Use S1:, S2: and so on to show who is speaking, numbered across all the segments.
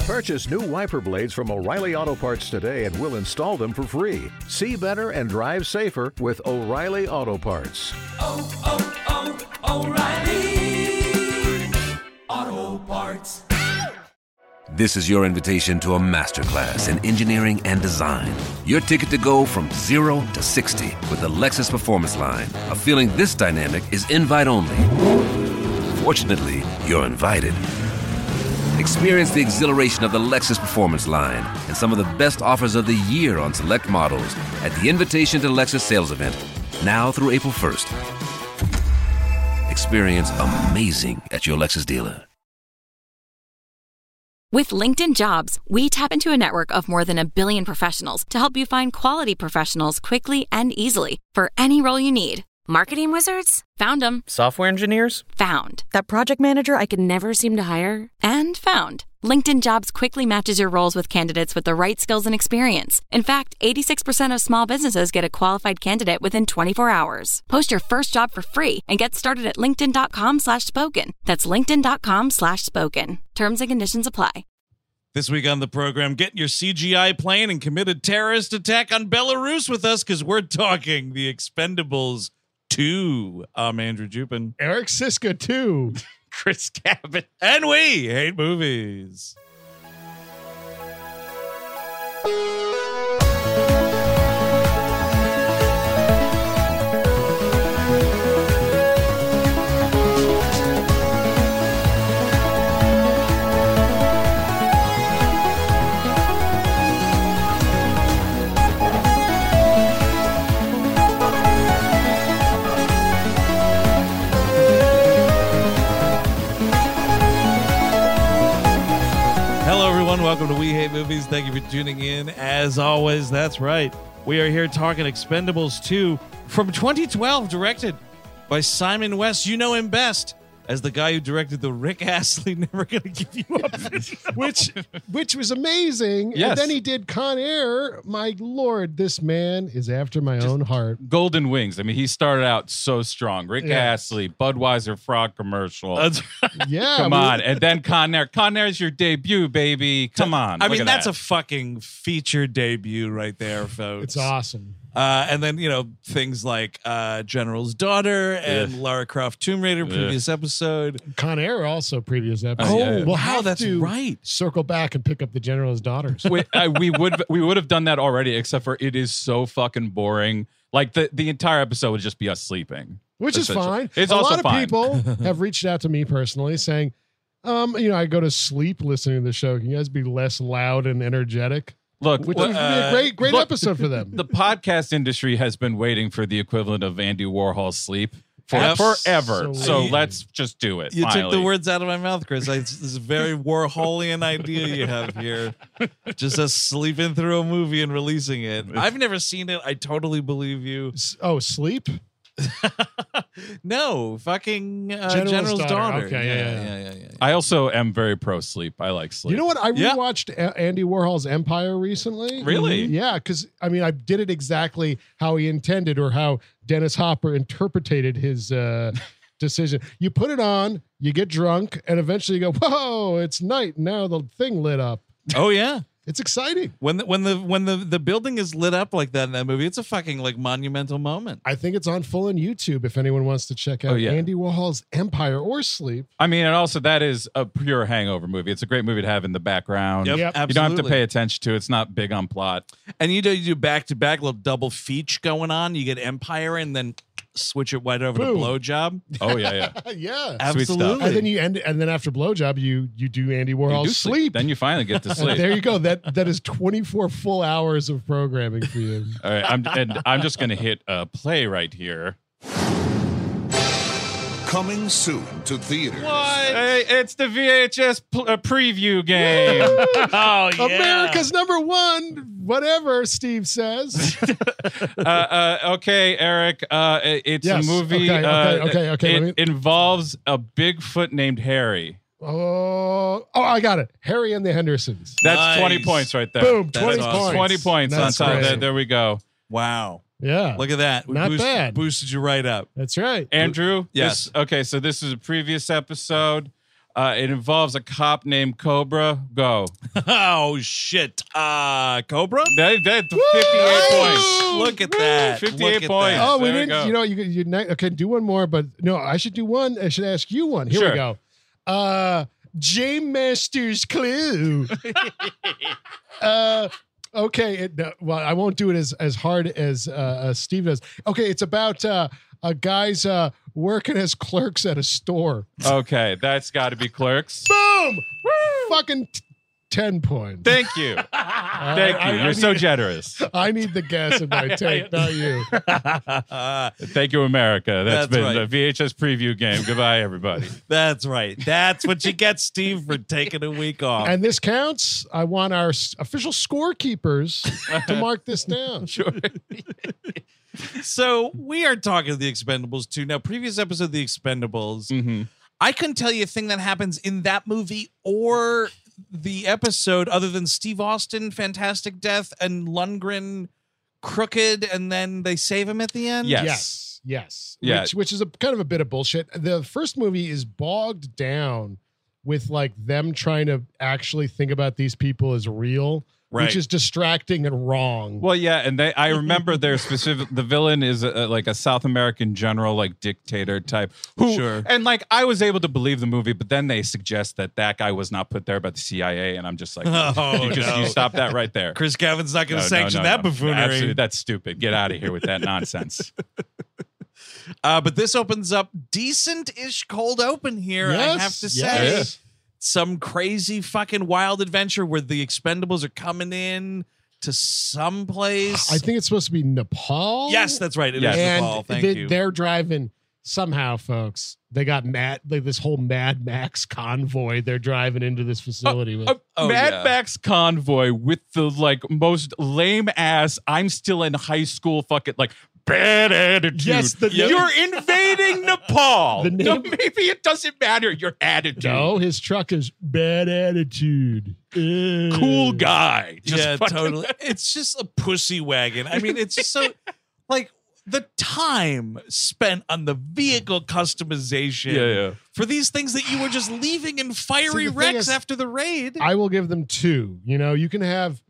S1: Purchase new wiper blades from O'Reilly Auto Parts today and we'll install them for free. See better and drive safer with O'Reilly Auto Parts.
S2: oh, oh, O'Reilly Auto Parts.
S3: This is your invitation to a masterclass in engineering and design. Your ticket to go from zero to 60 with the Lexus Performance Line. A feeling this dynamic is invite only. Fortunately, you're invited. Experience the exhilaration of the Lexus Performance Line and some of the best offers of the year on select models at the Invitation to Lexus sales event now through April 1st. Experience amazing at your Lexus dealer.
S4: With LinkedIn Jobs, we tap into a network of more than a billion professionals to help you find quality professionals quickly and easily for any role you need. Marketing wizards? Found them.
S5: Software engineers?
S4: Found.
S6: That project manager I could never seem to hire?
S4: And found. LinkedIn Jobs quickly matches your roles with candidates with the right skills and experience. In fact, 86% of small businesses get a qualified candidate within 24 hours. Post your first job for free and get started at linkedin.com slash spoken. That's linkedin.com slash spoken. Terms and conditions apply.
S7: This week on the program, get your CGI plane and committed terrorist attack on Belarus with us because we're talking The Expendables 2. I'm Andrew Jupin,
S8: Eric Siska too.
S7: Chris Cabot, and we hate movies. Hello, everyone. Welcome to We Hate Movies. Thank you for tuning in. As always, that's right. We are here talking Expendables 2 from 2012, directed by Simon West. You know him best as the guy who directed the Rick Astley Never Gonna Give You Up.
S8: Which which was amazing.
S9: Yes.
S8: And then he did Con Air. My lord, this man is after my own heart.
S9: Golden Wings. I mean, he started out so strong. Rick
S8: Yeah.
S9: Astley, Budweiser frog commercial.
S7: That's-
S8: Yeah.
S9: Come
S8: we-
S9: on. And then Con Air. Con Air is your debut, baby. Come on.
S7: I
S9: Look
S7: mean,
S9: at
S7: that's
S9: that.
S7: a fucking feature debut right there, folks.
S8: It's awesome.
S7: Uh, and then you know things like uh, General's Daughter and Lara Croft Tomb Raider, previous episode.
S8: Con Air also previous episode.
S9: Oh, yeah.
S8: we'll
S7: wow,
S8: have
S7: that's
S8: to
S7: right.
S8: Circle back and pick up the general's daughters.
S9: we, I, uh, we would we would have done that already, except for it is so fucking boring. Like the, the entire episode would just be us sleeping.
S8: which is
S9: Essentially.
S8: fine.
S9: It's
S8: a
S9: also
S8: lot of
S9: fine.
S8: people have reached out to me personally saying, um, you know, I go to sleep listening to the show. Can you guys be less loud and energetic?
S9: Look,
S8: Which
S9: what-
S8: would be a great, great
S9: look-
S8: episode for them.
S9: the podcast industry has been waiting for the equivalent of Andy Warhol's sleep for
S7: Absolutely.
S9: forever. So
S7: You-
S9: let's just do it.
S7: You took the
S9: finally.
S7: words out of my mouth, Chris. I, this is a very Warholian idea you have here. Just us sleeping through a movie and releasing it. I've never seen it. I totally believe you.
S8: S- oh, sleep?
S7: No, fucking uh, General's,
S8: General's
S7: daughter.
S8: Daughter. Okay, yeah, yeah,
S7: yeah, yeah, yeah.
S9: I also am very pro sleep. I like sleep.
S8: You know what? I
S7: Yeah.
S8: rewatched A- Andy Warhol's Empire recently. Mm-hmm.
S9: Really?
S8: Yeah, because I mean, I did it exactly how he intended, or how Dennis Hopper interpreted his uh, decision. You put it on, you get drunk, and eventually you go, "Whoa, it's night now." The thing lit up.
S7: Oh yeah.
S8: It's exciting.
S7: When the when the when the, the building is lit up like that in that movie, it's a fucking like monumental moment.
S8: I think it's on full on YouTube if anyone wants to check out
S9: Oh, yeah.
S8: Andy Warhol's Empire or Sleep.
S9: I mean, and also that is a pure hangover movie. It's a great movie to have in the background.
S7: Yep,
S8: Yep.
S9: You don't have to
S7: absolutely.
S9: pay attention to it. It's not big on plot.
S7: And you do you do back to back little double feature going on. You get Empire and then switch it right over
S8: Boom.
S7: to blowjob.
S9: Oh yeah, yeah.
S8: yeah.
S9: Sweet stuff.
S7: Absolutely.
S8: And then you end, and then after blowjob, you you do Andy
S9: You
S8: Warhol's
S9: do
S8: sleep.
S9: Then you finally get to
S8: And
S9: sleep.
S8: there you go. That that is twenty four full hours of programming for you.
S9: All right, I'm and I'm just gonna hit uh, play right here.
S10: Coming soon to theaters.
S9: Hey, it's the VHS pl- uh, preview game. oh yeah.
S8: America's number one, whatever Steve says.
S9: uh, uh, okay, Eric. Uh, it- it's
S8: Yes,
S9: a movie.
S8: okay,
S9: uh,
S8: okay, okay, okay,
S9: It
S8: let me-
S9: involves a Bigfoot named Harry.
S8: oh, oh, I got it. Harry and the Hendersons.
S9: That's
S7: Nice.
S9: 20 points right there.
S8: Boom,
S7: That's
S8: twenty
S7: awesome.
S8: points.
S9: 20 points
S8: That's
S9: on top.
S8: crazy.
S9: There, there we go.
S7: Wow.
S8: Yeah,
S7: Look at that. We
S8: Not
S7: boosted,
S8: bad.
S7: boosted you right up.
S8: that's right.
S9: Andrew,
S7: Yes.
S9: this- okay, so this is a previous episode. Uh, it involves a cop named Cobra. Go.
S7: Oh shit! Uh, Cobra.
S9: That, that, 58 points.
S7: Look at that.
S9: 58
S7: Look at
S9: points.
S7: that.
S8: Oh, we
S9: There we
S8: didn't.
S9: go.
S8: You know, you, you ne- okay? Do one more, but no, I should do one. I should ask you one. Here
S9: Sure.
S8: we go. Uh, J Masters Clue. uh, okay. It, no, well, I won't do it as as hard as uh, uh, Steve does. Okay, it's about uh, a guy's uh, working as clerks at a store.
S9: Okay, that's got to be clerks.
S8: Boom! Fucking t- ten points.
S9: Thank you. Thank you. You're so generous.
S8: I need the gas in my tank, not you.
S9: Thank you, America. That's
S7: That's
S9: been
S7: right.
S9: the VHS preview game. Goodbye, everybody.
S7: That's right. That's what you get, Steve, for taking a week off.
S8: And this counts. I want our s- official scorekeepers to mark this down.
S7: so we are talking to the Expendables too. Now, previous episode of the Expendables,
S9: Mm-hmm.
S7: I couldn't tell you a thing that happens in that movie or the episode other than Steve Austin, Fantastic Death, and Lundgren crooked, and then they save him at the end.
S9: Yes.
S8: Yes. Yes.
S9: Yeah.
S8: Which, which is a kind of a bit of bullshit. The first movie is bogged down with like them trying to actually think about these people as real,
S7: Right.
S8: which is distracting and wrong.
S9: Well, yeah, and they I remember their specific the villain is uh like a South American general, like dictator type. Who
S7: Sure.
S9: and like I was able to believe the movie, but then they suggest that that guy was not put there by the CIA, and I'm just like,
S7: Oh,
S9: you just
S7: no.
S9: you stop that right there.
S7: Chris Gavin's not going
S9: No,
S7: to
S9: no,
S7: sanction
S9: no,
S7: that
S9: no.
S7: buffoonery.
S9: Absolutely, that's stupid. Get out of here with that nonsense.
S7: Uh, but this opens up decent-ish cold open here. I have to say,
S8: yes.
S7: some crazy fucking wild adventure where the Expendables are coming in to some place.
S8: I think it's supposed to be Nepal.
S7: yes, that's right. It is
S9: Yes.
S8: and
S7: Nepal. Thank
S8: they,
S7: you.
S8: They're driving somehow, folks. They got Matt, like this whole Mad Max convoy they're driving into this facility with.
S9: A
S7: Oh,
S9: Mad
S7: yeah.
S9: Max convoy with the like most lame ass. I'm still in high school. Fuck it, like bad attitude.
S8: Yes, the name-
S9: you're invading Nepal.
S8: The
S9: No,
S8: name-
S9: maybe it doesn't matter your attitude.
S8: No, his truck is bad attitude.
S9: Cool guy. Just
S7: yeah,
S9: fucking-
S7: totally. It's just a pussy wagon. I mean, it's just so like the time spent on the vehicle customization
S9: Yeah, yeah.
S7: for these things that you were just leaving in
S8: See,
S7: fiery
S8: the thing
S7: wrecks
S8: is-
S7: after the raid.
S8: I will give them two. You know, you can have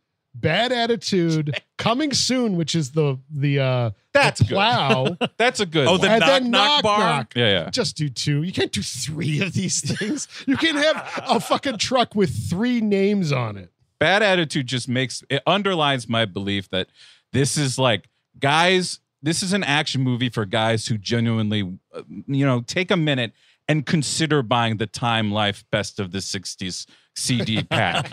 S8: bad attitude coming soon, which is the the uh
S9: That's
S8: the
S9: good.
S8: plow,
S9: That's a good.
S7: Oh,
S9: Oh,
S7: the-
S8: and
S7: knock,
S8: then
S7: knock
S8: knock
S7: bar.
S8: knock.
S9: Yeah, yeah.
S8: Just do two. You can't do three of these things. You can have a fucking truck with three names on it.
S9: bad attitude just makes it underlines my belief that this is like guys. This is an action movie for guys who genuinely, uh, you know, take a minute and consider buying the Time Life Best of the '60s CD pack.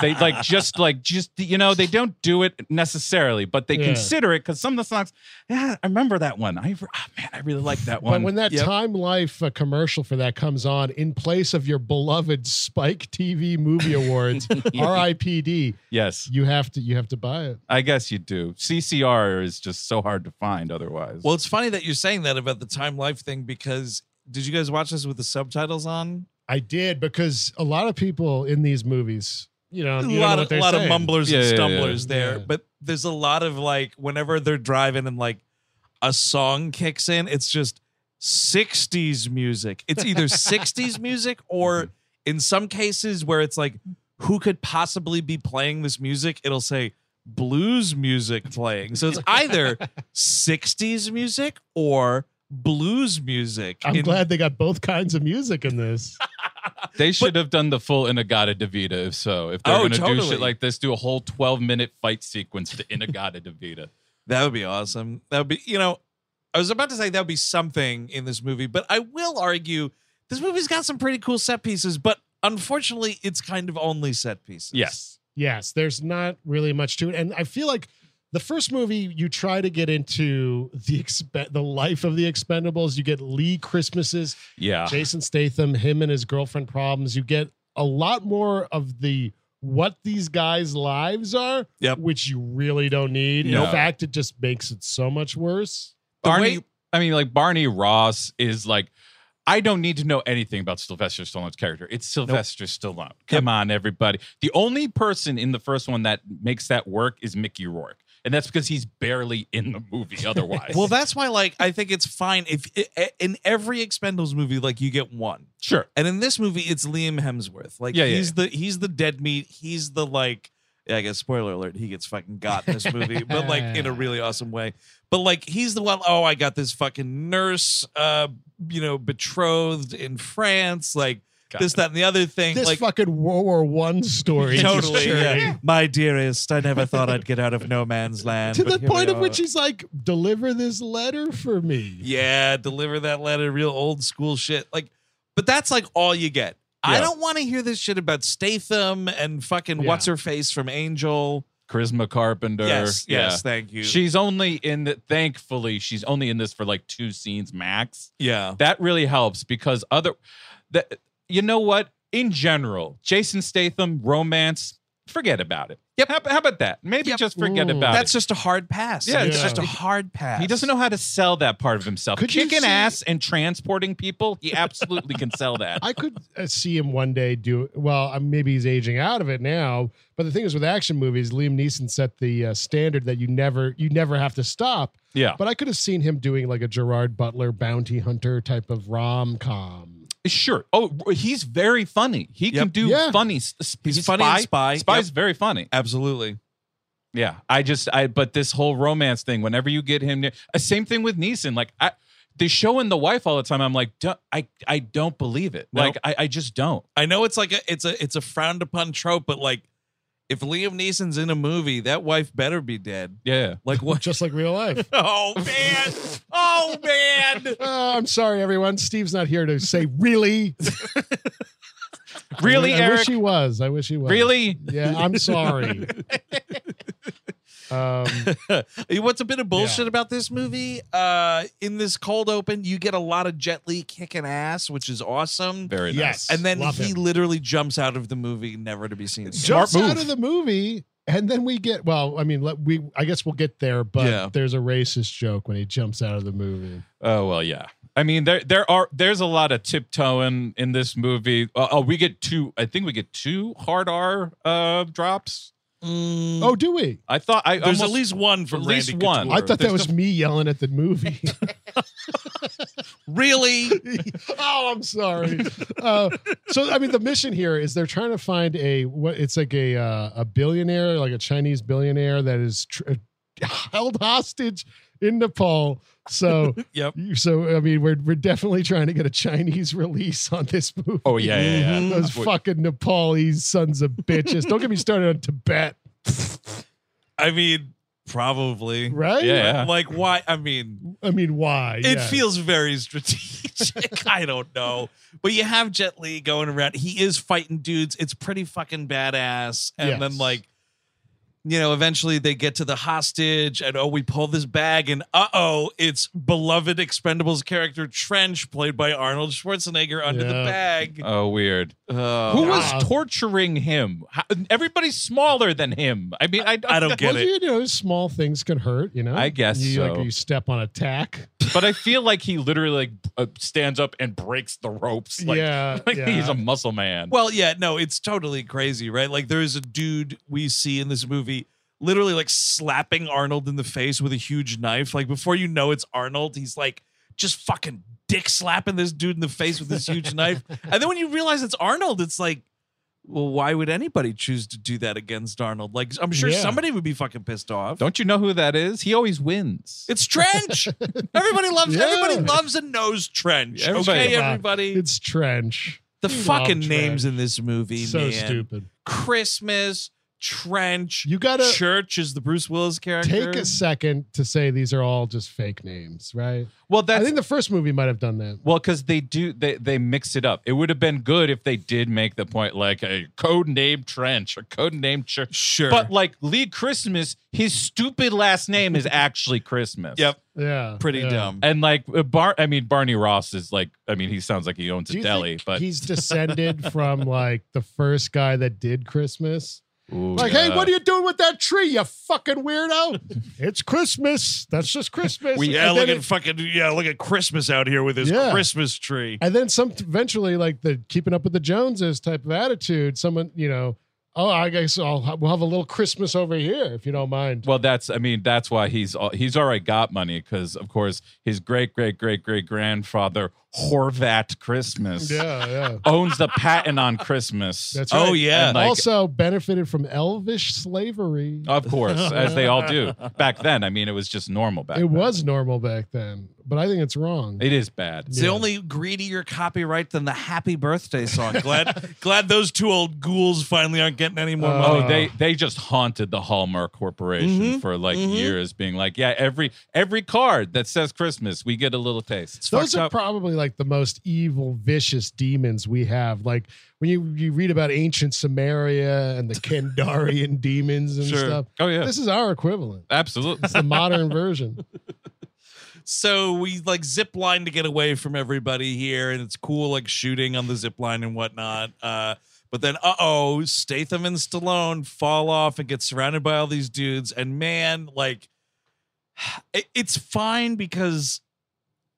S9: they like just like just you know they don't do it necessarily, but they
S8: Yeah.
S9: consider it because some of the songs. Yeah, I remember that one. I oh, man, I really like that one.
S8: But when that
S9: Yep.
S8: Time Life uh, commercial for that comes on in place of your beloved Spike TV Movie Awards (R.I.P.D.),
S9: yes,
S8: you have to you have to buy it.
S9: I guess you do. CCR is just so hard to find otherwise.
S7: Well, it's funny that you're saying that about the time life thing because did you guys watch this with the subtitles on?
S8: I did because a lot of people in these movies, you know,
S7: A
S8: you don't
S7: lot
S8: know
S7: of
S8: what they're
S7: a lot
S8: saying.
S7: of mumblers
S9: Yeah,
S7: and
S9: yeah, yeah.
S7: stumblers there,
S8: Yeah.
S7: but there's a lot of like whenever they're driving and like a song kicks in, it's just 60s music. It's either 60s music or in some cases where it's like who could possibly be playing this music? It'll say blues music playing. So it's either 60s music or blues music.
S8: I'm
S7: in-
S8: glad they got both kinds of music in this.
S9: They should have done the full Inagata DeVita. If so, if they're
S7: Oh,
S9: going to do
S7: totally.
S9: shit like this, do a whole twelve-minute fight sequence to Inagata DeVita.
S7: That would be awesome. That would be, you know, I was about to say that would be something in this movie, but I will argue this movie's got some pretty cool set pieces, but unfortunately, it's kind of only set pieces.
S9: Yes,
S8: yes, there's not really much to it, and I feel like the first movie you try to get into the expe- the life of the Expendables. You get Lee Christmases,
S9: yeah,
S8: Jason Statham, him and his girlfriend problems. You get a lot more of the what these guys' lives are,
S7: Yep.
S8: which you really don't need.
S9: No.
S8: In fact, it just makes it so much worse.
S7: The
S9: Barney.
S7: way-
S9: I mean, like Barney Ross is like. I don't need to know anything about Sylvester Stallone's character. It's Sylvester Stallone. Come on, everybody. The only person in the first one that makes that work is Mickey Rourke. and that's because he's barely in the movie otherwise.
S7: Well, that's why, like, I think it's fine if i- in every Expendables movie, like, you get one,
S9: sure.
S7: and in this movie, it's Liam Hemsworth. Like,
S9: Yeah, yeah,
S7: he's the he's the dead meat. He's the like. Yeah, I guess spoiler alert, he gets fucking got in this movie, but like in a really awesome way. But like he's the one, oh, I got this fucking nurse, uh, you know, betrothed in France, like
S9: Got
S7: this,
S9: it.
S7: that, and the other thing.
S8: This
S7: like
S8: fucking World War One story.
S7: totally.
S8: Sure.
S7: Yeah. My dearest, I never thought I'd get out of no man's land.
S8: To
S7: but
S8: the
S7: here we
S8: point of
S7: are.
S8: which he's like, deliver this letter for me.
S7: Yeah, deliver that letter, real old school shit. Like, but that's like all you get. I
S9: Yeah.
S7: don't want to hear this shit about Statham and fucking
S8: Yeah.
S7: what's her face from Angel.
S9: Charisma Carpenter.
S7: Yes,
S9: Yeah.
S7: yes, thank you.
S9: She's only in the thankfully, she's only in this for like two scenes max.
S7: yeah,
S9: That really helps because other that you know what? In general, Jason Statham, romance, forget about it. Yep. How, how about that? Maybe
S7: Yep.
S9: just forget
S8: Ooh.
S9: about
S7: that's
S9: it.
S7: just a hard pass.
S9: Yeah,
S7: it's
S8: yeah.
S7: just a hard pass.
S9: he doesn't know how to sell that part of himself.
S8: Could you
S9: Kicking
S8: see-
S9: ass and transporting people, he absolutely can sell that.
S8: I could uh, see him one day do well. uh, Maybe he's aging out of it now. But the thing is, with action movies, Liam Neeson set the uh, standard that you never you never have to stop.
S9: Yeah.
S8: But I could have seen him doing like a Gerard Butler bounty hunter type of rom com.
S9: Sure. Oh, he's very funny. He can
S7: Yep.
S9: do
S8: Yeah.
S9: funny. s- s-
S7: He's funny in Spy.
S9: Spy's
S7: Yep.
S9: very funny.
S7: absolutely.
S9: Yeah. I just I but this whole romance thing. Whenever you get him, near, uh, same thing with Neeson. Like I, they show in the wife all the time. I'm like, "Duh, I I don't believe it.
S7: No.
S9: Like I I just don't.
S7: I know it's like a it's a it's a frowned upon trope, but like if Liam Neeson's in a movie, that wife better be dead.
S9: Yeah.
S7: Like what?
S8: Just like real life.
S7: oh man! Oh man!
S8: Uh, I'm sorry, everyone. Steve's not here to say really.
S9: Really,
S8: I,
S9: Eric?
S8: wish he was. I wish he was.
S9: really?
S8: Yeah. I'm sorry. um,
S7: What's a bit of bullshit about this movie? Uh, in this cold open, you get a lot of Jet Li kicking ass, which is awesome.
S9: Very
S8: yes.
S9: nice.
S7: and then
S8: Love
S7: he
S8: him.
S7: literally jumps out of the movie, never to be seen. again.
S9: Smart
S8: jumps out
S9: move.
S8: of the movie, and then we get well. I mean, let, we I guess we'll get there, but
S7: Yeah.
S8: there's a racist joke when he jumps out of the movie.
S9: Oh well, yeah. I mean, there there are there's a lot of tiptoeing in this movie. Uh, oh, we get two. I think we get two hard R uh drops.
S8: Oh, do we?
S9: I thought I
S7: There's at
S9: almost-
S7: least one from
S9: at least
S7: Randy
S9: one.
S7: Couture.
S8: I thought that
S9: There's
S8: was me yelling at the movie.
S7: really
S8: oh, I'm sorry. Uh, so, I mean, the mission here is they're trying to find a what? It's like a uh, a billionaire, like a Chinese billionaire that is tr- held hostage in Nepal. So,
S7: Yep.
S8: So, I mean, we're we're definitely trying to get a Chinese release on this movie.
S9: Oh yeah, yeah, yeah.
S8: Those
S9: Wait.
S8: fucking Nepalese sons of bitches. Don't get me started on Tibet,
S7: I mean, probably.
S8: right?
S9: Yeah.
S7: Like why? I mean,
S8: I mean, why?
S7: it
S8: Yeah.
S7: feels very strategic. I don't know, but you have Jet Li going around. He is fighting dudes. It's pretty fucking badass. And
S8: Yes.
S7: then like. You know, eventually they get to the hostage, and oh, we pull this bag, and uh oh, it's beloved Expendables character Trench, played by Arnold Schwarzenegger, under the
S8: Yeah.
S7: bag.
S9: Oh, weird.
S7: Uh,
S9: Who
S8: God.
S9: was torturing him? How, everybody's smaller than him. I mean, I don't,
S7: I don't get
S8: well,
S7: it.
S8: you know, small things can hurt. You know,
S9: I guess
S8: you
S9: so.
S8: like you step on a tack.
S9: But I feel like he literally like uh, stands up and breaks the ropes. Like,
S8: Yeah,
S9: like
S8: yeah.
S9: he's a muscle man.
S7: Well, yeah, no, it's totally crazy, right? Like there is a dude we see in this movie literally like slapping Arnold in the face with a huge knife. Like before you know it's Arnold, he's like just fucking dick slapping this dude in the face with this huge knife. And then when you realize it's Arnold, it's like well, why would anybody choose to do that against Arnold? Like, I'm sure
S8: Yeah.
S7: somebody would be fucking pissed off.
S9: don't you know who that is? He always wins.
S7: It's Trench. everybody loves.
S8: Yeah.
S7: Everybody loves and knows Trench.
S9: Everybody-
S7: okay,
S8: Come on.
S7: everybody.
S8: It's trench.
S7: the
S8: We love
S7: fucking
S8: Trench.
S7: names in this movie,
S8: So
S7: man.
S8: stupid.
S7: Christmas, Trench.
S8: You gotta-
S7: Church is the Bruce Willis character.
S8: Take a second to say these are all just fake names, right?
S9: well,
S8: I
S9: that's
S8: think the first movie might have done that.
S9: Well, because they do, they they mix it up. It would have been good if they did make the point like a code name trench or code name church.
S7: Sure.
S9: But like Lee Christmas, his stupid last name is actually Christmas.
S7: Yep.
S8: Yeah,
S7: Pretty
S8: yeah.
S7: dumb.
S9: And like uh, Bar, I mean Barney Ross is like, I mean he sounds like he owns
S8: Do
S9: a
S8: you
S9: deli,
S8: think
S9: but
S8: he's descended from like the first guy that did Christmas?
S9: Ooh, uh,
S8: Like,
S9: yeah.
S8: hey, what are you doing with that tree, you fucking weirdo? it's Christmas. That's just Christmas.
S9: We-
S7: yeah,
S8: And
S7: look
S8: then
S7: at
S8: it-
S7: fucking yeah, look at Christmas out here with his
S8: Yeah.
S7: Christmas tree.
S8: and then some eventually like the keeping up with the Joneses type of attitude. Someone, you know, Oh, I guess I'll, we'll have a little Christmas over here if you don't mind.
S9: Well, that's I mean that's why he's al- he's already got money because of course his great great great great grandfather Horvat Christmas
S8: yeah, yeah.
S9: owns the patent on Christmas.
S8: That's right.
S7: Oh, yeah.
S9: And, like, Oh,
S8: also benefited from elvish slavery.
S9: Of course, as they all do back then. I mean, it was just normal back.
S8: it
S9: then.
S8: was normal back then, but I think it's wrong.
S9: It is bad.
S7: It's the only greedier copyright than the Happy Birthday song. Glad, glad those two old ghouls finally aren't getting any
S8: Uh,
S7: more money. Mm-hmm.
S9: Oh, they they just haunted the Hallmark Corporation for like years, being like, yeah, every every card that says Christmas, we get a little taste.
S8: Those
S7: fucked
S8: are
S7: up.
S8: probably like the most evil, vicious demons we have. Like when you, you read about ancient Samaria and the Kandarian demons and
S9: Sure.
S8: stuff.
S9: Oh, yeah.
S8: This is our equivalent.
S9: Absolutely.
S8: It's the modern version.
S7: So we like zip line to get away from everybody here, and it's cool, like shooting on the zip line and whatnot. Uh, but then, uh oh, Statham and Stallone fall off and get surrounded by all these dudes. And man, like, it- it's fine because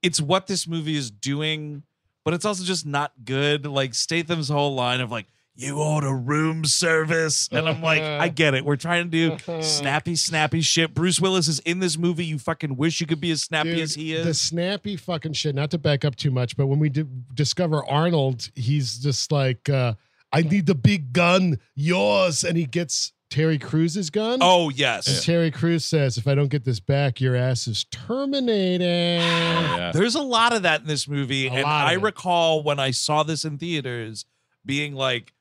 S7: it's what this movie is doing, but it's also just not good. Like, Statham's whole line of like, you order room service. And I'm like, I get it. We're trying to do snappy, snappy shit. Bruce Willis is in this movie. You fucking wish you could be as snappy
S8: Dude,
S7: as he
S8: The
S7: is.
S8: snappy fucking shit. Not to back up too much, but when we di- discover Arnold, he's just like, uh, I need the big gun, yours. And he gets Terry Cruz's gun.
S7: Oh,
S8: And
S7: yes.
S8: Terry Crews says, if I don't get this back, your ass is terminated.
S9: Yeah.
S7: There's a lot of that in this movie.
S8: A
S7: and
S8: lot of
S7: I
S8: it.
S7: recall when I saw this in theaters being like,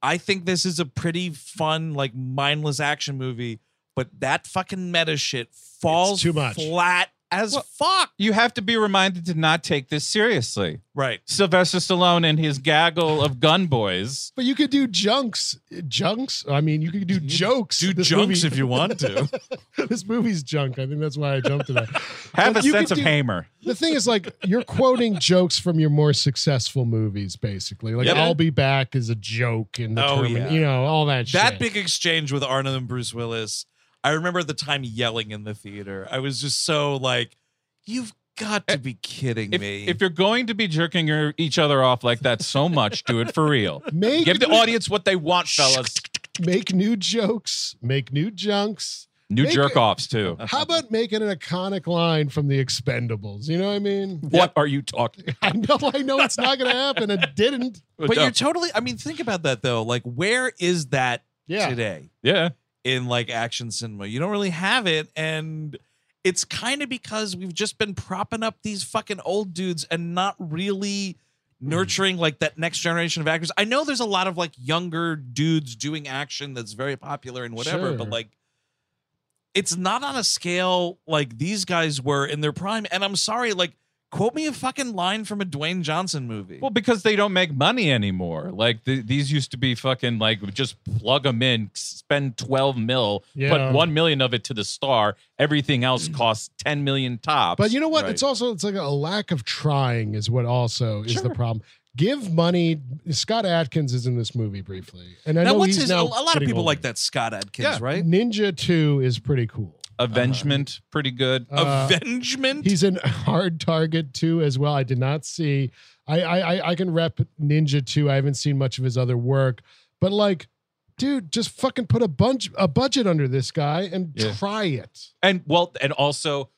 S7: I think this is a pretty fun, like mindless action movie, but that fucking meta shit falls
S8: too much.
S7: flat as fuck.
S9: You have to be reminded to not take this seriously.
S7: Right.
S9: Sylvester Stallone and his gaggle of gun boys.
S8: But you could do junks. Junks? I mean, you could do jokes.
S7: Do junks if you want to.
S8: you. this movie's junk. I think that's why I jumped to that.
S9: Have
S8: But
S9: a
S8: you could
S9: sense of
S8: do-
S9: humor.
S8: The thing is, like, you're quoting jokes from your more successful movies, basically. Like,
S7: Yep.
S8: I'll be back is a joke in the
S7: Oh,
S8: term,
S7: yeah.
S8: you know, all that, shit.
S7: That big exchange with Arnold and Bruce Willis, I remember at the time yelling in the theater. I was just so like, you've got to be kidding
S9: Eh, If,
S7: me.
S9: if you're going to be jerking your, each other off like that so much, do it for real.
S8: Make-
S9: Give the audience what they want, fellas.
S8: Make new jokes, make new junks.
S9: New
S8: Make-
S9: jerk offs, too.
S8: How about making an iconic line from The Expendables? You know what I mean?
S9: What are you talking
S8: I know, I know it's not going to happen. It didn't.
S7: but you're totally, I mean, think about that though. Like, where is that
S8: Yeah.
S7: today
S9: yeah.
S7: in like action cinema? You don't really have it. And it's kind of because we've just been propping up these fucking old dudes and not really
S8: Hmm.
S7: nurturing like that next generation of actors. I know there's a lot of like younger dudes doing action that's very popular and whatever, but
S8: Sure.
S7: like it's not on a scale like these guys were in their prime. And I'm sorry, like quote me a fucking line from a Dwayne Johnson movie.
S9: Well, because they don't make money anymore. Like th- these used to be fucking like just plug them in, spend 12 mil,
S8: Yeah.
S9: put 1 million of it to the star. Everything else costs 10 million tops.
S8: But you know what?
S9: Right.
S8: It's also it's like a lack of trying is what also is the problem. Give money. Scott Atkins is in this movie briefly, and I
S7: now
S8: know
S7: what's
S8: he's
S7: his
S8: now
S7: a lot of
S8: getting
S7: people
S8: older.
S7: like that Scott Adkins,
S9: Yeah.
S7: right?
S8: Ninja Two is pretty cool.
S9: Avengement, pretty good.
S8: Uh,
S7: Avengement.
S8: He's in Hard Target Two as well. I did not see. I I I- I can rep Ninja Two. I haven't seen much of his other work, but like, dude, just fucking put a bunch a budget under this guy and
S9: Yeah.
S8: try it.
S9: and well, and also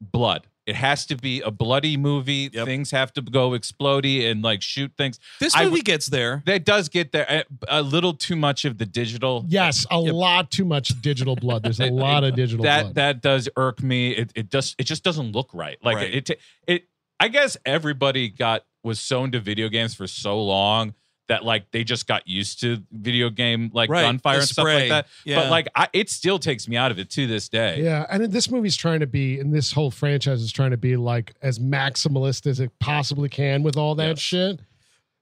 S9: blood. It has to be a bloody movie.
S7: Yep.
S9: Things have to go explodey and like shoot things.
S7: this
S9: I
S7: movie
S9: w-
S7: gets there.
S9: That does get there a, a little too much of the digital.
S8: Yes, a lot too much digital blood. There's a
S9: It-
S8: lot
S9: it-
S8: of digital
S9: that
S8: blood.
S9: that does irk me it it just it just doesn't look right like
S7: Right.
S9: it it i guess everybody got was so into video games for so long that like they just got used to video game like
S7: Right,
S9: gunfire
S7: the
S9: and
S7: spray,
S9: stuff like that
S7: yeah.
S9: but like I, it still takes me out of it to this day
S8: Yeah, and then this movie's trying to be, and this whole franchise is trying to be like as maximalist as it possibly can with all that
S9: Yes.
S8: shit.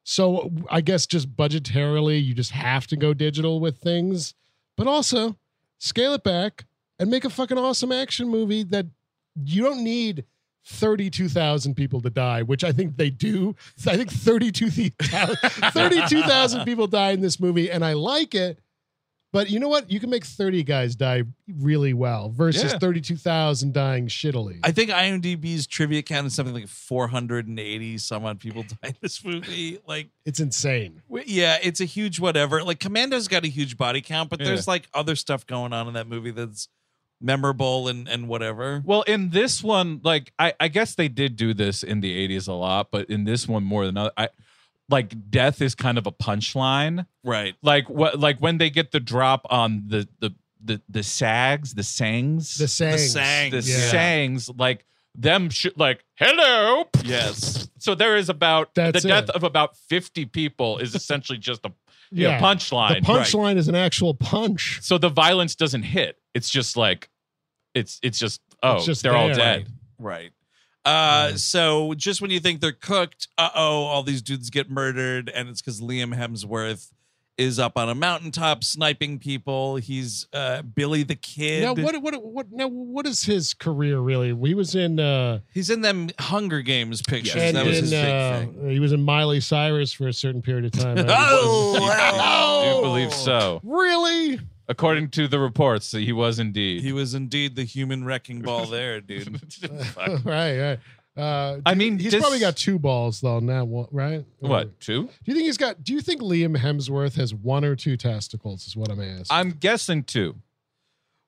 S8: So I guess just budgetarily, you just have to go digital with things, but also scale it back and make a fucking awesome action movie that you don't need. 32,000 people to die, which I think they do. I think 32,000 32,000 people die in this movie, and I like it, But you know what? You can make 30 guys die really well versus
S9: Yeah.
S8: 32,000 dying shittily.
S7: I think IMDb's trivia count is something like 480 some odd people died in this movie. Like,
S8: it's insane.
S7: w- yeah, it's a huge whatever. Like, Commando's got a huge body count, but
S9: Yeah.
S7: there's like other stuff going on in that movie that's memorable and and whatever.
S9: Well, in this one, like I, I guess they did do this in the '80s a lot, but in this one more than other, I like death is kind of a punchline.
S7: Right.
S9: Like what, like when they get the drop on the the the the sags, the sangs,
S8: The
S7: The
S8: sayings.
S7: sang.
S9: the
S8: Yeah.
S9: sangs, like them should like hello.
S7: Yes.
S9: So there is about
S8: That's
S9: the death
S8: it.
S9: of about 50 people is essentially just a you know,
S8: Yeah.
S9: punchline.
S8: The punchline is an actual punch.
S9: So the violence doesn't hit. It's just like it's it's just oh
S8: just
S9: they're all
S8: there.
S9: dead.
S7: Right. Uh, so just when you think they're cooked, uh oh, all these dudes get murdered, and it's because Liam Hemsworth is up on a mountaintop sniping people. He's uh, Billy the Kid.
S8: Now what, what what now what is his career really? He was in uh
S7: He's in them Hunger Games pictures.
S9: Yes,
S8: and
S7: that was
S8: in,
S7: his big
S8: uh,
S7: thing.
S8: he was in Miley Cyrus for a certain period of time.
S7: Oh,
S9: I
S7: wow.
S9: do believe so.
S8: really?
S9: According to the reports, he was indeed.
S7: He was
S8: Oh!
S7: indeed the human wrecking ball there, dude.
S9: Fuck.
S8: right, right. Uh,
S9: I mean,
S8: he's
S9: this-
S8: probably got two balls though now, wha- right? Or-
S9: What two?
S8: Do you think he's got? Do you think Liam Hemsworth has one or two testicles? Is what I'm asking.
S9: I'm guessing two.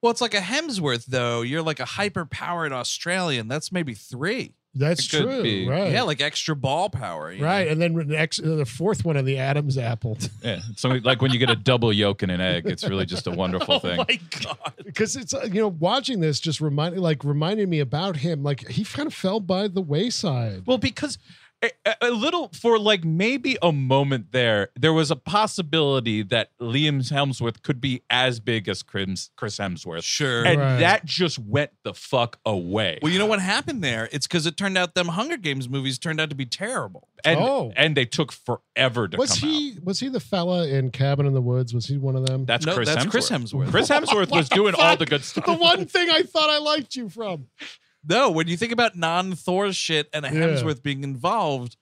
S7: Well, it's like a Hemsworth though. You're like a hyper powered Australian. That's maybe three.
S8: That's
S9: it could
S8: true,
S9: be.
S8: right?
S7: Yeah, like extra ball power. you know?
S8: right. And then the next, the fourth one on the Adam's apple,
S9: Yeah. So like when you get a double yolk and an egg, it's really just a wonderful
S7: Oh
S9: thing.
S7: my god.
S8: because it's uh, you know watching this just reminded like reminded me about him. Like he kind of fell by the wayside.
S9: Well, because a, a- a little for like maybe a moment there, there was a possibility that Liam Hemsworth could be as big as Chris Chris Hemsworth,
S7: Sure.
S9: and
S8: Right.
S9: that just went the fuck away.
S7: Well, you know what happened there? It's because it turned out them Hunger Games movies turned out to be terrible.
S9: and
S8: Oh.
S9: and they took forever to
S8: was
S9: come out.
S8: he was he the fella in Cabin in the Woods? Was he one of them?
S9: That's
S7: No,
S9: Chris
S7: that's
S9: Hemsworth.
S7: Chris Hemsworth.
S9: Chris Hemsworth was doing all the good stuff.
S8: the one thing I thought I liked you from.
S7: No, when you think about non-Thor shit and a
S8: Yeah.
S7: Hemsworth being involved,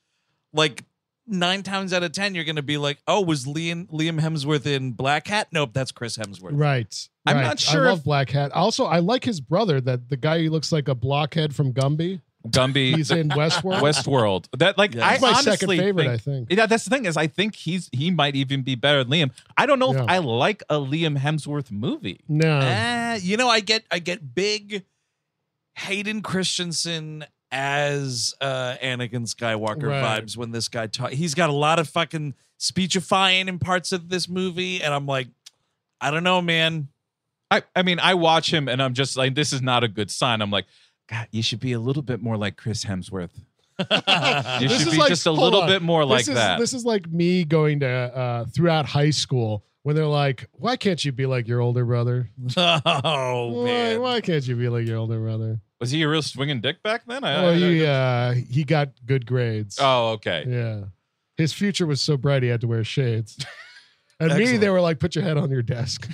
S7: like nine times out of ten, you're gonna be like, "Oh, was Liam Liam Hemsworth in Black Hat?" Nope, that's Chris Hemsworth.
S8: Right.
S9: I'm
S8: right.
S9: not sure
S8: I love
S9: if-
S8: Black Hat. Also, I like his brother, that the guy who looks like a blockhead from Gumby.
S9: Gumby,
S8: He's in Westworld.
S9: Westworld. That like
S7: Yeah.
S9: I
S8: He's my
S9: honestly
S8: second favorite,
S9: think,
S8: I think.
S9: Yeah, that's the thing is I think he's he might even be better than Liam. I don't know
S8: Yeah.
S9: if I like a Liam Hemsworth movie.
S8: No.
S7: Ah, you know, I get I get big Hayden Christensen as uh Anakin Skywalker
S8: Right.
S7: vibes when this guy talks. He's got a lot of fucking speechifying in parts of this movie, and I'm like, I don't know, man.
S9: I I mean I watch him and I'm just like this is not a good sign. I'm like God, you should be a little bit more like Chris Hemsworth. you
S8: This
S9: should
S8: is
S9: be
S8: like-
S9: just a
S8: hold
S9: little
S8: on.
S9: bit more
S8: This
S9: like
S8: is-
S9: that.
S8: This is like me going to uh, throughout high school when they're like, why can't you be like your older brother?
S7: oh
S8: Why,
S7: man.
S8: why can't you be like your older brother?
S9: Was he a real swinging dick back then? I,
S8: well,
S9: I don't-
S8: he, uh, he got good grades.
S9: oh, okay.
S8: Yeah. His future was so bright he had to wear shades. And me,
S7: Excellent.
S8: they were like, put your head on your desk.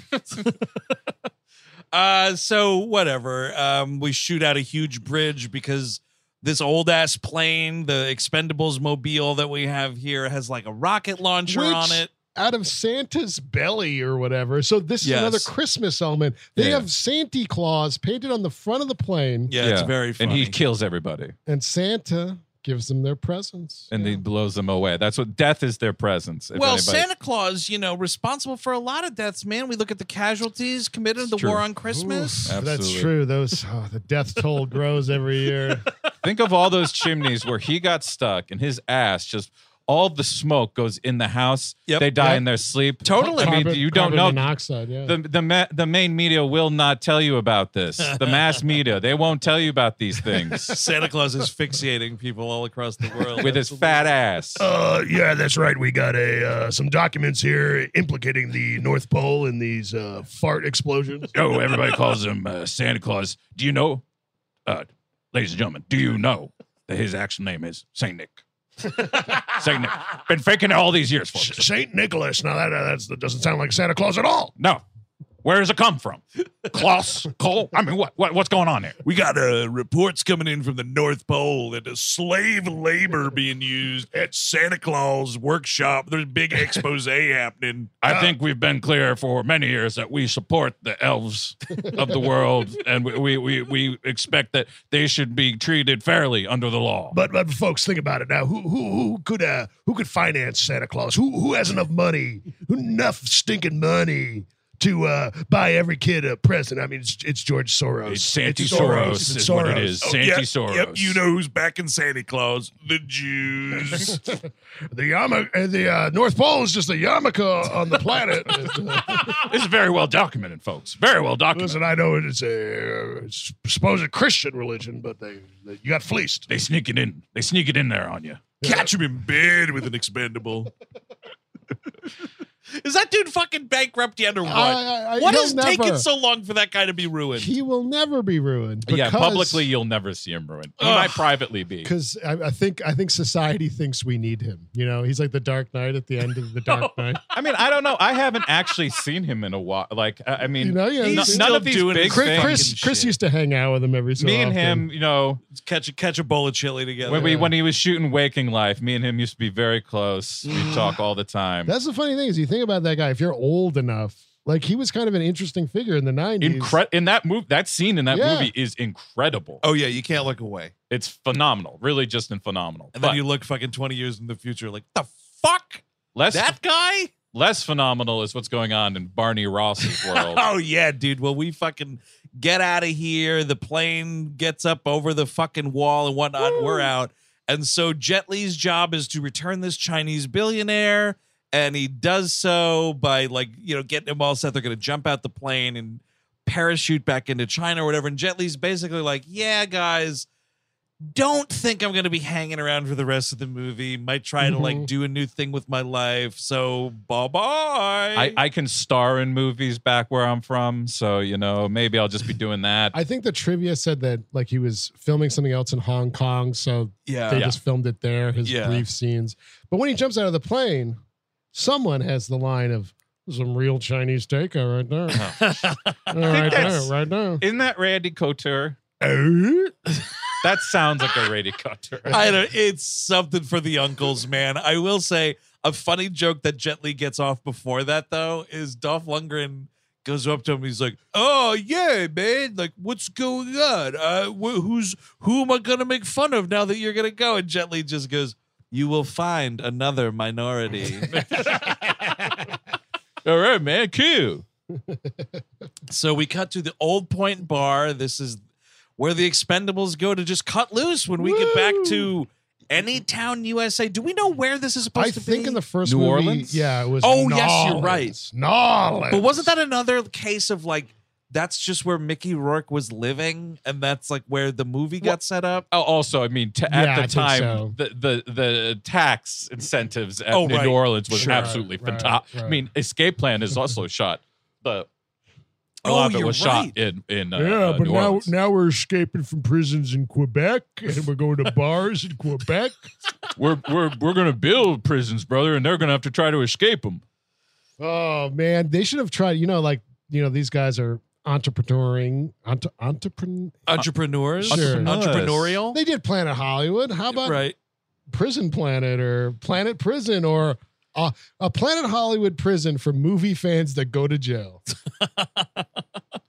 S7: Uh, so whatever. Um, we shoot out a huge bridge because this old ass plane, the Expendables mobile that we have here, has like a rocket launcher
S8: Which-
S7: on it.
S8: out of Santa's belly or whatever. So this is
S7: Yes.
S8: another Christmas element. They
S9: Yeah.
S8: have Santa Claus painted on the front of the plane,
S7: Yeah, it's very funny.
S9: And he kills everybody
S8: and Santa gives them their presents.
S9: and
S8: Yeah.
S9: he blows them away. That's what death is their presence. if
S7: well,
S9: anybody-
S7: Santa Claus, you know, responsible for a lot of deaths, man. We look at the casualties committed in
S9: It's
S7: the
S9: true.
S7: war on Christmas.
S9: Oof.
S8: that's
S9: Absolutely.
S8: true. Those oh, the death toll grows every year.
S9: Think of all those chimneys where he got stuck and his ass just all the smoke goes in the house.
S7: Yep.
S9: they die
S7: Yep.
S9: in their sleep.
S7: Totally.
S9: I mean,
S8: Carbon-
S9: you don't
S8: carbon
S9: know.
S8: monoxide. Yeah,
S9: The, the ma- the main media will not tell you about this. The mass media they won't tell you about these things
S7: Santa Claus is asphyxiating people all across the world
S9: with his fat ass.
S11: Uh, yeah, that's right. We got a uh, some documents here implicating the North Pole in these uh, fart explosions.
S9: Oh, everybody calls him uh, Santa Claus. Do you know, uh, ladies and gentlemen, do you know that his actual name is Saint Nick? Saint Nick. Been faking it all these years, folks.
S11: Saint Nicholas. Now that uh, that's, that doesn't sound like Santa Claus at all.
S9: No, Where does it come from? Klaus, Cole? I mean, what, what what's going on there?
S12: We got uh, reports coming in from the North Pole that the slave labor being used at Santa Claus workshop. There's a big expose happening.
S9: I think we've been clear for many years that we support the elves of the world and we, we, we, we expect that they should be treated fairly under the law.
S13: But but folks, think about it now. Who who who could uh who could finance Santa Claus? Who who has enough money? Who enough stinking money to uh buy every kid a present? I mean, it's it's George Soros.
S9: It's Santi Soros,
S13: It's
S9: is what it is.
S12: Oh,
S9: Santi
S12: yeah,
S9: Soros.
S12: Yep, you know who's back in Santa Claus? The Jews.
S13: The Yama, uh, the uh, North Pole is just a yarmulke on the planet.
S9: This is very well documented, folks. Very well documented.
S13: Listen, I know it's a uh, it's supposed Christian religion, but they, they you got fleeced.
S9: They sneak it in. They sneak it in there on you.
S12: Catch him in bed with an expendable.
S7: Is that dude fucking bankrupt yet or what?
S8: I- I-
S7: what
S8: he'll
S7: is
S8: never.
S7: taking so long for that guy to be ruined?
S8: He will never be ruined.
S9: yeah,
S8: because-
S9: publicly you'll never see him ruined. He might privately be.
S8: because I, I think I think society thinks we need him. You know, he's like the Dark Knight at the end of the Dark Knight.
S9: I mean, I don't know. I haven't actually seen him in a while. Like, I I mean,
S8: You know, yeah,
S9: no-
S8: he's
S9: none
S7: still
S9: of these
S7: doing
S9: big
S7: his
S8: Chris
S9: things.
S8: Chris, Chris used to hang out with him every so
S9: me and
S8: often.
S9: him, you know,
S7: Catch a catch a bowl of chili together.
S9: when we when he was shooting Waking Life, me and him used to be very close. We
S7: Mm.
S9: would talk all the time.
S8: That's the funny thing is you think about that guy. If you're old enough, like he was kind of an interesting figure in the nineties.
S9: Incre- in that move, that scene in that
S8: Yeah.
S9: movie is incredible.
S12: Oh yeah, you can't look away.
S9: It's phenomenal, really, just in phenomenal.
S7: and then
S9: But
S7: you look fucking twenty years in the future, like the fuck
S9: less
S7: that guy.
S9: less phenomenal is what's going on in Barney Ross's world.
S7: Oh yeah, dude. Well, we fucking get out of here. The plane gets up over the fucking wall and whatnot. We're out. And so Jet Li's job is to return this Chinese billionaire, and he does so by like you know getting him all set. They're gonna jump out the plane and parachute back into China or whatever. And Jet Li's basically like, yeah, guys. Don't think I'm going to be hanging around for the rest of the movie. Might try to like
S9: Mm-hmm.
S8: Mhm.
S7: do a new thing with my life. So bye bye.
S9: I, I can star in movies back where I'm from, so you know maybe I'll just be doing that.
S8: I think the trivia said that like he was filming something else in Hong Kong, so
S7: yeah.
S8: they just filmed it there, his
S7: Yeah.
S8: brief scenes. But when he jumps out of the plane, someone has the line of some real Chinese takeout right there. right there,
S9: that's-
S8: right there.
S9: Isn't that Randy Couture?
S8: Oh.
S9: That sounds like a Randy Couture.
S7: I don't. It's something for the uncles, man. I will say a funny joke that Jet Li gets off before that though is Dolph Lundgren goes up to him. He's like, "Oh yeah, man. Like, what's going on? Uh, wh- who's who am I gonna make fun of now that you're gonna go?" And Jet Li just goes. You will find another minority.
S9: All right, man, cool.
S7: so we cut to the Old Point Bar. This is where the Expendables go to just cut loose when we get back to any town USA. Do we know where this is supposed
S8: I
S7: to be?
S8: think in the first
S9: New
S8: movie,
S9: Orleans?
S8: yeah, it was.
S7: Oh, yes, you're right.
S8: Nolens. Nolens.
S7: But wasn't that another case of like that's just where Mickey Rourke was living, and that's like where the movie got set up?
S9: Oh, Also, I mean, t-
S8: Yeah,
S9: at
S8: I
S9: the
S8: think
S9: time,
S8: so.
S9: the, the the Uh, tax incentives at
S7: Oh,
S9: New
S7: right.
S9: Orleans was
S8: Sure.
S9: absolutely
S8: Right,
S9: fantastic. I
S8: right.
S9: mean, Escape Plan is also shot. The a
S7: Oh,
S9: lot of it
S7: you're
S9: was
S7: right.
S9: shot in in uh,
S8: yeah,
S9: uh,
S8: but
S9: New
S8: now
S9: Orleans.
S8: now we're escaping from prisons in Quebec and we're going to bars in Quebec.
S9: we're we're we're gonna build prisons, brother, and they're gonna have to try to escape them.
S8: Oh man, they should have tried. You know, like you know, these guys are entrepreneuring, entre, entrepreneur.
S9: uh,
S7: Entrepreneurs,
S8: Sure.
S7: entrepreneurial,
S8: They did Planet Hollywood. How about
S7: right?
S8: Prison Planet or Planet Prison or uh, a Planet Hollywood prison for movie fans that go to jail?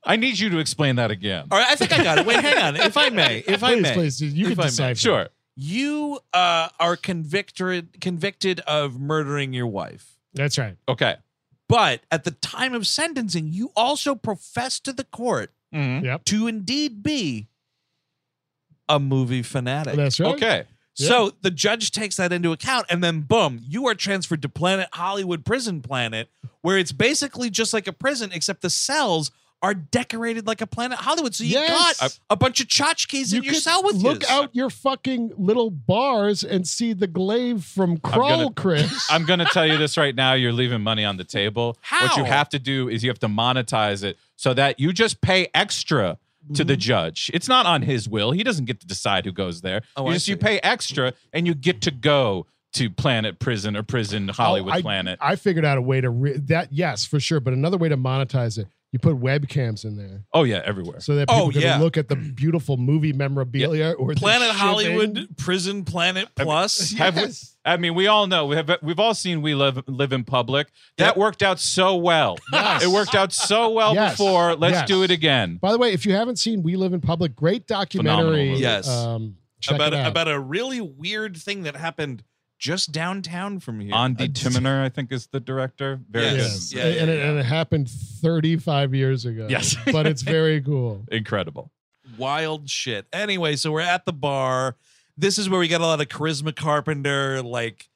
S9: I need you to explain that again.
S7: All right, I think I got it. Wait, hang on, if I may, if I
S8: please,
S7: may,
S8: please, you
S7: If
S8: can
S7: I may.
S8: decipher.
S9: Sure.
S7: you uh, are convicted convicted of murdering your wife.
S8: that's right.
S9: Okay.
S7: But at the time of sentencing, you also professed to the court
S9: Mhm.
S8: Yep,
S7: to indeed be a movie fanatic. Oh,
S8: that's right.
S9: Okay.
S8: Yeah.
S7: So the judge takes that into account, and then boom, you are transferred to Planet Hollywood Prison Planet, where it's basically just like a prison, except the cells are decorated like a Planet Hollywood. So you
S8: Yes.
S7: got a bunch of tchotchkes in your
S8: could
S7: cell with
S8: look
S7: yous.
S8: out your fucking little bars and see the glaive from Crawl,
S9: gonna-
S8: Chris.
S9: I'm going to tell you this right now. You're leaving money on the table. What you
S7: How?
S9: have to do is you have to monetize it so that you just pay extra to
S8: Mm-hmm.
S9: the judge. It's not on his will. He doesn't get to decide who goes there.
S7: Oh,
S9: you
S7: I
S9: just you
S7: see.
S9: pay extra and you get to go to Planet Prison or Prison Hollywood
S8: Oh, I,
S9: Planet.
S8: I figured out a way to re- that. Yes, for sure. But another way to monetize it. You put webcams in there
S9: Oh yeah, everywhere.
S8: so that people
S7: Oh,
S8: can
S7: yeah.
S8: look at the beautiful movie memorabilia or the
S7: Planet
S8: shipping.
S7: Hollywood Prison Planet Plus.
S9: Have we- I mean, we all know we have we've all seen we live live in public. That
S7: Yep.
S9: worked out so well. It worked out so well
S8: Yes.
S9: before. Let's
S8: Yes.
S9: do it again.
S8: By the way, if you haven't seen We Live in Public, great documentary.
S9: movie.
S7: Yes.
S8: Um, check
S7: about
S8: it
S7: a,
S8: out.
S7: about a really weird thing that happened just downtown from here.
S9: Andy Timiner, I think, is the director. Very
S7: Yes.
S9: good.
S7: Yeah,
S8: and,
S7: yeah,
S8: and it,
S7: yeah.
S8: and it happened 35 years ago.
S9: Yes.
S8: but it's very cool.
S9: Incredible.
S7: wild shit. Anyway, so we're at the bar. This is where we got a lot of charisma Carpenter, like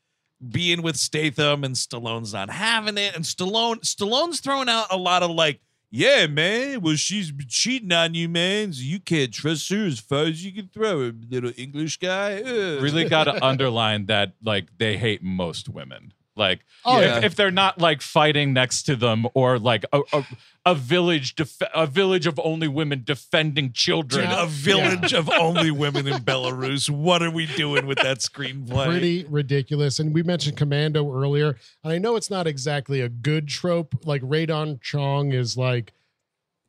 S7: being with Statham, and Stallone's not having it. And Stallone, Stallone's throwing out a lot of like, yeah, man. Well, she's been cheating on you, man. So you can't trust her as far as you can throw her, little English guy. Ugh."
S9: Really got to underline that, like, they hate most women. Like,
S8: Oh,
S9: if,
S8: yeah.
S9: if they're not like fighting next to them or like a, a, a village, def- a village of only women defending children.
S7: Dude, a village of only women in Belarus. What are we doing with that screenplay?
S8: Pretty ridiculous. And we mentioned Commando earlier. And I know it's not exactly a good trope. Like Radon Chong is like,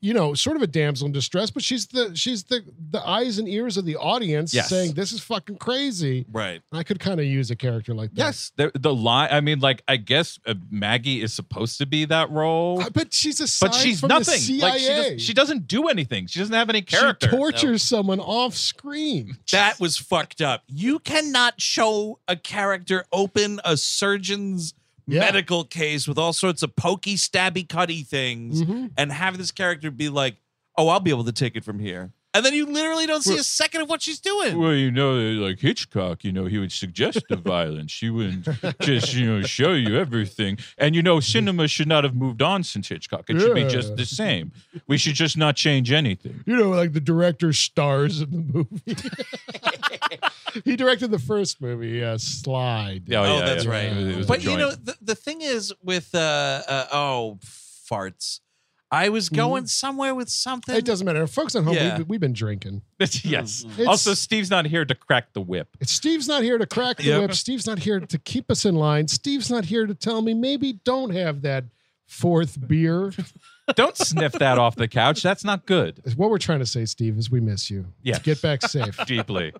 S8: you know, sort of a damsel in distress, but she's the she's the the eyes and ears of the audience
S9: Yes.
S8: saying this is fucking crazy.
S7: right.
S8: I could kind of use a character like that.
S9: Yes, the, the line. I mean, like, I guess uh, Maggie is supposed to be that role.
S8: Uh, But she's a
S9: but she's
S8: from The
S9: nothing.
S8: CIA.
S9: Like she, does, she doesn't do anything. She doesn't have any
S8: She
S9: character.
S8: tortures someone off screen.
S7: That was fucked up. You cannot show a character open a surgeon's
S8: Yeah.
S7: medical case with all sorts of pokey, stabby, cutty things
S9: Mm-hmm.
S7: and have this character be like, oh, I'll be able to take it from here. And then you literally don't see a second of what she's doing.
S9: Well, you know, like Hitchcock, you know, he would suggest the violence. He wouldn't just, you know, show you everything. And you know, cinema should not have moved on since Hitchcock. It should be
S8: Mm-hmm. Yeah.
S9: just the same. We should just not change
S7: Oh,
S9: anything.
S8: you know, like the director stars in the movie. he directed the first movie, uh, Slide.
S7: Oh, that's
S8: right.
S9: It was a
S7: But you
S9: joint.
S7: know, the, the thing is with, uh, uh oh, farts. I was
S9: Mm-hmm.
S7: going somewhere with something.
S8: It doesn't matter. Folks at home,
S7: Yeah.
S8: we've, we've been drinking.
S9: yes.
S8: It's-
S9: also, Steve's not here to crack the whip.
S8: It's Steve's not here to crack the
S7: Yep.
S8: whip. Steve's not here to keep us in line. Steve's not here to tell me maybe don't have that fourth beer.
S9: Don't sniff that off the couch. That's not good.
S8: what we're trying to say, Steve, is we miss you.
S9: Yes.
S8: Get back safe.
S9: Deeply.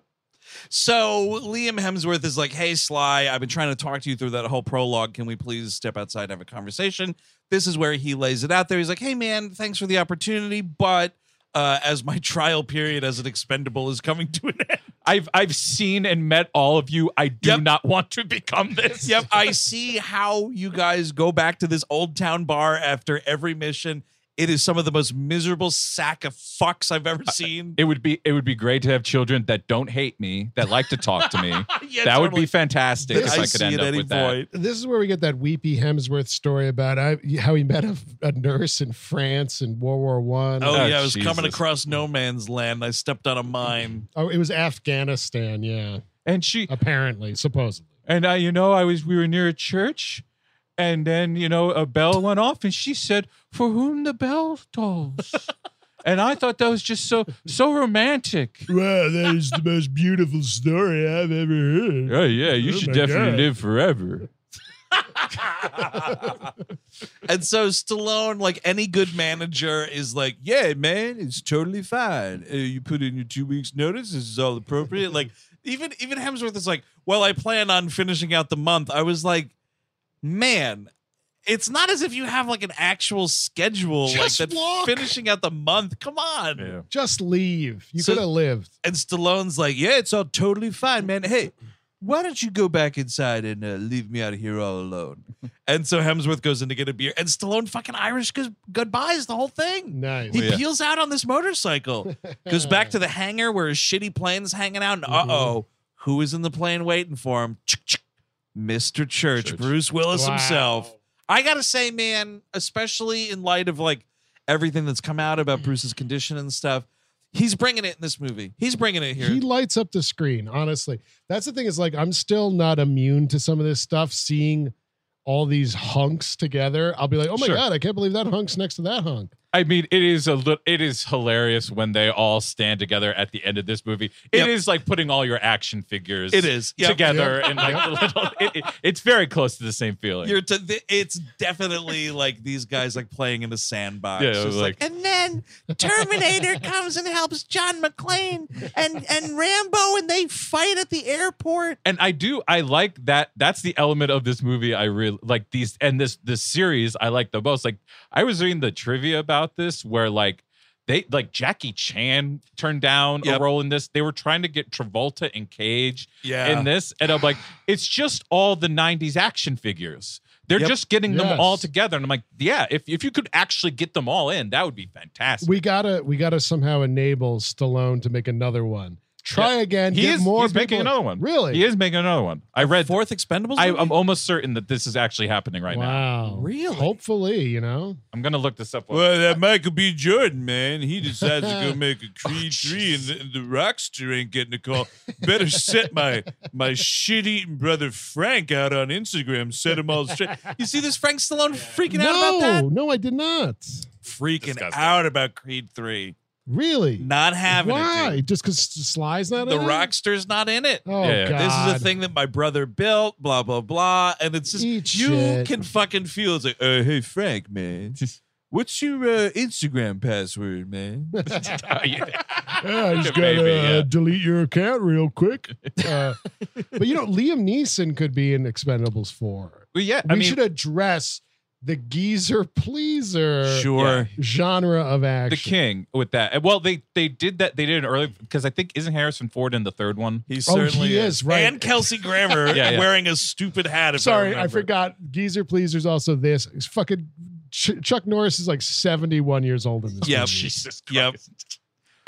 S7: So Liam Hemsworth is like, "Hey Sly, I've been trying to talk to you through that whole prologue. Can we please step outside and have a conversation?" This is where he lays it out there. He's like, "Hey man, thanks for the opportunity, but uh, as my trial period as an expendable is coming to an end,
S9: I've I've seen and met all of you. I do
S7: Yep.
S9: not want to become this.
S7: yep, I see how you guys go back to this old town bar after every mission. It is some of the most miserable sack of fucks I've ever seen."
S9: It would be it would be great to have children that don't hate me, that like to talk to me.
S7: Yeah,
S9: that would
S7: totally.
S9: be fantastic
S8: This-
S9: if I,
S8: I
S9: could
S7: see
S9: end
S7: it
S9: up
S7: at
S9: with
S7: any
S9: that.
S7: point.
S8: this is where we get that weepy Hemsworth story about I, how he met a, a nurse in France in World War One.
S7: Oh,
S9: Oh,
S7: yeah, I was coming
S9: Jesus.
S7: across no man's land. and I stepped on a mine.
S8: Oh, it was Afghanistan, yeah.
S9: And she
S7: Uh,
S8: Apparently, supposedly.
S9: and I, you know, I was we were near a church, and then you know a bell went off, and she said, "For whom the bell tolls." and I thought that was just so so romantic.
S8: Wow, that is the most beautiful story I've ever heard.
S9: Oh yeah, you
S8: Oh, my God.
S9: live forever.
S7: And so Stallone, like any good manager, is like, "Yeah, man, it's totally fine. Uh, you put in your two weeks' notice. This is all appropriate." like even even Hemsworth is like, "Well, I plan on finishing out the month." I was like, "Man." It's not as if you have like an actual schedule
S8: Just
S7: like that
S8: walk.
S7: finishing out the month. Come on.
S8: Just leave. You
S7: So-
S8: could have lived.
S7: And Stallone's like, "Yeah, it's all totally fine, man. Hey, why don't you go back inside and uh, leave me out of here all alone?" and so Hemsworth goes in to get a beer, and Stallone fucking Irish goes goodbyes the whole thing.
S8: Nice.
S7: He peels out on this motorcycle, goes back to the hangar where his shitty plane's hanging out, and
S8: Mm-hmm.
S7: uh oh, who is in the plane waiting for him? Mr. Church,
S9: Church.
S7: Bruce Willis
S8: Wow.
S7: himself. I gotta say, man, especially in light of like everything that's come out
S9: Mm.
S7: about Bruce's condition and stuff, he's bringing it in this movie. He's bringing it here.
S8: He lights up the screen, honestly. That's the thing is like I'm still not immune to some of this stuff seeing all these hunks together. I'll be like, "Oh my
S9: Sure.
S8: god, I can't believe that hunk's next to that hunk."
S9: I mean, it is a lit- it is hilarious when they all stand together at the end of this movie. It is
S7: Yep.
S9: like putting all your action figures.
S7: It is. Yep.
S9: together
S7: Yep.
S9: and like the little. It, it- it's very close to the same feeling.
S7: You're to the, it's definitely like these guys like playing in the sandbox.
S9: Yeah,
S7: It's
S9: it was
S7: like, and then Terminator comes and helps John McClane and and Rambo, and they fight at the airport.
S9: and I do I like that that's the element of this movie I really like these and this this series I like the most like I was reading the trivia about this where like they like Jackie Chan turned down
S7: Yep.
S9: a role in this they were trying to get Travolta and Cage
S7: Yeah.
S9: in this and I'm like it's just all the 90s action figures they're
S7: Yep.
S9: just getting them
S8: Yes.
S9: all together and I'm like yeah if if you could actually get them all in that would be fantastic
S8: We gotta we gotta somehow enable Stallone to make another one. Try again.
S9: he
S8: get
S9: is
S8: more
S9: he's making
S8: people-
S9: another one
S8: Really?
S9: he is making another one I read
S7: Fourth Expendables.
S9: I,
S7: movie?
S9: I'm almost certain that this is actually happening right now.
S8: Wow.
S7: Really?
S8: Hopefully, you know.
S9: I'm gonna look this up.
S7: Well, that Michael B. Jordan, man, he decides to go make a
S8: Oh,
S7: Creed 3, and the, and the Rockster ain't getting a call. Better set my my shit eating brother Frank out on Instagram, set him all straight. You see this Frank Stallone freaking out
S8: no,
S7: about that?
S8: no, I did not.
S7: Freaking
S9: Disgusting.
S7: out about Creed 3.
S8: Really?
S7: Not having
S8: Why?
S7: it. dude.
S8: Just because Sly's not
S7: The
S8: in it?
S7: Rockster's not in it.
S8: Oh
S9: Yeah, yeah.
S8: god.
S7: This is a thing that my brother built, blah, blah, blah. And it's just,
S8: Eat
S7: you
S8: shit.
S7: can fucking feel it's like, uh, hey, Frank, man, what's your uh, Instagram password, man?
S8: Yeah, I just gotta
S9: Maybe,
S8: uh,
S9: yeah.
S8: delete your account real quick. Uh, but you know, Liam Neeson could be in Expendables Four.
S9: Well, yeah,
S8: We
S9: I mean,
S8: should address the geezer pleaser
S7: Sure.
S8: genre of
S9: the
S8: action.
S9: king with that. And, Well, they they did that. They did it early because I think isn't Harrison Ford in the third one?
S7: He
S8: Oh,
S7: certainly
S8: he is, right.
S7: And Kelsey Grammer
S9: Yeah, yeah.
S7: wearing a stupid hat. If
S8: Sorry, I,
S7: remember.
S8: forgot. Geezer pleaser's also this. It's fucking Ch- Chuck Norris is like seventy-one years old in this.
S7: Yeah,
S8: movie.
S7: Oh, Jesus. Yep,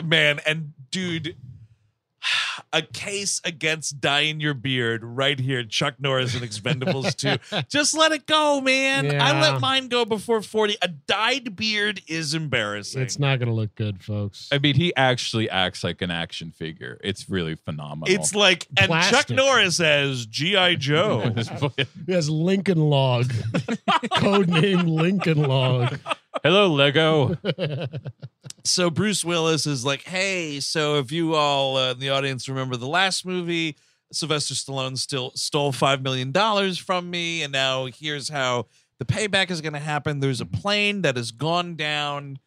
S7: man, and dude, a case against dyeing your beard right here. Chuck Norris and Expendables too. Just let it go, man. I
S8: Yeah.
S7: let mine go before forty. A dyed beard is embarrassing.
S8: it's not gonna look good, folks.
S9: I mean, he actually acts like an action figure. It's really phenomenal.
S7: It's like and Chuck
S8: Plastic.
S7: Norris as GI Joe.
S8: He has Lincoln Log, code name Lincoln Log.
S9: hello Lego.
S7: so Bruce Willis is like, hey, so if you all uh, in the audience remember the last movie, Sylvester Stallone still stole five million dollars from me, and now here's how the payback is going to happen. There's
S9: Mm-hmm.
S7: a plane that has gone down.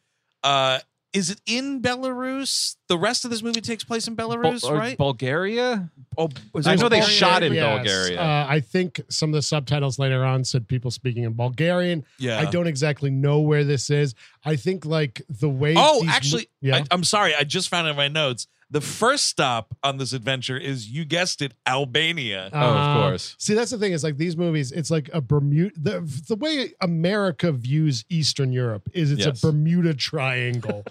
S7: Uh, is it in Belarus? The rest of this movie takes place in Belarus,
S9: Bul- or
S7: right?
S9: Bulgaria.
S7: oh, was
S9: I
S7: it
S9: know they
S7: Bulgaria?
S9: shot in
S8: Yes.
S9: Bulgaria.
S8: Uh, I think some of the subtitles later on said people speaking in Bulgarian.
S7: Yeah.
S8: I don't exactly know where this is. I think like the way.
S7: Oh,
S8: these mo-
S7: actually,
S8: yeah.
S7: I, I'm sorry. I just found it in my notes. The first stop on this adventure is, you guessed it, Albania.
S9: oh, of
S8: Uh,
S9: course.
S8: See, that's the thing is like these movies. It's like a Bermuda. The, the way America views Eastern Europe is it's
S9: Yes.
S8: a Bermuda Triangle.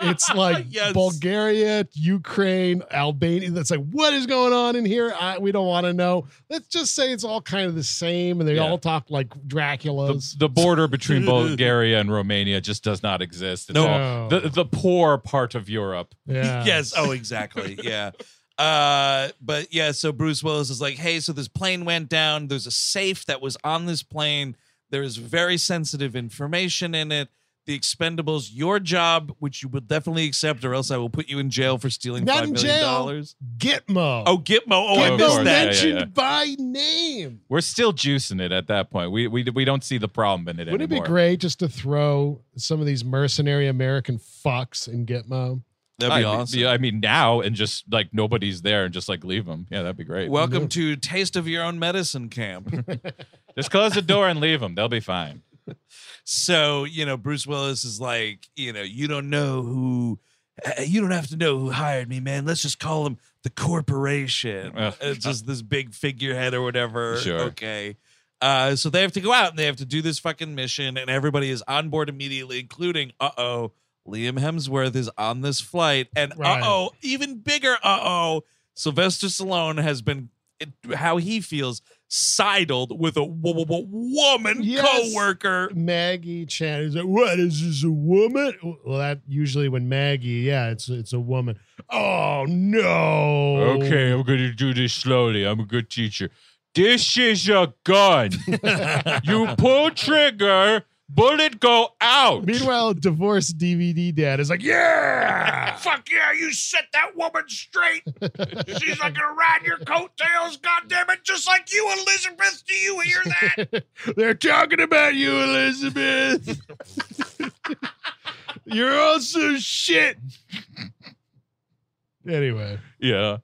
S8: it's like
S7: Yes.
S8: Bulgaria, Ukraine, Albania. That's like what is going on in here? I, we don't want to know. Let's just say it's all kind of the same, and they
S9: Yeah.
S8: all talk like Dracula's.
S9: The, the border between Bulgaria and Romania just does not exist. It's
S8: No.
S9: all- the the poor part of Europe.
S8: yeah.
S7: yes. Oh, exactly. Yeah. Uh, but yeah, so Bruce Willis is like, hey, so this plane went down. There's a safe that was on this plane. There is very sensitive information in it. The expendables, your job, which you will definitely accept, or else I will put you in jail for stealing
S8: Not
S7: five
S8: in
S7: million
S8: jail.
S7: dollars.
S8: Gitmo.
S7: Oh, Gitmo. Oh, I
S9: Gitmo
S7: missed
S9: Yeah,
S7: that.
S8: mentioned
S9: yeah, yeah.
S8: by name.
S9: We're still juicing it at that point. We we, we don't see the problem in it
S8: Wouldn't
S9: anymore.
S8: it be great just to thw some of these mercenary American fucks in Gitmo?
S7: That'd
S9: I
S7: be
S9: mean,
S7: awesome.
S9: yeah, I mean now and just like nobody's there and just like leave them. Yeah, that'd be great.
S8: Mhm.
S7: Welcome to Taste of Your Own Medicine Camp.
S9: Just close the door and leave them. They'll be fine.
S7: so you know bruce willis is like you know you don't know who uh, you don't have to know who hired me man let's just call him the corporation
S9: Ugh.
S7: it's just this big figurehead or whatever
S9: Sure.
S7: okay uh, so they have to go out and they have to do this fucking mission and everybody is on board immediately including uh-oh liam hemsworth is on this flight and
S8: Right.
S7: uh-oh even bigger uh-oh sylvester stallone has been it, how he feels sidled with a wo- wo- wo- woman
S8: Yes.
S7: coworker
S8: Maggie Chan is like, what is this a woman? Well, that usually when Maggie, yeah, it's it's a woman. Oh no.
S9: I'm gonna do this slowly. I'm a good teacher. This is a gun. you pull trigger, Bullet go out.
S8: Meanwhile, divorced DVD dad is like, yeah.
S2: Fuck yeah, you set that woman straight. She's like gonna ride your coattails, goddammit, just like you, Elizabeth. Do you hear that?
S8: They're talking about you, Elizabeth. You're also shit. Anyway.
S9: Yeah.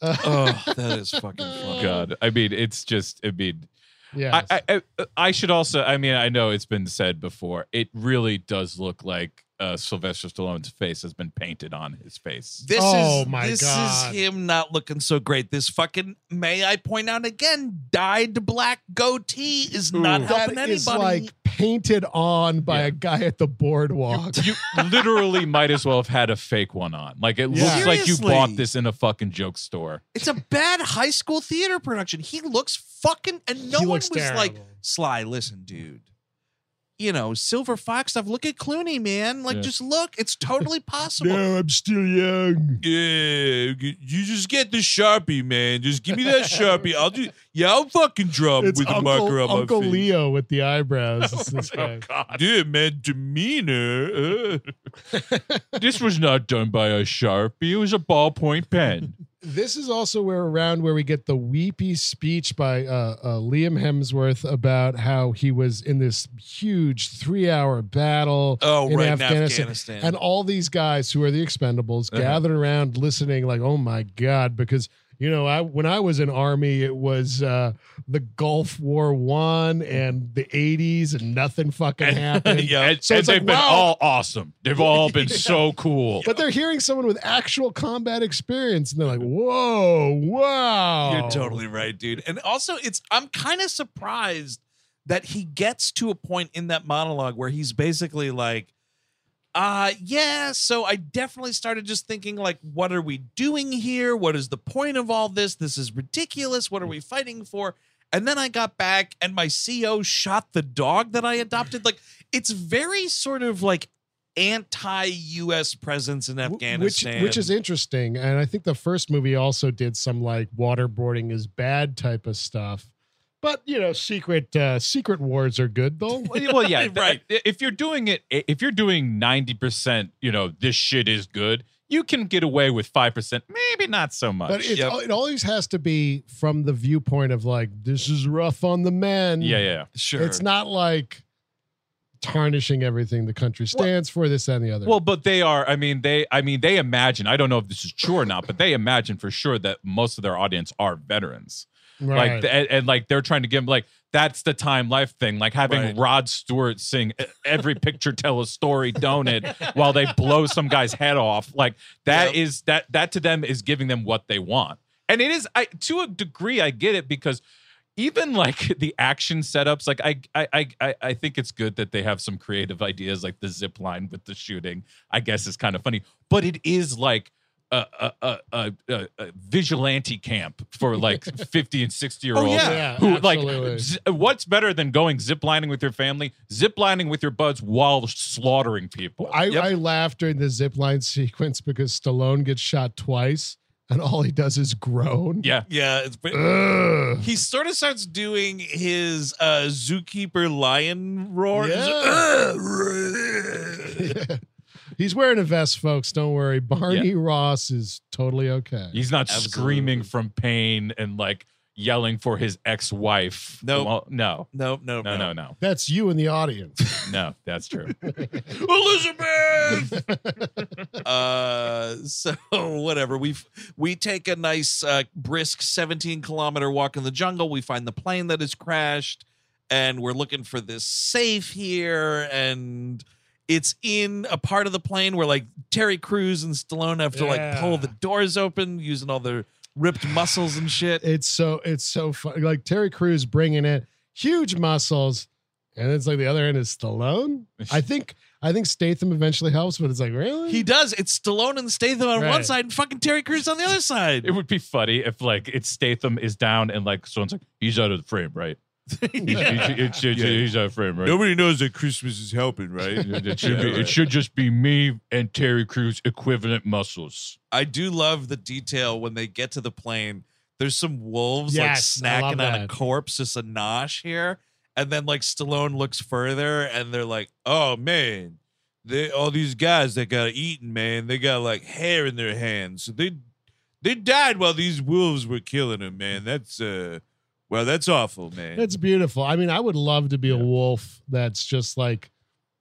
S9: Oh,
S8: Uh,
S7: Oh, that is fucking funny.
S9: God. I mean, it's just. I mean,
S8: yeah.
S9: I, I I- I should also. I mean, I know it's been said before. It really does look like uh, Sylvester Stallone's face has been painted on his face.
S7: This
S8: Oh,
S7: is
S8: my
S7: this
S8: God.
S7: is him not looking so great. This fucking may I point out again, dyed black goatee is not helping
S8: that
S7: anybody.
S8: is like painted on by
S9: Yeah.
S8: a guy at the boardwalk.
S9: You literally might as well have had a fake one on. Like it
S8: Yeah.
S9: looks like you
S7: Seriously.
S9: bought this in a fucking joke store.
S7: it's a bad high school theater production. He looks fucking and no
S8: He
S7: one was
S8: looks
S7: like,
S8: terrible.
S7: Sly, listen, dude. You know, Silver Fox stuff. Look at Clooney, man. Like,
S9: Yeah.
S7: just look. It's totally possible.
S8: No, I'm still young.
S7: Yeah, you just get the sharpie, man. Just give me that sharpie. I'll do. Yeah, I'll fucking draw
S8: It's
S7: a
S8: Uncle, Uncle Leo with the eyebrows. is this guy.
S9: Dude, man, demeanor. this was not done by a sharpie. It was a ballpoint pen.
S8: This is also where around where we get the weepy speech by uh, uh, Liam Hemsworth about how he was in this huge three-hour battle
S7: Oh,
S8: in
S7: right in
S8: Afghanistan,
S7: Afghanistan.
S8: and all these guys who are the Expendables gathered around listening, like, "Oh my god!" Because you know, I when I was in army, it was uh, the Gulf War One and the '80s, and nothing fucking happened.
S9: and,
S8: So
S9: and
S8: it's
S9: they've
S8: like,
S9: been
S8: wow.
S9: all awesome. They've all been so cool.
S8: But they're hearing someone with actual combat experience, and they're like, "Whoa, wow!"
S7: You're totally right, dude. And also, it's I'm kind of surprised that he gets to a point in that monologue where he's basically like, uh, yeah, so I definitely started just thinking, like, what are we doing here? What is the point of all this? This is ridiculous. What are we fighting for? And then I got back and my CO shot the dog that I adopted. Like, it's very sort of like anti US presence in
S8: Wh-
S7: Afghanistan.
S8: Which, which is interesting. And I think the first movie also did some like waterboarding is bad type of stuff. But you know, secret uh, secret wars are good though.
S9: Well, well, yeah,
S7: Right.
S9: th- If you're doing it, if you're doing ninety percent, you know this shit is good. You can get away with five percent, maybe not so much.
S8: But it's, it always has to be from the viewpoint of like this is rough on the men.
S9: yeah, yeah.
S7: sure.
S8: It's not like tarnishing everything the country stands for. This that, and the other.
S9: Well, but they are. I mean, they. I mean, they imagine. I don't know if this is true or not, but they imagine for sure that most of their audience are veterans.
S8: right.
S9: Like th- and, and, like they're trying to give 'em, like that's the time life thing. Like having
S7: Right.
S9: Rod Stewart sing "E- every picture tell a story, don't it? While they blow some guy's head off. Like that is
S7: Yep.
S9: that that to them is giving them what they want. And it is I to a degree I get it because even like the action setups, like I I I- I I think it's good that they have some creative ideas, like the zip line with the shooting. I guess is kind of funny, but it is like a a a, a, a, a vigilante camp for like fifty and sixty year olds
S7: Oh, yeah.
S8: Yeah,
S9: who
S8: absolutely.
S9: like z- what's better than going zip lining with your family, zip lining with your buds while slaughtering people.
S8: I,
S9: Yep.
S8: I laughed during the zip line sequence because Stallone gets shot twice and all he does is groan.
S9: yeah.
S7: yeah, it's but
S8: Ugh.
S7: he sort of starts doing his uh zookeeper lion roar. He's like,
S8: Yeah.
S7: "Ugh."
S8: He's wearing a vest, folks. Don't worry. Barney Ross is totally okay.
S9: He's not
S7: Absolutely.
S9: screaming from pain and like yelling for his ex-wife.
S7: Nope.
S9: Well, no.
S7: nope, nope,
S9: No, no, no.
S8: That's you in the audience.
S9: No, that's true.
S7: Elizabeth. uh, so whatever we we take a nice uh, brisk seventeen kilometer walk in the jungle. We find the plane that has crashed, and we're looking for this safe here. And it's in a part of the plane where like Terry Crews and Stallone have to like
S8: Yeah.
S7: pull the doors open using all their ripped muscles and shit.
S8: it's so it's so fun. Like Terry Crews bringing it, huge muscles, and it's like the other end is Stallone. I think I think Statham eventually helps, but it's like really
S7: He does. It's Stallone and Statham on one
S8: Right.
S7: side, and fucking Terry Crews on the other side.
S9: It would be funny if like it's Statham is down and like someone's like he's out of the frame, right? He's, he's- he's- he's out of frame, right?
S7: Nobody knows that Christmas is helping, right?
S9: It should be. It should just be me and Terry Crews equivalent muscles.
S7: I do love the detail when they get to the plane. There's some wolves
S8: Yes, I
S7: like snacking on
S8: love
S7: a
S8: that.
S7: corpse, just a nosh here. And then like Stallone looks further and they're like, oh man, they all these guys that got eaten, man, they got like hair in their hands. So they they died while these wolves were killing them, man. That's uh well, that's awful, man.
S8: That's beautiful. I mean, I would love to be a wolf that's just like,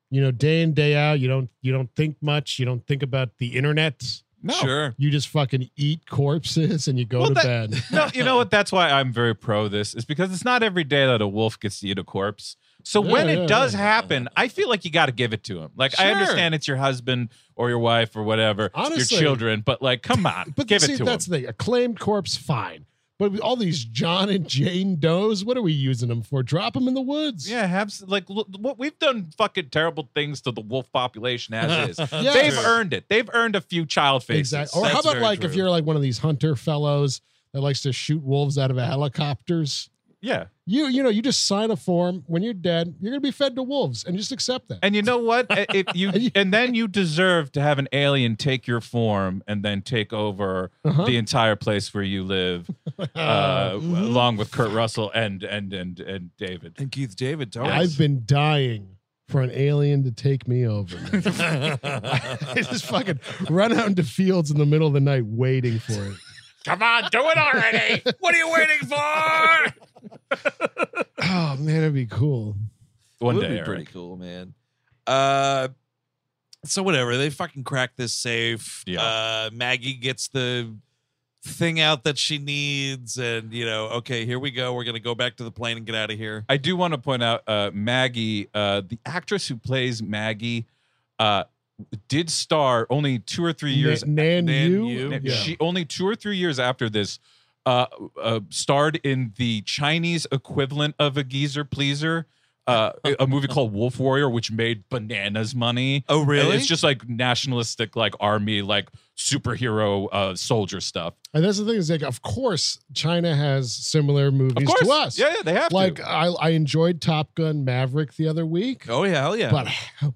S8: you know, day in, day out, you don't you don't think much, you don't think about the internet.
S9: No.
S7: Sure.
S8: You just fucking eat corpses and you go
S9: Well,
S8: to
S9: that-
S8: bed.
S9: no, you know what? That's why I'm very pro this. Is because it's not every day that a wolf gets to eat a corpse. So
S8: Yeah,
S9: when
S8: yeah,
S9: it does
S8: yeah.
S9: happen, I feel like you got to give it to him. Like I
S7: Sure.
S9: understand it's your husband or your wife or whatever,
S8: Honestly.
S9: your children, but like, come on,
S8: But
S9: give
S8: see,
S9: it to
S8: that's
S9: him.
S8: the thing. Acclaimed corpse, fine. But with all these John and Jane Does, what are we using them for? Drop them in the woods.
S9: Yeah, have s- like look, what we've done fucking terrible things to the wolf population as is.
S8: Yeah.
S9: They've
S8: True.
S9: earned it. They've earned a few child faces.
S8: Exactly. Or
S7: That's
S8: how about
S7: very
S8: like if
S7: true.
S8: you're like one of these hunter fellows that likes to shoot wolves out of helicopters?
S9: Yeah.
S8: You you know you just sign a form when you're dead you're gonna be fed to wolves and just accept that.
S9: And you know what? I- if you and then you deserve to have an alien take your form and then take over
S8: Uh-huh. Mm-hmm.
S9: the entire place where you live, uh, along with Kurt Russell and and and and David.
S7: And Keith David
S8: I've been dying for an alien to take me over. man. I just fucking run out into fields in the middle of the night waiting for it.
S2: Come on, do it already. what are you waiting for?
S8: Oh man, that'd be cool.
S9: One
S7: would
S9: day,
S7: be
S9: Eric.
S7: pretty cool, man. Uh, so whatever they fucking crack this safe.
S9: Yeah.
S7: Uh, Maggie gets the thing out that she needs, and you know, okay, here we go. We're gonna go back to the plane and get out of here.
S9: I do want to point out uh, Maggie, uh, the actress who plays Maggie, uh, did star only two or three years.
S8: Na- Nan,
S7: Nan
S8: you,
S7: Yu?
S9: na-
S8: Yeah.
S9: She only two or three years after this. Uh, uh, starred in the Chinese equivalent of a geezer pleaser, uh, a movie called Wolf Warrior, which made bananas money.
S7: Oh, really?
S9: It's just like nationalistic, like army, like superhero uh, soldier stuff.
S8: and that's the thing is like, of course, China has similar
S9: Of
S8: movies
S9: course,
S8: to us.
S9: yeah, yeah, they have
S8: Like
S9: to.
S8: I, I enjoyed Top Gun Maverick the other week,
S7: Oh yeah, hell yeah.
S8: but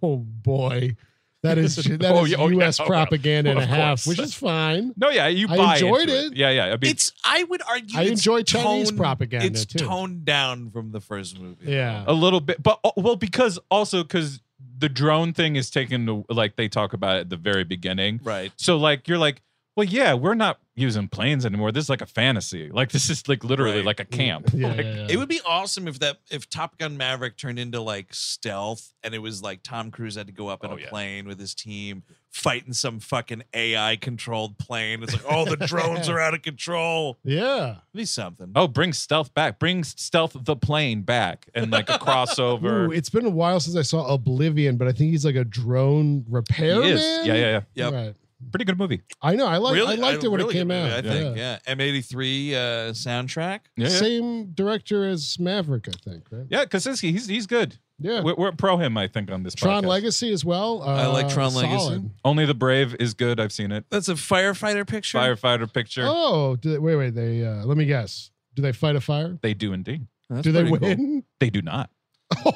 S8: oh boy, that is that is
S9: Oh, yeah, oh, yeah,
S8: U.S.
S9: oh, well,
S8: propaganda
S9: well,
S8: and
S9: of
S8: a half,
S9: course.
S8: which is fine.
S9: No, yeah, you
S8: I
S9: buy
S8: enjoyed
S9: into
S8: it.
S9: Yeah, yeah. I mean,
S7: it's I would argue
S8: I
S7: it's
S8: enjoy Chinese
S7: toned-
S8: propaganda,
S7: It's
S8: too.
S7: toned down from the first movie.
S8: Yeah,
S9: a little bit but oh, well because also because the drone thing is taken to like they talk about it at the very beginning
S7: Right.
S9: so like you're like well yeah we're not using planes anymore this is like a fantasy like this is like literally
S7: Right.
S9: like a camp
S8: yeah,
S9: Like,
S8: yeah, yeah.
S7: It would be awesome if that if Top Gun Maverick turned into like stealth and it was like Tom Cruise had to go up in
S9: Oh,
S7: a
S9: yeah.
S7: plane with his team fighting some fucking AI controlled plane. It's like all the drones are out of control.
S8: yeah.
S7: It'd be something.
S9: oh bring stealth back bring stealth the plane back and like a crossover
S8: Ooh, it's been a while since I saw Oblivion, but I think he's like a drone
S9: He
S8: repairman.
S9: is. yeah yeah yeah
S7: Yep.
S8: Right.
S9: pretty good movie
S8: I know. I like. I liked it when
S7: really
S8: it came
S7: good movie,
S8: out.
S7: I think. Yeah. M83 uh, soundtrack.
S9: yeah yeah.
S8: Same director as Maverick, I think. Right.
S9: yeah Kaczynski he's he's good
S8: Yeah.
S9: we're, we're pro him I think on this
S8: Tron
S9: podcast.
S8: Legacy as well.
S7: I like
S8: uh,
S7: Tron Legacy.
S9: only the brave is good I've seen it
S7: That's a firefighter picture.
S9: firefighter picture
S8: Oh, do they, wait, wait. They uh, let me guess. Do they fight a fire?
S9: they do indeed
S7: That's
S8: do they
S7: pretty cool.
S8: win?
S9: they do not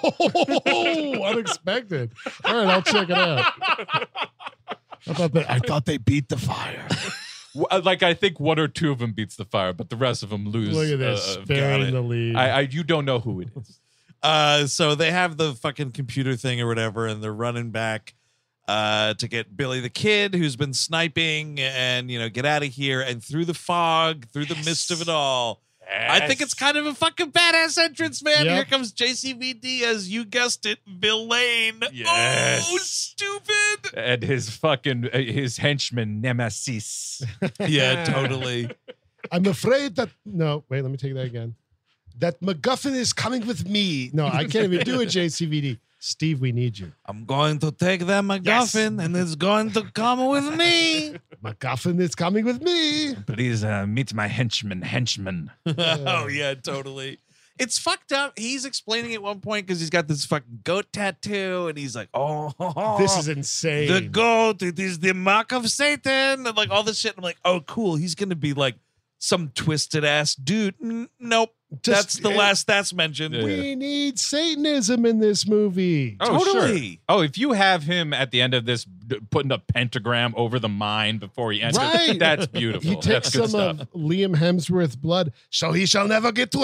S8: Oh, unexpected. All right, I'll check it out. I thought that I thought they beat the fire.
S9: W- uh, like I think one or two of them beats the fire, but the rest of them lose.
S8: Look at this,
S9: uh, uh,
S8: very
S9: got
S8: in
S9: it.
S8: the lead.
S9: I, I you don't know who it is.
S7: Uh, so they have the fucking computer thing or whatever, and they're running back uh, to get Billy the Kid, who's been sniping, and you know, get out of here. And through the fog, through the mist of it all, I think it's kind of a fucking badass entrance, man.
S8: Yep.
S7: Here comes JCVD, as you guessed it, Bill Lane.
S9: Yes.
S7: Oh, stupid.
S9: and his fucking uh, his henchman Nemesis.
S7: yeah, totally.
S8: I'm afraid that no. Wait, let me take that again. That MacGuffin is coming with me. No, I can't even do it. JCVD, Steve, we need you.
S7: I'm going to take that MacGuffin, and it's going to come with me.
S8: MacGuffin is coming with me.
S9: Please uh, meet my henchman, henchman.
S7: oh yeah, totally. It's fucked up. He's explaining at one point because he's got this fucking goat tattoo, and he's like, "Oh,
S8: This is insane.
S7: the goat. It is the mark of Satan," and like all this shit. I'm like, "Oh, cool. He's gonna be like some twisted ass dude." N- nope,
S8: Just-
S7: that's
S9: eh.
S7: the last that's mentioned.
S8: We need Satanism in this movie.
S9: Oh, sure.
S7: Totally.
S9: Oh, if you have him at the end of this d- putting a pentagram over the mine before he enters,
S8: Right.
S9: that's beautiful.
S8: He takes
S9: that's good
S8: some
S9: stuff.
S8: of Liam Hemsworth's blood, so he shall never get to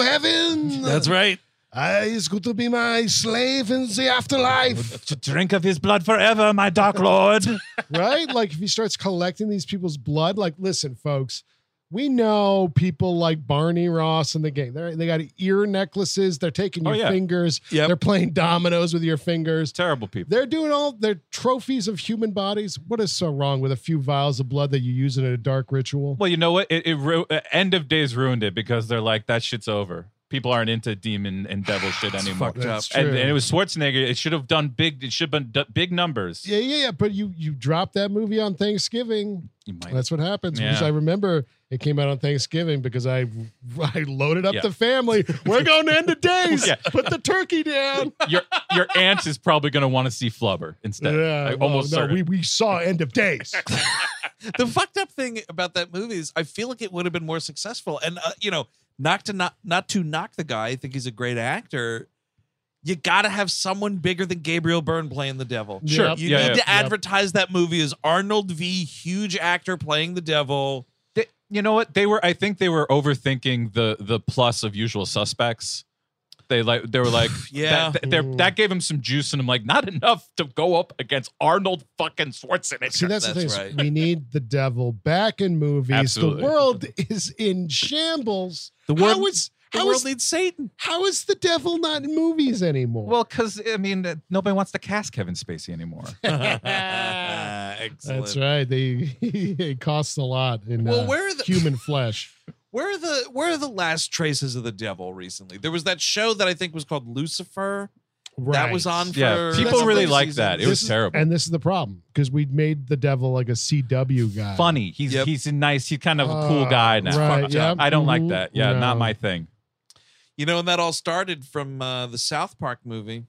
S8: heaven.
S7: That's right.
S5: I is going to be my slave in the afterlife.
S9: To drink of his blood forever, my dark lord.
S8: right? Like if he starts collecting these people's blood, like listen, folks, we know people like Barney Ross and the gang. They they got ear necklaces. They're taking
S9: Oh,
S8: your
S9: yeah.
S8: fingers.
S9: Yep.
S8: They're playing dominoes with your fingers.
S9: Terrible people.
S8: They're doing all their trophies of human bodies. What is so wrong with a few vials of blood that you use in a dark ritual?
S9: Well, you know what? It, it ru- uh, end of days ruined it because they're like that shit's over. People aren't into demon and devil shit anymore.
S8: fucked up. That's
S9: And,
S8: true.
S9: and it was Schwarzenegger. It should have done big. It should have been d- big numbers.
S8: Yeah, yeah, yeah. But you you dropped that movie on Thanksgiving.
S9: You might-
S8: That's what happens.
S9: Yeah.
S8: Which I remember it came out on Thanksgiving because I I loaded up
S9: Yeah.
S8: the family. We're going to end the days.
S9: Yeah.
S8: Put the turkey down.
S9: your your aunt is probably going to want to see Flubber instead. I
S8: well,
S9: almost
S8: no,
S9: certain.
S8: we, we saw end of days.
S7: the fucked up thing about that movie is I feel like it would have been more successful. And uh, you know, not to not not to knock the guy. I think he's a great actor. You got to have someone bigger than Gabriel Byrne playing the devil.
S9: Sure.
S8: Yep.
S7: You
S9: Yeah,
S7: need
S9: yeah.
S7: to advertise that movie as Arnold V, huge actor playing the devil.
S9: They- you know what? They were. I think they were overthinking the the plus of Usual Suspects. They like. They were like.
S7: Yeah.
S9: That, that,
S8: Hmm.
S9: they're- that gave him some juice, and I'm like, not enough to go up against Arnold fucking Schwarzenegger.
S8: See, that's, the thing.
S7: That's
S8: is
S7: right.
S8: We need the devil back in movies.
S9: Absolutely.
S8: The world is in shambles.
S7: The world-
S8: how is,
S7: The
S8: how
S7: world
S8: is,
S7: needs Satan.
S8: how is the devil not in movies anymore?
S9: Well, because I mean, uh, nobody wants to cast Kevin Spacey anymore.
S7: Ah, Excellent.
S8: that's right. They it costs a lot in
S7: Well,
S8: uh,
S7: where are the-
S8: human flesh.
S7: Where are the where are the last traces of the devil recently? There was that show that I think was called Lucifer. That was
S8: Right.
S7: on for
S9: yeah, people
S8: That's
S9: really
S8: the
S9: like
S7: seasons.
S9: that. It
S8: This
S9: was
S8: is-
S9: terrible.
S8: And this is the problem because we'd made the devil like a CW guy.
S9: funny. He's
S7: Yep.
S9: he's a nice. He's kind of a
S8: Uh,
S9: cool guy now.
S8: right,
S9: Fucked
S8: yeah.
S9: up. I don't like
S8: Mhm.
S9: that. Yeah, not
S8: No.
S9: my thing.
S7: You know, and that all started from uh, the South Park movie,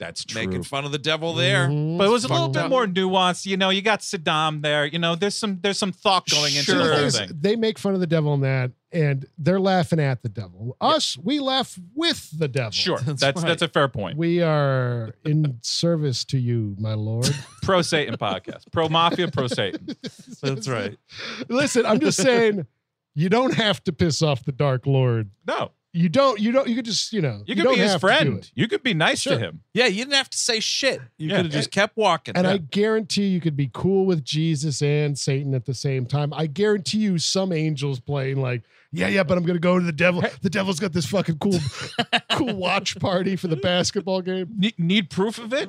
S9: That's true. Mm-hmm.
S7: making fun of the devil there.
S8: Mhm.
S9: but it was a little
S8: Fucked
S9: bit
S8: up.
S9: more nuanced. You know, you got Saddam there. You know, there's some there's some thought going into
S8: See, the
S9: the
S8: thing
S9: whole
S8: is,
S9: thing.
S8: they make fun of the devil in that, and they're laughing at the devil. Us, we laugh with the devil.
S9: Sure, that's that's,
S7: right.
S9: a fair point.
S8: We are in service to you, my lord.
S9: Pro Satan podcast, pro mafia, pro Satan.
S7: That's right.
S8: Listen, I'm just saying, you don't have to piss off the Dark Lord.
S9: No,
S8: You don't. You don't. You could just, you know,
S9: you could
S8: don't
S9: be his
S8: have to do
S9: friend.
S8: it.
S9: You could be nice
S8: Sure.
S9: to him.
S7: Yeah, you didn't have to say shit. You
S9: Yeah.
S7: could have just kept walking.
S8: And
S7: Yeah.
S8: I guarantee you could be cool with Jesus and Satan at the same time. I guarantee you some angels playing like, yeah, yeah, but I'm gonna go to the devil. The devil's got this fucking cool, cool watch party for the basketball game.
S9: Ne- need proof of it?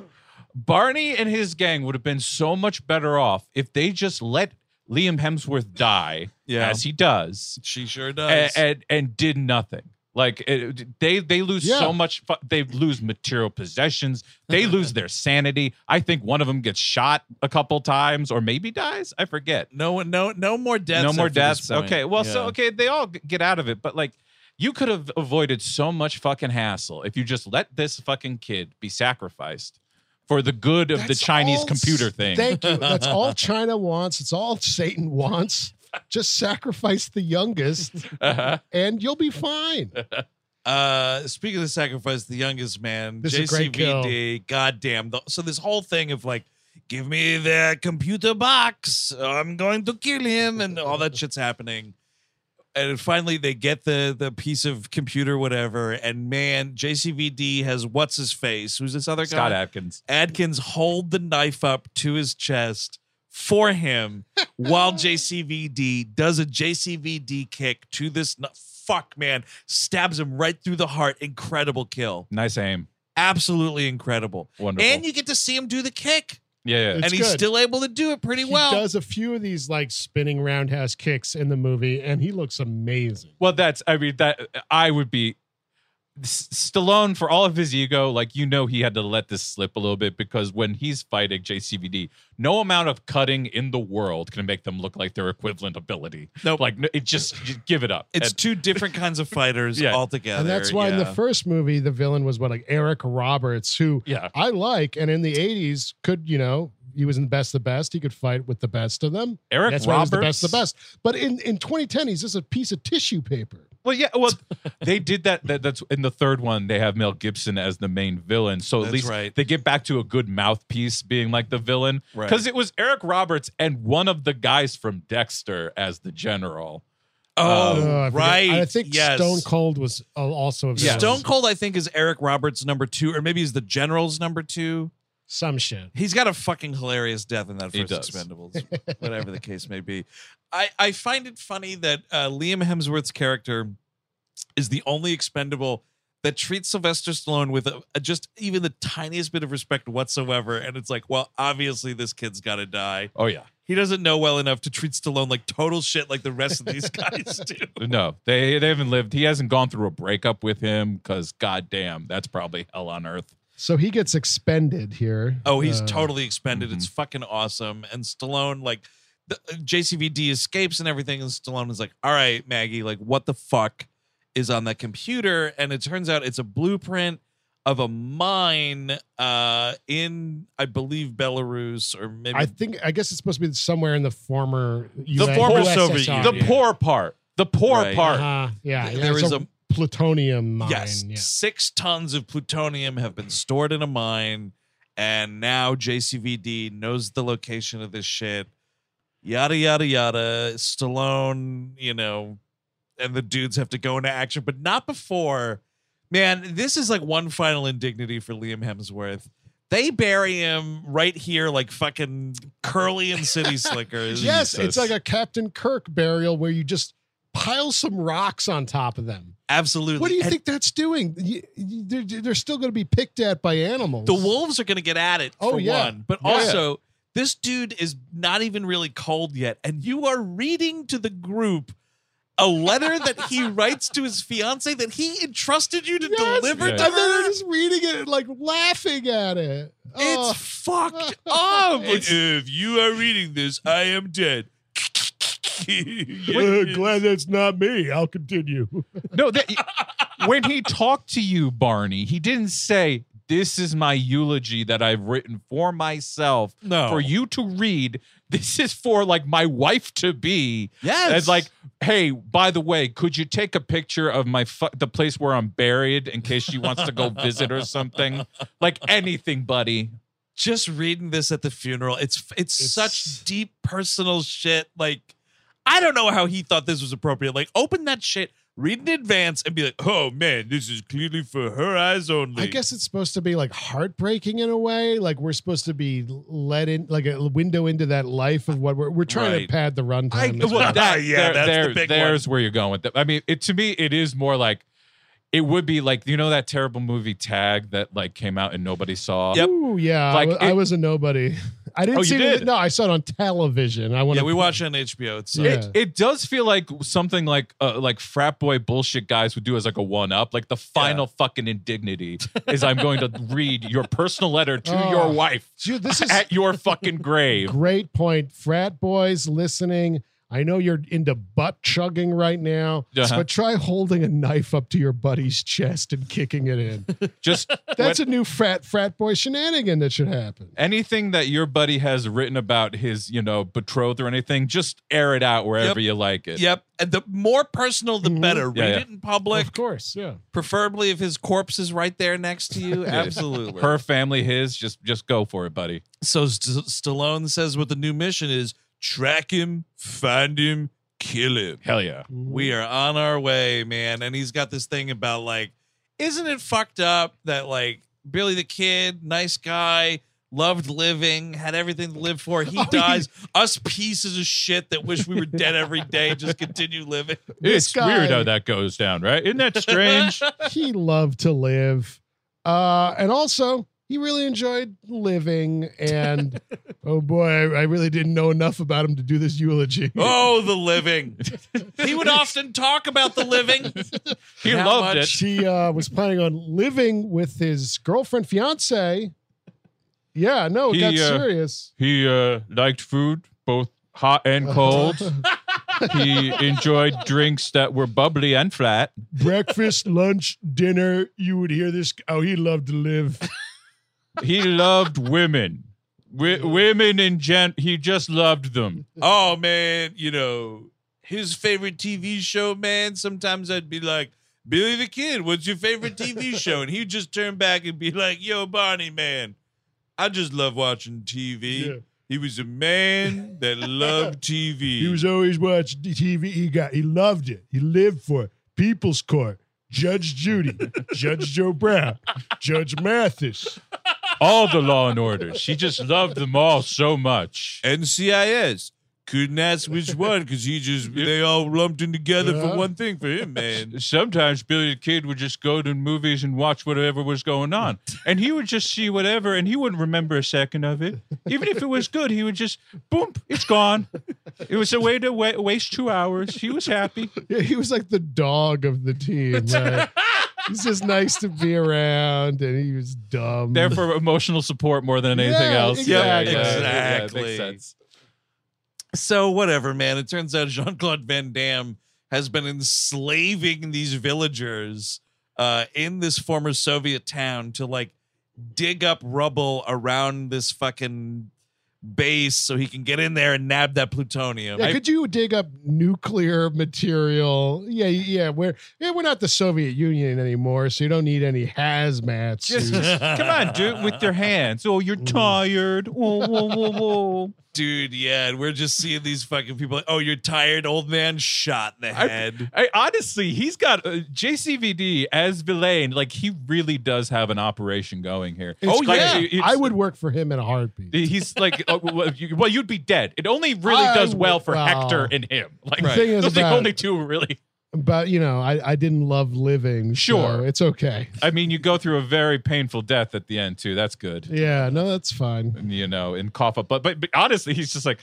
S9: Barney and his gang would have been so much better off if they just let Liam Hemsworth die
S7: Yeah.
S9: as he does.
S7: she sure
S9: and,
S7: does.
S9: and and did nothing. Like it, they they lose
S8: Yeah.
S9: so much. Fu- they lose material possessions. They lose their sanity. I think one of them gets shot a couple times, or maybe dies. I forget.
S7: no one, no, no more deaths.
S9: no more
S7: after this
S9: deaths.
S7: point.
S9: Okay. Well, so
S7: Yeah.
S9: okay, they all g- get out of it, but like. You could have avoided so much fucking hassle if you just let this fucking kid be sacrificed for the good of the
S8: That's
S9: Chinese
S8: all-
S9: computer thing.
S8: Thank you. That's all China wants. It's all Satan wants. Just sacrifice the youngest,
S9: Uh-huh.
S8: and you'll be fine.
S7: Uh, speaking of the sacrifice, the youngest man,
S8: This is a great
S7: JCVD, goddamn. The, so this whole thing of like, give me the computer box, I'm going to kill him, and all that shit's happening. And finally, they get the the piece of computer, whatever. And man, JCVD has what's his face? Who's this other
S9: Scott
S7: guy?
S9: Atkins.
S7: Adkins hold the knife up to his chest for him while JCVD does a JCVD kick to this kn- fuck man, stabs him right through the heart. Incredible kill.
S9: Nice aim.
S7: Absolutely incredible.
S9: Wonderful.
S7: And you get to see him do the kick.
S9: Yeah. yeah.
S8: It's
S7: and he's
S8: good.
S7: still able to do it pretty
S8: He
S7: well.
S8: does a few of these like spinning roundhouse kicks in the movie, and he looks amazing.
S9: Well, that's I mean that I would be S- Stallone for all of his ego, like you know he had to let this slip a little bit because when he's fighting JCVD, no amount of cutting in the world can make them look like their equivalent ability.
S7: Nope.
S9: like no, it just, just give it up.
S7: It's
S9: And-
S7: two different kinds of fighters
S9: Yeah.
S7: altogether.
S8: and that's why in the
S7: yeah.
S8: first movie the villain was what like Eric Roberts, who
S9: yeah,
S8: I like, and in the '80s could you know he was in the best of the best. He could fight with the best of them.
S9: Eric
S8: That's why he was
S9: Roberts.
S8: the best of the best. But in in 2010, he's just a piece of tissue paper.
S9: Well, yeah, well they did that, that. That's in the third one. They have Mel Gibson as the main villain, so at
S7: That's
S9: least
S7: right.
S9: they get back to a good mouthpiece being like the villain.
S7: Right.
S9: Because it was Eric Roberts and one of the guys from Dexter as the general.
S7: Oh,
S8: I forget.
S7: right.
S8: I think
S7: yes.
S8: Stone Cold was uh, also a villain.
S7: Stone Cold, I think, is Eric Roberts' number two, or maybe he's the General's number two.
S8: Some shit.
S7: He's got a fucking hilarious death in that
S9: He
S7: first
S9: does.
S7: Expendables, whatever the case may be. I, I find it funny that uh, Liam Hemsworth's character is the only Expendable that treats Sylvester Stallone with a, a- just even the tiniest bit of respect whatsoever. And it's like, well, obviously this kid's got to die.
S9: Oh yeah.
S7: He doesn't know well enough to treat Stallone like total shit like the rest of these guys do.
S9: No, they they haven't lived. He hasn't gone through a breakup with him because goddamn, that's probably hell on earth.
S8: So he gets expended here.
S7: Oh, he's
S8: Uh,
S7: totally expended. It's fucking awesome. And Stallone, like, the, uh, JCVD escapes and everything. And Stallone is like, all right, Maggie, like, what the fuck is on that computer? And it turns out it's a blueprint of a mine uh, in, I believe, Belarus or maybe.
S8: I think I guess it's supposed to be somewhere in the former
S9: The
S8: USSR.
S9: former Soviet
S8: USSR.
S9: Union. The poor part. The poor
S7: Right.
S9: part.
S8: Uh-huh. Yeah,
S7: Th-
S8: yeah,
S7: there
S8: it's
S7: is
S8: a,
S7: a-
S8: plutonium mine.
S7: Yes,
S8: yeah.
S7: six tons of plutonium have been stored in a mine, and now JCVD knows the location of this shit. Yada yada yada. Stallone, you know, and the dudes have to go into action, but not before. Man, this is like one final indignity for Liam Hemsworth. They bury him right here, like fucking curly and city slickers.
S8: Yes,
S9: Jesus.
S8: it's like a Captain Kirk burial where you just pile some rocks on top of them.
S7: absolutely.
S8: What do you
S7: And
S8: think that's doing? You- you- They're, they're still going to be picked at by animals.
S7: the wolves are going to get at it
S8: Oh,
S7: for
S8: yeah.
S7: one but
S8: Yeah.
S7: also this dude is not even really cold yet and you are reading to the group a letter that he writes to his fiance that he entrusted you to
S8: Yes,
S7: deliver
S9: Yeah.
S8: and
S7: to
S8: then
S7: her
S8: they're just reading it and like laughing at it.
S7: it's
S8: Oh,
S7: fucked up Like, if you are reading this i am dead
S8: glad that's not me. I'll continue.
S9: No, that when he talked to you, Barney, he didn't say, This is my eulogy that I've written for myself
S7: No.
S9: for you to read. This is for like my wife to be.
S7: Yes.
S9: And like, hey, by the way, could you take a picture of my fu- the place where I'm buried in case she wants to go visit or something? Like anything, buddy.
S7: just reading this at the funeral it's it's,
S8: It's-
S7: such deep personal shit like i don't know how he thought this was appropriate like open that shit read in advance and be like oh man this is clearly for her eyes only
S8: I guess it's supposed to be like heartbreaking in a way. Like we're supposed to be let in, like a window into that life of what we're we're trying
S7: Right.
S8: to pad the runtime.
S9: I,
S8: as
S9: well, that,
S7: Yeah,
S9: there-
S7: that's the
S9: there-
S7: big
S9: there's where you're going with that. I mean, it, to me, it is more like it would be like you know that terrible movie Tag that like came out and nobody saw.
S8: Ooh, yeah.
S9: Like,
S8: I, wa- I
S9: it-
S8: was a nobody. I didn't
S9: Oh, you
S8: see it.
S9: did?
S8: in- No, I saw it on television. I want
S7: yeah we watch it on hbo it's
S8: Yeah.
S9: It, it does feel like something like uh, like frat boy bullshit guys would do as like a one up. Like the final fucking indignity is I'm going to read your personal letter to
S8: Oh.
S9: your wife
S8: Dude, this is
S9: at your fucking grave.
S8: great point. Frat boys listening. I know you're into butt chugging right now,
S9: Uh-huh.
S8: but try holding a knife up to your buddy's chest and kicking it in.
S9: Just
S8: That's a new frat frat boy shenanigan that should happen.
S9: anything that your buddy has written about his you know betrothed or anything. Just air it out wherever you like it.
S7: yep and the more personal the
S8: Mhm.
S7: better
S9: Yeah,
S7: read
S9: yeah.
S7: it in public
S8: of course, yeah.
S7: preferably if his corpse is right there next to you absolutely
S9: her family his just just go for it buddy
S7: so St- stallone says what the new mission is track him find him kill him
S9: hell yeah
S7: We are on our way, man. And he's got this thing about like, isn't it fucked up that like Billy the Kid, nice guy, loved living, had everything to live for. He
S8: Oh, he-
S7: dies. Us pieces of shit that wish we were dead every day just continue living.
S8: This
S9: it's
S8: guy-
S9: weird how that goes down right isn't that strange
S8: he loved to live. Uh, and also, he really enjoyed living. And oh boy, I, I really didn't know enough about him to do this eulogy.
S7: Oh, the living. He would often talk about the living.
S9: he
S7: Not
S9: loved
S7: much.
S8: She uh, was planning on living with his girlfriend, fiance. Yeah, no, it
S9: He,
S8: got
S9: uh,
S8: serious.
S9: it he uh liked food both hot and cold he enjoyed drinks that were bubbly and flat
S8: Breakfast, lunch, dinner. You would hear this. Oh, he loved to live.
S9: he loved women Wi- women in gen he just loved them
S7: oh man, you know, his favorite TV show, man. Sometimes I'd be like, Billy the Kid, what's your favorite TV show? And he'd just turn back and be like, Yo, Barney, man, I just love watching TV.
S8: Yeah.
S7: He was a man that loved TV.
S5: He was always watching TV. He got he loved it. He lived for it. People's Court, Judge Judy, Judge Joe Brown, Judge Mathis.
S9: all the Law and Order. She just loved them all so much.
S7: NCIS. Couldn't ask which one because he just they all lumped in together
S5: Yeah.
S7: for one thing for him, man.
S9: Sometimes Billy the Kid would just go to movies and watch whatever was going on, and he would just see whatever, and he wouldn't remember a second of it. Even if it was good, he would just boom, it's gone. It was a way to wa- waste two hours. He was happy.
S8: Yeah, he was like the dog of the team. Like, he's just nice to be around, and he was dumb.
S9: There for emotional support more than anything
S8: Yeah,
S9: else.
S8: exactly.
S9: it makes
S7: Exactly.
S9: sense.
S7: So whatever, man. It turns out Jean Claude Van Damme has been enslaving these villagers uh, in this former Soviet town to like dig up rubble around this fucking base so he can get in there and nab that plutonium.
S8: Yeah,
S7: I-
S8: could you dig up nuclear material? Yeah, yeah. We're yeah, we're not the Soviet Union anymore, so you don't need any hazmat
S9: Just,
S8: suits.
S9: just- come on, do it with your hands. Oh, you're tired. Whoa, whoa, whoa, whoa.
S7: Mm. Dude, yeah, and we're just seeing these fucking people. Oh, you're tired, old man. Shot in the
S9: I-
S7: head.
S9: I, honestly, he's got uh, JCVD as Villain. Like he really does have an operation going here.
S8: It's
S9: Like,
S8: crazy.
S9: it- it's-
S8: I would work for him in a heartbeat.
S9: He's like, uh, well, you- well, you'd be dead. It only really
S8: I
S9: does well
S8: would-
S9: for
S8: well,
S9: Hector and him. Like
S8: the thing is
S9: those are the
S8: about-
S9: only two who really.
S8: But you know, I, I didn't love living. so
S9: Sure.
S8: it's okay.
S9: I mean, you go through a very painful death at the end too. That's good.
S8: Yeah, no, that's fine.
S9: and, you know, and cough up. But but, but honestly, he's just like,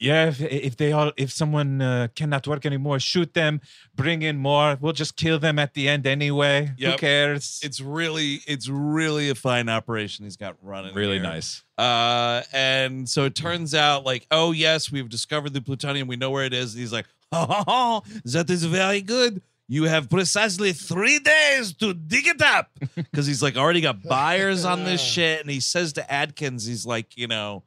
S9: yeah. If, if they all, if someone uh, cannot work anymore, shoot them. Bring in more. We'll just kill them at the end anyway. Who
S7: Yep.
S9: cares?
S7: It's really, it's really a fine operation he's got running.
S9: really
S7: here.
S9: nice.
S7: Uh, and so it turns out, like, oh yes, we've discovered the plutonium. We know where it is. And he's like, oh, that is very good. You have precisely three days to dig it up because he's like already got buyers on this shit. And he says to Adkins, he's like, you know,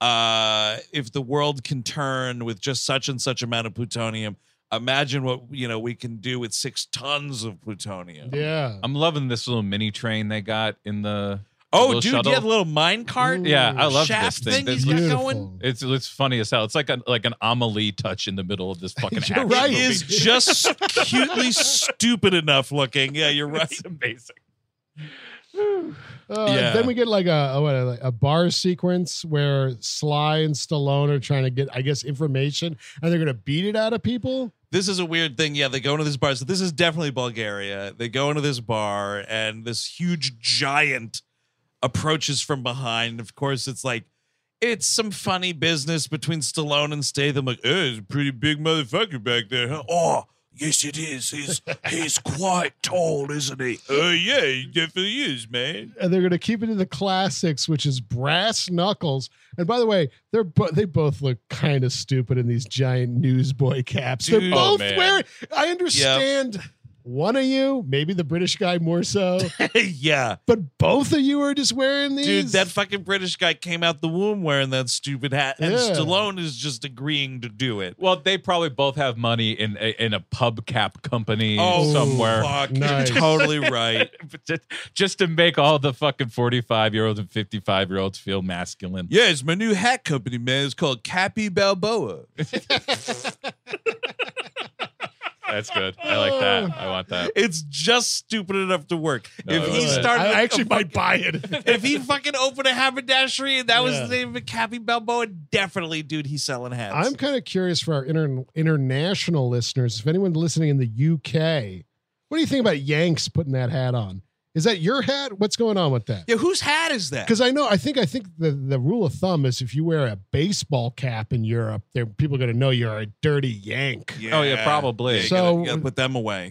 S7: uh, if the world can turn with just such and such amount of plutonium, imagine what you know we can do with six tons of plutonium.
S8: Yeah.
S9: I'm loving this little mini train they got in the.
S7: Oh,
S9: little
S7: dude,
S9: shuttle.
S7: you have a little mine cart.
S9: Yeah, I love
S7: shaft
S9: this thing.
S7: thing
S9: This
S7: he's got
S8: Beautiful.
S7: going.
S9: It's it's funny as hell. It's like a like an Amelie touch in the middle of this fucking
S8: You're
S9: action
S8: right.
S7: It
S9: movie.
S7: is just cutely stupid enough looking. Yeah, you're right.
S9: It's amazing.
S8: Uh,
S7: Yeah.
S8: Then we get like a a, what, a like a bar sequence where Sly and Stallone are trying to get, I guess, information, and they're gonna beat it out of people.
S7: This is a weird thing. Yeah, they go into this bar. So this is definitely Bulgaria. They go into this bar, and this huge giant approaches from behind. Of course, it's like it's some funny business between Stallone and Statham. Like, hey, it's a pretty big motherfucker back there. Huh? Oh, yes, it is. He's he's quite tall, isn't he? Oh yeah, he definitely is, man.
S8: and they're going to keep it in the classics, which is brass knuckles. And by the way, they're bo- they both look kind of stupid in these giant newsboy caps. they're
S7: Dude.
S9: Oh,
S8: both
S9: man.
S8: wearing. I understand one of you, maybe the British guy more so,
S7: yeah.
S8: but both of you are just wearing these.
S7: Dude, that fucking British guy came out the womb wearing that stupid hat, and
S8: Yeah.
S7: Stallone is just agreeing to do it.
S9: Well, they probably both have money in a, in a pubcap company somewhere.
S7: Oh, fuck,
S8: Nice.
S7: you're totally right.
S9: But just, just to make all the fucking 45 year olds and 55 year olds feel masculine.
S7: Yeah, it's my new hat company, man. It's called Cappy Balboa.
S9: That's good. I like that.
S8: Oh.
S9: I want that.
S7: It's just stupid enough to work.
S9: No,
S7: if
S9: I
S7: he
S9: love it.
S7: started,
S8: I actually might buy it.
S7: if he fucking opened a haberdashery and that was
S8: Yeah.
S7: the name of it, Cappy Balboa, definitely, dude, he's selling hats.
S8: I'm kind of curious for our inter- international listeners. If anyone listening in the UK, what do you think about Yanks putting that hat on? Is that your hat? What's going on with that?
S7: yeah, whose hat is that?
S8: Because I know, I think, I think the, the rule of thumb is if you wear a baseball cap in Europe, there people are going to know you're a dirty Yank. Yeah.
S9: Oh, yeah, probably.
S7: You
S8: So-
S7: gotta- you gotta put them away.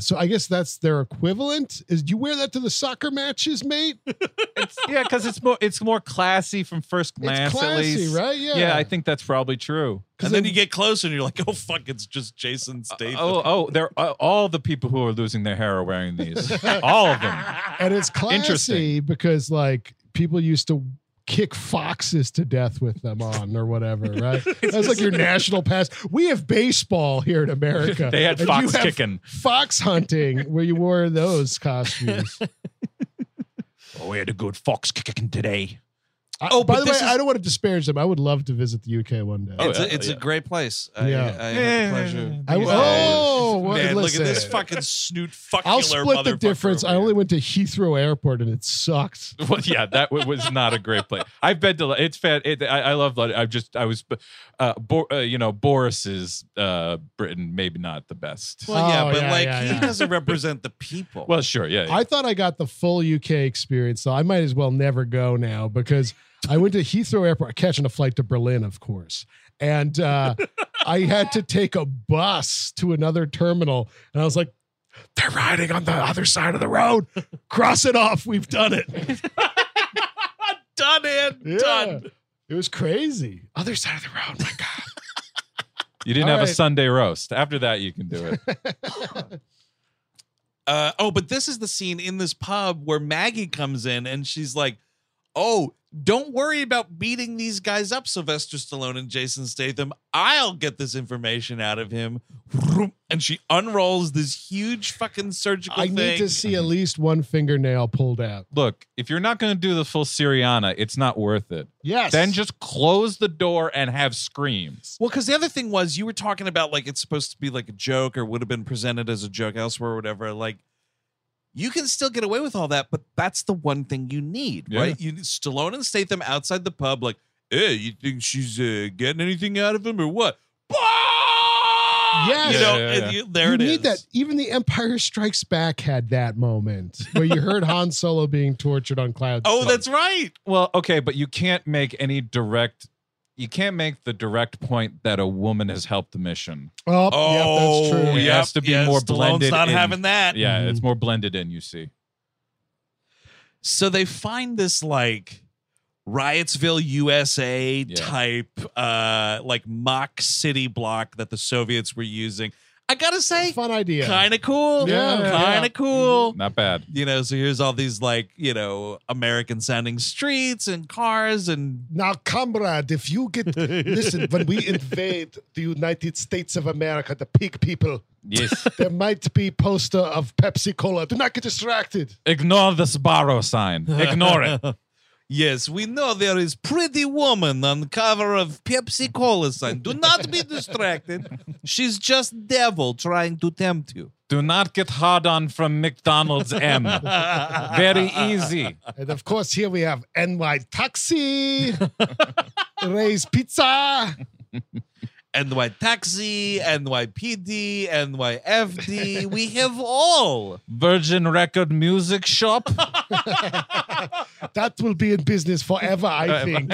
S8: so I guess that's their equivalent. Is you wear that to the soccer matches, mate?
S9: It's, yeah, because it's more it's more classy from first glance
S8: it's
S9: at
S8: classy,
S9: least.
S8: right? Yeah,
S9: Yeah. I think that's probably true.
S7: And then you get closer and you're like, oh, fuck, it's just Jason Statham.
S9: Oh, oh, they're uh, all the people who are losing their hair are wearing these. all of them.
S8: and it's classy
S9: Interesting.
S8: because like people used to kick foxes to death with them on or whatever, right? That's like your national past. We have baseball here in America.
S9: They had
S8: and you
S9: fox
S8: have
S9: kicking.
S8: fox hunting, where you wore those costumes.
S9: Oh, we had a good fox kicking today.
S8: I-
S7: Oh,
S8: by
S7: but
S8: the way,
S7: this is- Oh,
S8: I don't want to disparage them. I would love to visit the UK one day.
S7: it's a, it's a great place. I,
S8: Yeah.
S7: I had the pleasure.
S8: I- oh, well,
S7: man, look
S8: listen.
S7: at this fucking snoot fuckular
S8: I'll split the
S7: motherfucker.
S8: difference. I only went to Heathrow Airport and it sucked.
S9: well, yeah, that w- was not a great play. I've been to it's fan. It, I, I love. London. I've just I was, uh, Bo, uh, you know, Boris's uh, Britain maybe not the best. Well,
S7: Well, yeah,
S8: Oh,
S7: but
S8: yeah,
S7: like
S8: yeah,
S7: he
S8: yeah.
S7: doesn't represent the people.
S9: sure, yeah. yeah.
S8: I thought I got the full UK experience, so I might as well never go now because I went to Heathrow Airport, catching a flight to Berlin, of course. And uh, I had to take a bus to another terminal. And I was like, they're riding on the other side of the road. Cross it off. We've done it.
S7: done and
S8: Yeah.
S7: done.
S8: It was crazy. Other side of the road. My God.
S9: you didn't
S8: all
S9: have a
S8: right.
S9: Sunday roast. After that, you can do it.
S7: Uh, oh, but this is the scene in this pub where Maggie comes in and she's like, "Oh, don't worry about beating these guys up, Sylvester Stallone and Jason Statham. I'll get this information out of him." And she unrolls this huge fucking surgical
S8: I
S7: thing.
S8: need to see at least one fingernail pulled out.
S9: Look, if you're not going to do the full Syriana, it's not worth it.
S8: Yes.
S9: Then just close the door and have screams.
S7: Well, because the other thing was you were talking about like it's supposed to be like a joke or would have been presented as a joke elsewhere or whatever. Like you can still get away with all that, but that's the one thing you need,
S9: Yeah.
S7: right? You Stallone and Statham outside the pub, like, hey, you think she's uh, getting anything out of him or what?
S8: Yes.
S7: You
S9: Yeah, yeah,
S7: know, Oh, and
S9: yeah.
S7: you- there
S8: you
S7: it
S8: need
S7: is.
S8: that. Even the Empire Strikes Back had that moment where you heard Han Solo being tortured on cloud.
S7: Oh,
S8: Seven.
S7: that's right.
S9: Well, okay, but you can't make any direct. You can't make the direct point that a woman has helped the mission.
S8: oh,
S7: Oh,
S8: yep, that's true.
S9: It
S7: yep,
S9: has to be
S7: yes,
S9: more
S7: Stallone's
S9: blended
S7: not
S9: in.
S7: having that.
S9: Yeah, it's more blended in. You see.
S7: So they find this like Riotsville, USA type, uh, like mock city block that the Soviets were using. I gotta say,
S8: Fun idea.
S7: kind of cool.
S8: Yeah, yeah. Mm-hmm.
S7: kind of cool.
S9: Not bad.
S7: You know, so here's all these like you know American sounding streets and cars and
S8: Now, comrade, if you get listen, when we invade the United States of America, the pig people,
S9: Yes.
S8: there might be poster of Pepsi Cola. Do not get distracted.
S9: Ignore the Sbarro sign. Ignore it.
S7: yes, we know there is pretty woman on cover of Pepsi Cola sign. Do not be distracted. She's just devil trying to tempt you.
S9: Do not get hard on from McDonald's M. Very easy.
S8: And of course, here we have NY Taxi, Ray's Pizza.
S7: NY Taxi, NYPD, NYFD. We have all.
S9: Virgin Record Music Shop.
S8: That will be in business forever, I think.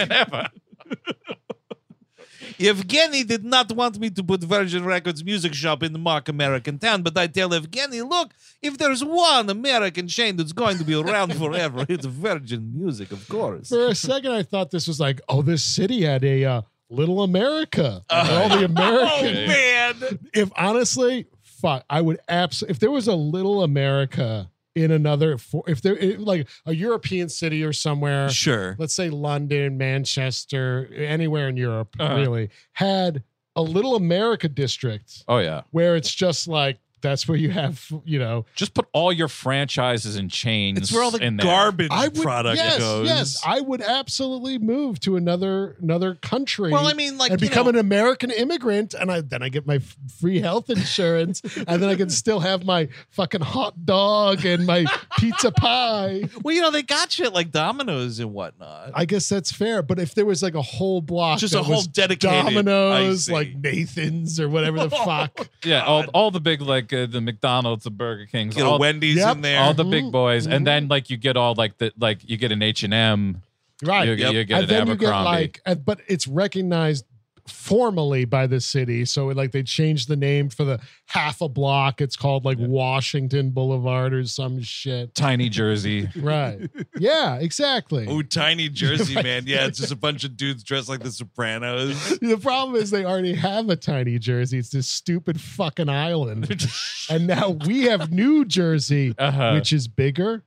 S7: Evgeny did not want me to put Virgin Records Music Shop in mock American town, but I tell Evgeny, look, if there's one American chain that's going to be around forever, it's Virgin Music, of course.
S8: For a second, I thought this was like, oh, this city had a uh, little America. and all the
S7: Oh,
S8: American.
S7: man.
S8: if honestly, fuck, I would absolutely. If there was a little America in another, for, if there it- like a European city or somewhere,
S7: Sure.
S8: let's say London, Manchester, anywhere in Europe,
S7: Uh-huh.
S8: really had a little America district
S9: Oh, yeah.
S8: where it's just like that's where you have, you know.
S9: Just put all your franchises and chains.
S7: It's where all the
S9: in there.
S7: garbage
S8: I would
S7: product
S8: yes,
S7: goes.
S8: yes, I would absolutely move to another another country.
S7: Well, I mean, like,
S8: and
S7: you
S8: become
S7: know-
S8: an American immigrant, and I then I get my f- free health insurance, and then I can still have my fucking hot dog and my pizza pie.
S7: well, you know, they got shit like Domino's and whatnot.
S9: Uh,
S8: I guess that's fair, but if there was like a whole block,
S7: Just
S8: that
S7: a whole
S8: was
S7: dedicated- I
S8: Domino's,
S7: see.
S8: like Nathan's or whatever the fuck.
S9: Yeah, all, all the big, like uh, the McDonald's, the Burger Kings,
S7: Get a
S9: all,
S7: Wendy's
S8: Yep.
S7: in there.
S9: all the big boys. And then, like, you get all, like, the like you get an H&M.
S8: Right.
S9: You, you get
S8: and
S9: an
S8: then you get
S9: Abercrombie.
S8: like, uh, but it's recognized formally by the city. So like they changed the name for the half a block. It's called like Washington Boulevard or some shit.
S9: Tiny Jersey.
S8: Right. yeah, exactly.
S7: Oh, tiny Jersey, man. Yeah, it's just a bunch of dudes dressed like the Sopranos.
S8: The problem is they already have a tiny Jersey. It's this stupid fucking island. and now we have New Jersey,
S9: Uh-huh.
S8: which is bigger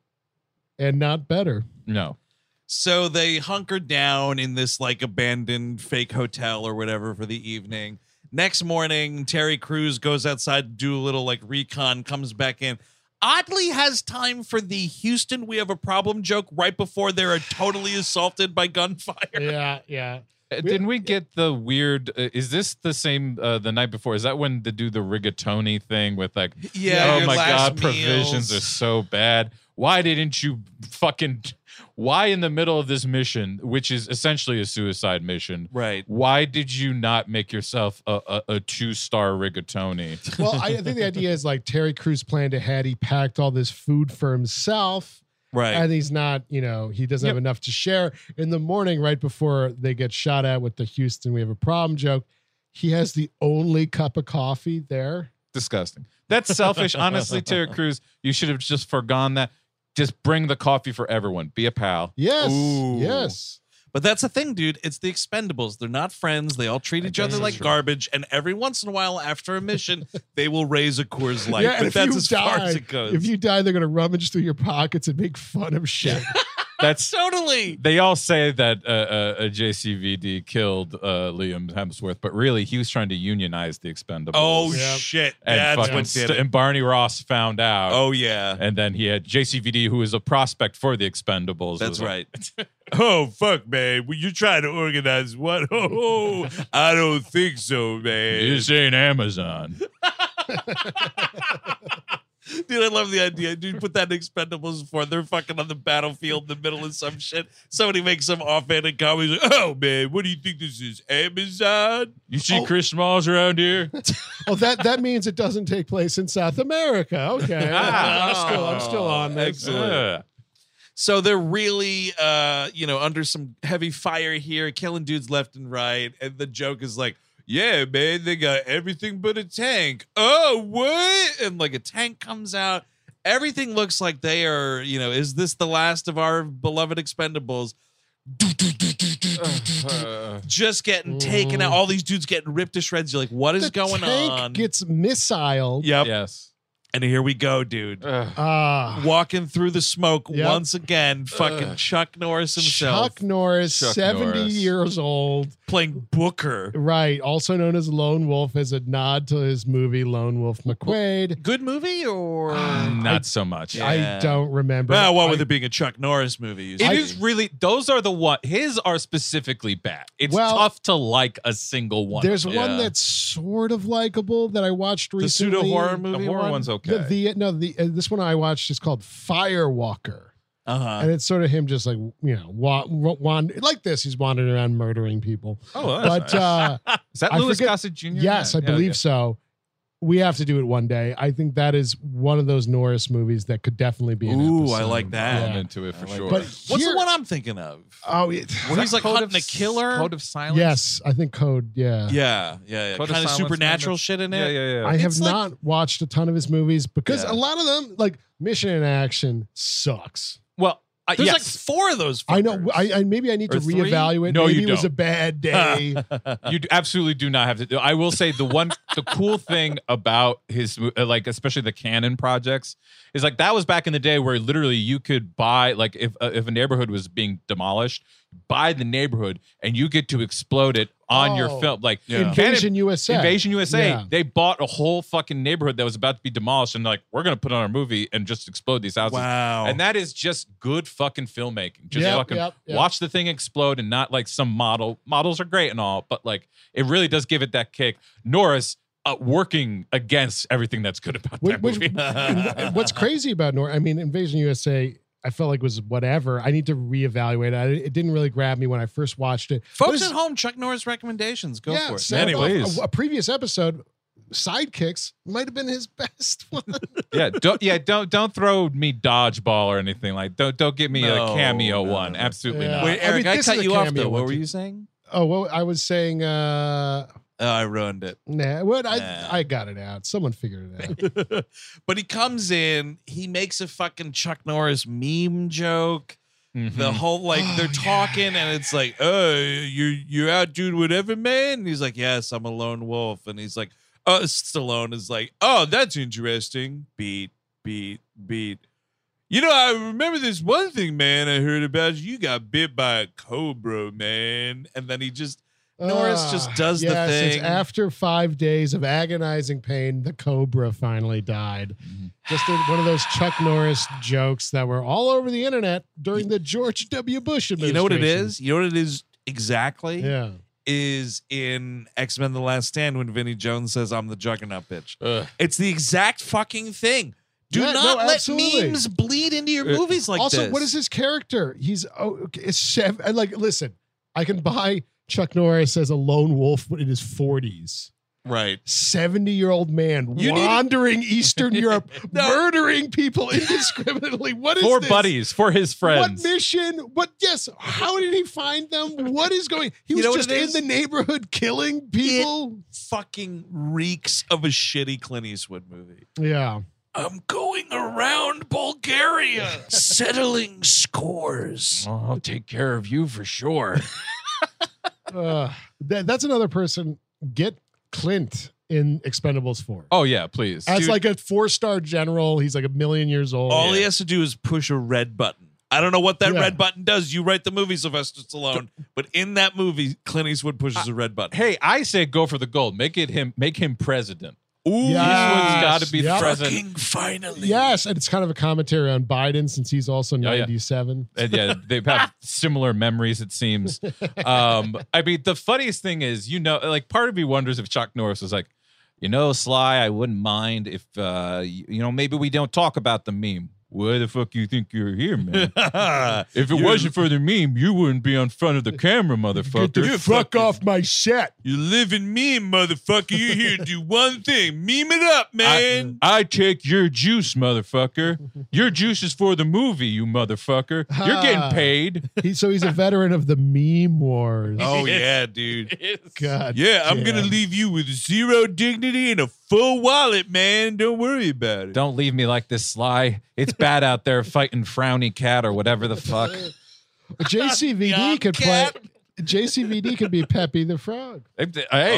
S8: and not better.
S9: No.
S7: So they hunkered down in this like abandoned fake hotel or whatever for the evening. Next morning, Terry Crews goes outside to do a little like recon, comes back in. oddly has time for the Houston we have a problem joke right before they're totally assaulted by gunfire.
S8: Yeah, yeah.
S9: Uh, Didn't we get the weird? Uh, is this the same? Uh, the night before is that when they do the rigatoni thing with like?
S7: Yeah,
S9: oh
S7: your
S9: my
S7: last
S9: god, provisions
S7: meals.
S9: are so bad. Why didn't you fucking? Why in the middle of this mission, which is essentially a suicide mission,
S7: Right.
S9: Why did you not make yourself a, a, a two star rigatoni?
S8: Well, I, I think the idea is like Terry Crews planned ahead. He packed all this food for himself.
S7: Right.
S8: And he's not, you know, he doesn't have enough to share. In the morning, right before they get shot at with the Houston, we have a problem joke. He has the only cup of coffee there.
S9: Disgusting. That's selfish, honestly, Terry Crews. You should have just forgone that. Just bring the coffee for everyone. Be a pal.
S8: Yes.
S7: Ooh.
S8: Yes.
S7: But that's the thing, dude. It's the Expendables. They're not friends. They all treat each other like garbage. And every once in a while, after a mission, they will raise a Coors Light.
S8: and
S7: but that's as far as it goes.
S8: If you die, they're going to rummage through your pockets and make fun of shit.
S9: That's
S7: totally.
S9: they all say that uh, uh, uh, JCVD killed uh, Liam Hemsworth, but really he was trying to unionize the Expendables.
S7: Oh
S8: Yep.
S7: shit!
S9: and
S7: That's
S9: fucking
S7: what did
S9: st-
S7: it.
S9: and Barney Ross found out.
S7: Oh yeah.
S9: and then he had JCVD, who was a prospect for the Expendables.
S7: That's
S9: was like,
S7: right. oh fuck, man! Well, you trying to organize what? Oh, I don't think so, man.
S9: This ain't Amazon.
S7: Dude, I love the idea. Dude, put that in Expendables before they're fucking on the battlefield in the middle of some shit. Somebody makes some offhanded comment. He's Like, oh man, what do you think this is, Amazon? Oh.
S9: You see Chris Smalls around here?
S8: oh, that that means it doesn't take place in South America. Okay.
S7: Ah,
S8: I'm, still, I'm
S7: Oh,
S8: still on this.
S9: Ugh.
S7: So they're really, uh, you know, under some heavy fire here, killing dudes left and right. And the joke is like, yeah, man, they got everything but a tank. Oh, what? And like a tank comes out. Everything looks like they are, you know, is this the last of our beloved expendables? Just getting taken out. All these dudes getting ripped to shreds. You're like, what is
S8: The
S7: going
S8: tank
S7: on?
S8: gets missiled.
S7: yep.
S9: Yes.
S7: And here we go, dude.
S8: Ah.
S7: Walking through the smoke
S8: Yep.
S7: once again, fucking Chuck Norris himself.
S8: Chuck Norris,
S9: Chuck
S8: 70
S9: Norris.
S8: years old.
S7: playing Booker.
S8: Right. Also known as Lone Wolf as a nod to his movie Lone Wolf McQuaid.
S7: Good movie or
S9: Not so much.
S8: I don't remember.
S7: well, Ah, what
S8: I-
S7: with it being a Chuck Norris movie? you
S9: It is
S7: see.
S9: really those are the one his are specifically bad. It's
S8: Well-
S9: tough to like a single one.
S8: There's
S9: of them.
S8: one that's sort of likable that I watched
S7: the
S8: recently.
S7: pseudo horror
S9: the
S7: movie.
S9: horror
S7: one?
S9: one's okay.
S8: The, the no the uh, this one I watched is called Firewalker.
S7: Uh-huh.
S8: and it's sort of him just like you know wa- wa- wand- like this he's wandering around murdering people
S9: oh, that's
S8: but
S9: nice.
S8: uh
S9: is that
S8: I
S9: Louis
S8: forget-
S9: Gossett Jr.?
S8: yes i
S9: Yeah,
S8: believe
S9: yeah.
S8: so we have to do it one day i think that is one of those norris movies that could definitely be an
S7: Ooh, I
S8: episode.
S7: like
S9: I'm
S7: that.
S9: into it for sure. Uh,
S8: but
S7: What's
S8: here-
S7: the one I'm thinking of?
S8: oh it,
S7: Where he's like
S9: Code
S7: hunting a
S9: of-
S7: killer.
S9: Code of Silence.
S8: yes i think code yeah,
S7: yeah, yeah, yeah.
S9: Code
S7: kind of
S9: Silence,
S7: supernatural
S9: man,
S7: shit in it.
S9: Yeah, yeah, yeah.
S8: i have
S7: It's like-
S8: not watched a ton of his movies because
S7: Yeah.
S8: a lot of them like mission in action sucks
S9: well, I,
S7: There's like
S9: yes,
S7: four of those. Fuckers.
S8: I know. I, I maybe I need
S9: Or
S8: to
S9: three?
S8: reevaluate.
S9: No,
S8: maybe
S9: you
S8: it was
S9: don't.
S8: a bad day.
S9: you d- absolutely do not have to. do- I will say the one, the cool thing about his, mo- uh, like especially the Canon projects, is like that was back in the day where literally you could buy, like if uh, if a neighborhood was being demolished, buy the neighborhood and you get to explode it on your
S8: Oh.
S9: film, like Canon-
S8: Invasion USA.
S9: Invasion USA.
S8: Yeah.
S9: They bought a whole fucking neighborhood that was about to be demolished, and they're like we're gonna put on our movie and just explode these houses.
S7: Wow.
S9: And that is just good fucking filmmaking. Just
S8: Yep,
S9: fucking
S8: yep, yep.
S9: watch the thing explode and not like some model. Models are great and all, but like it really does give it that kick. Norris uh, working against everything that's good about
S8: Which,
S9: that
S8: which,
S9: movie.
S8: and what's crazy about Nor? I mean, Invasion USA. I felt like was whatever. I need to reevaluate. I, it didn't really grab me when I first watched it.
S7: Folks
S8: What is-
S7: at home, Chuck Norris recommendations. Go
S8: yeah,
S7: for it.
S8: Sam,
S7: Anyway,
S9: Anyways.
S8: a, a previous episode, sidekicks might have been his best one.
S9: yeah, don't yeah don't don't throw me dodgeball or anything like don't don't give me
S7: No,
S9: a cameo
S7: no,
S9: one.
S7: no.
S9: Absolutely
S8: Yeah.
S9: not.
S7: wait,
S8: I mean,
S7: Eric, I,
S8: this is
S7: cut
S8: a
S7: you off
S8: cameo
S7: though. What
S8: one,
S7: were
S8: too.
S7: you saying?
S8: oh well, I was saying, uh,
S7: Oh, I ruined it.
S8: nah. What I
S7: Nah.
S8: I got it out. Someone figured it out.
S7: but he comes in, he makes a fucking Chuck Norris meme joke.
S9: Mhm.
S7: The whole like they're
S8: Oh,
S7: talking and it's like, oh, you you're out doing whatever, man. And he's like, yes, I'm a lone wolf. And he's like, oh, Stallone is like, oh, that's interesting. Beat, beat, beat. You know, I remember this one thing, man. I heard about you. You got bit by a cobra, man. And then he just Norris just does the
S8: Ah, yes, it's
S7: thing.
S8: after five days of agonizing pain, the Cobra finally died.
S7: Mm-hmm.
S8: Just a- one of those Chuck Norris jokes that were all over the internet during the George W. Bush administration.
S7: You know what it is? You know what it is exactly?
S8: Yeah.
S7: Is in X Men The Last Stand when Vinnie Jones says, I'm the juggernaut bitch.
S5: Ugh.
S7: It's the exact fucking thing. Do
S8: Yeah, no,
S7: not let
S8: absolutely.
S7: memes bleed into your
S9: Uh,
S7: movies like
S8: also,
S7: this.
S8: what is his character? He's oh, okay, it's chef. I like listen. I can buy Chuck Norris as a lone wolf in his forties.
S7: Right.
S8: 70 year old man
S7: You need-
S8: wandering Eastern Europe,
S7: No.
S8: murdering people indiscriminately. What is
S9: for
S8: this?
S9: buddies, for his friends.
S8: What mission? What? Yes. How did he find them? What is going? He
S7: You
S8: was
S7: know what
S8: just
S7: it
S8: in
S7: is?
S8: the neighborhood killing people.
S7: Fucking reeks of a shitty Clint Eastwood movie.
S8: yeah.
S7: I'm going around Bulgaria settling scores.
S9: Oh, I'll take care of you for sure.
S8: Uh, that, that's another person. Get Clint in Expendables Four.
S9: oh yeah, please.
S8: As
S9: Dude,
S8: like a four star general, he's like a million years old.
S7: All he has to do is push a red button. I don't know what that
S8: Oh, Yeah.
S7: red button does. You write the movie, Sylvester Stallone, but in that movie, Clint Eastwood pushes a red button.
S9: hey, I say go for the gold. Make it him. Make him president.
S7: Ooh,
S8: Yeah.
S9: Eastwood's got to be
S8: Yep.
S9: the president.
S7: finally.
S8: Yes, and it's kind of a commentary on Biden since he's also
S9: yeah.
S8: ninety seven.
S9: And Uh, yeah, they have similar memories. It seems. Um, I mean, the funniest thing is, you know, like part of me wonders if Chuck Norris was like, you know, Sly, I wouldn't mind if, uh, y- you know, maybe we don't talk about the meme. Where the fuck you think you're here, man? If it wasn't for the meme, you wouldn't be on front of the camera, motherfucker.
S8: off my set.
S7: you live in meme, motherfucker. You're here to do one thing. Meme it up,
S9: I,
S7: man.
S9: I take your juice, motherfucker. Your juice is for the movie, you motherfucker. You're
S8: Ah.
S9: getting paid.
S8: He, so he's a veteran of the meme wars.
S7: oh, yeah, dude.
S8: God.
S7: Yeah, I'm going to
S8: damn.
S7: leave you with zero dignity and a full wallet, man. Don't worry about it.
S9: Don't leave me like this, Sly. It's bad out there fighting Frowny Cat or whatever the fuck.
S8: JCVD could play. JCVD could be Peppy the Frog.
S9: Hey, hey,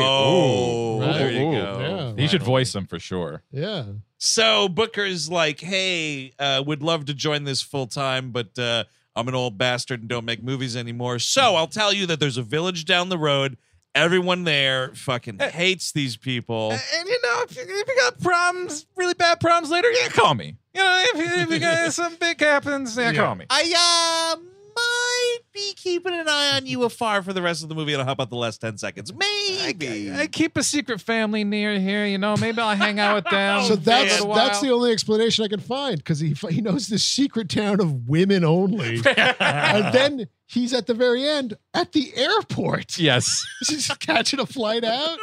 S9: ooh,
S7: Oh, there you
S9: ooh.
S7: go.
S8: Yeah.
S9: He should voice them for sure.
S8: Yeah.
S7: So Booker's like, hey, uh, would love to join this full time, but uh, I'm an old bastard and don't make movies anymore. So I'll tell you that there's a village down the road. Everyone there fucking hates these people.
S9: And you know, if you, if you got problems, really bad problems later, yeah, call me. You know, if, you- if you got something big happens, yeah, call me.
S7: I uh, might be keeping an eye on you afar for the rest of the movie, and how about the last ten seconds? Maybe.
S9: I keep a secret family near here, you know. Maybe I'll hang out with them.
S8: So that's
S9: for a
S8: that's
S9: while.
S8: the only explanation I can find because he fi- he knows this secret town of women only, and then he's at the very end at the airport.
S9: Yes.
S8: He's catching a flight out.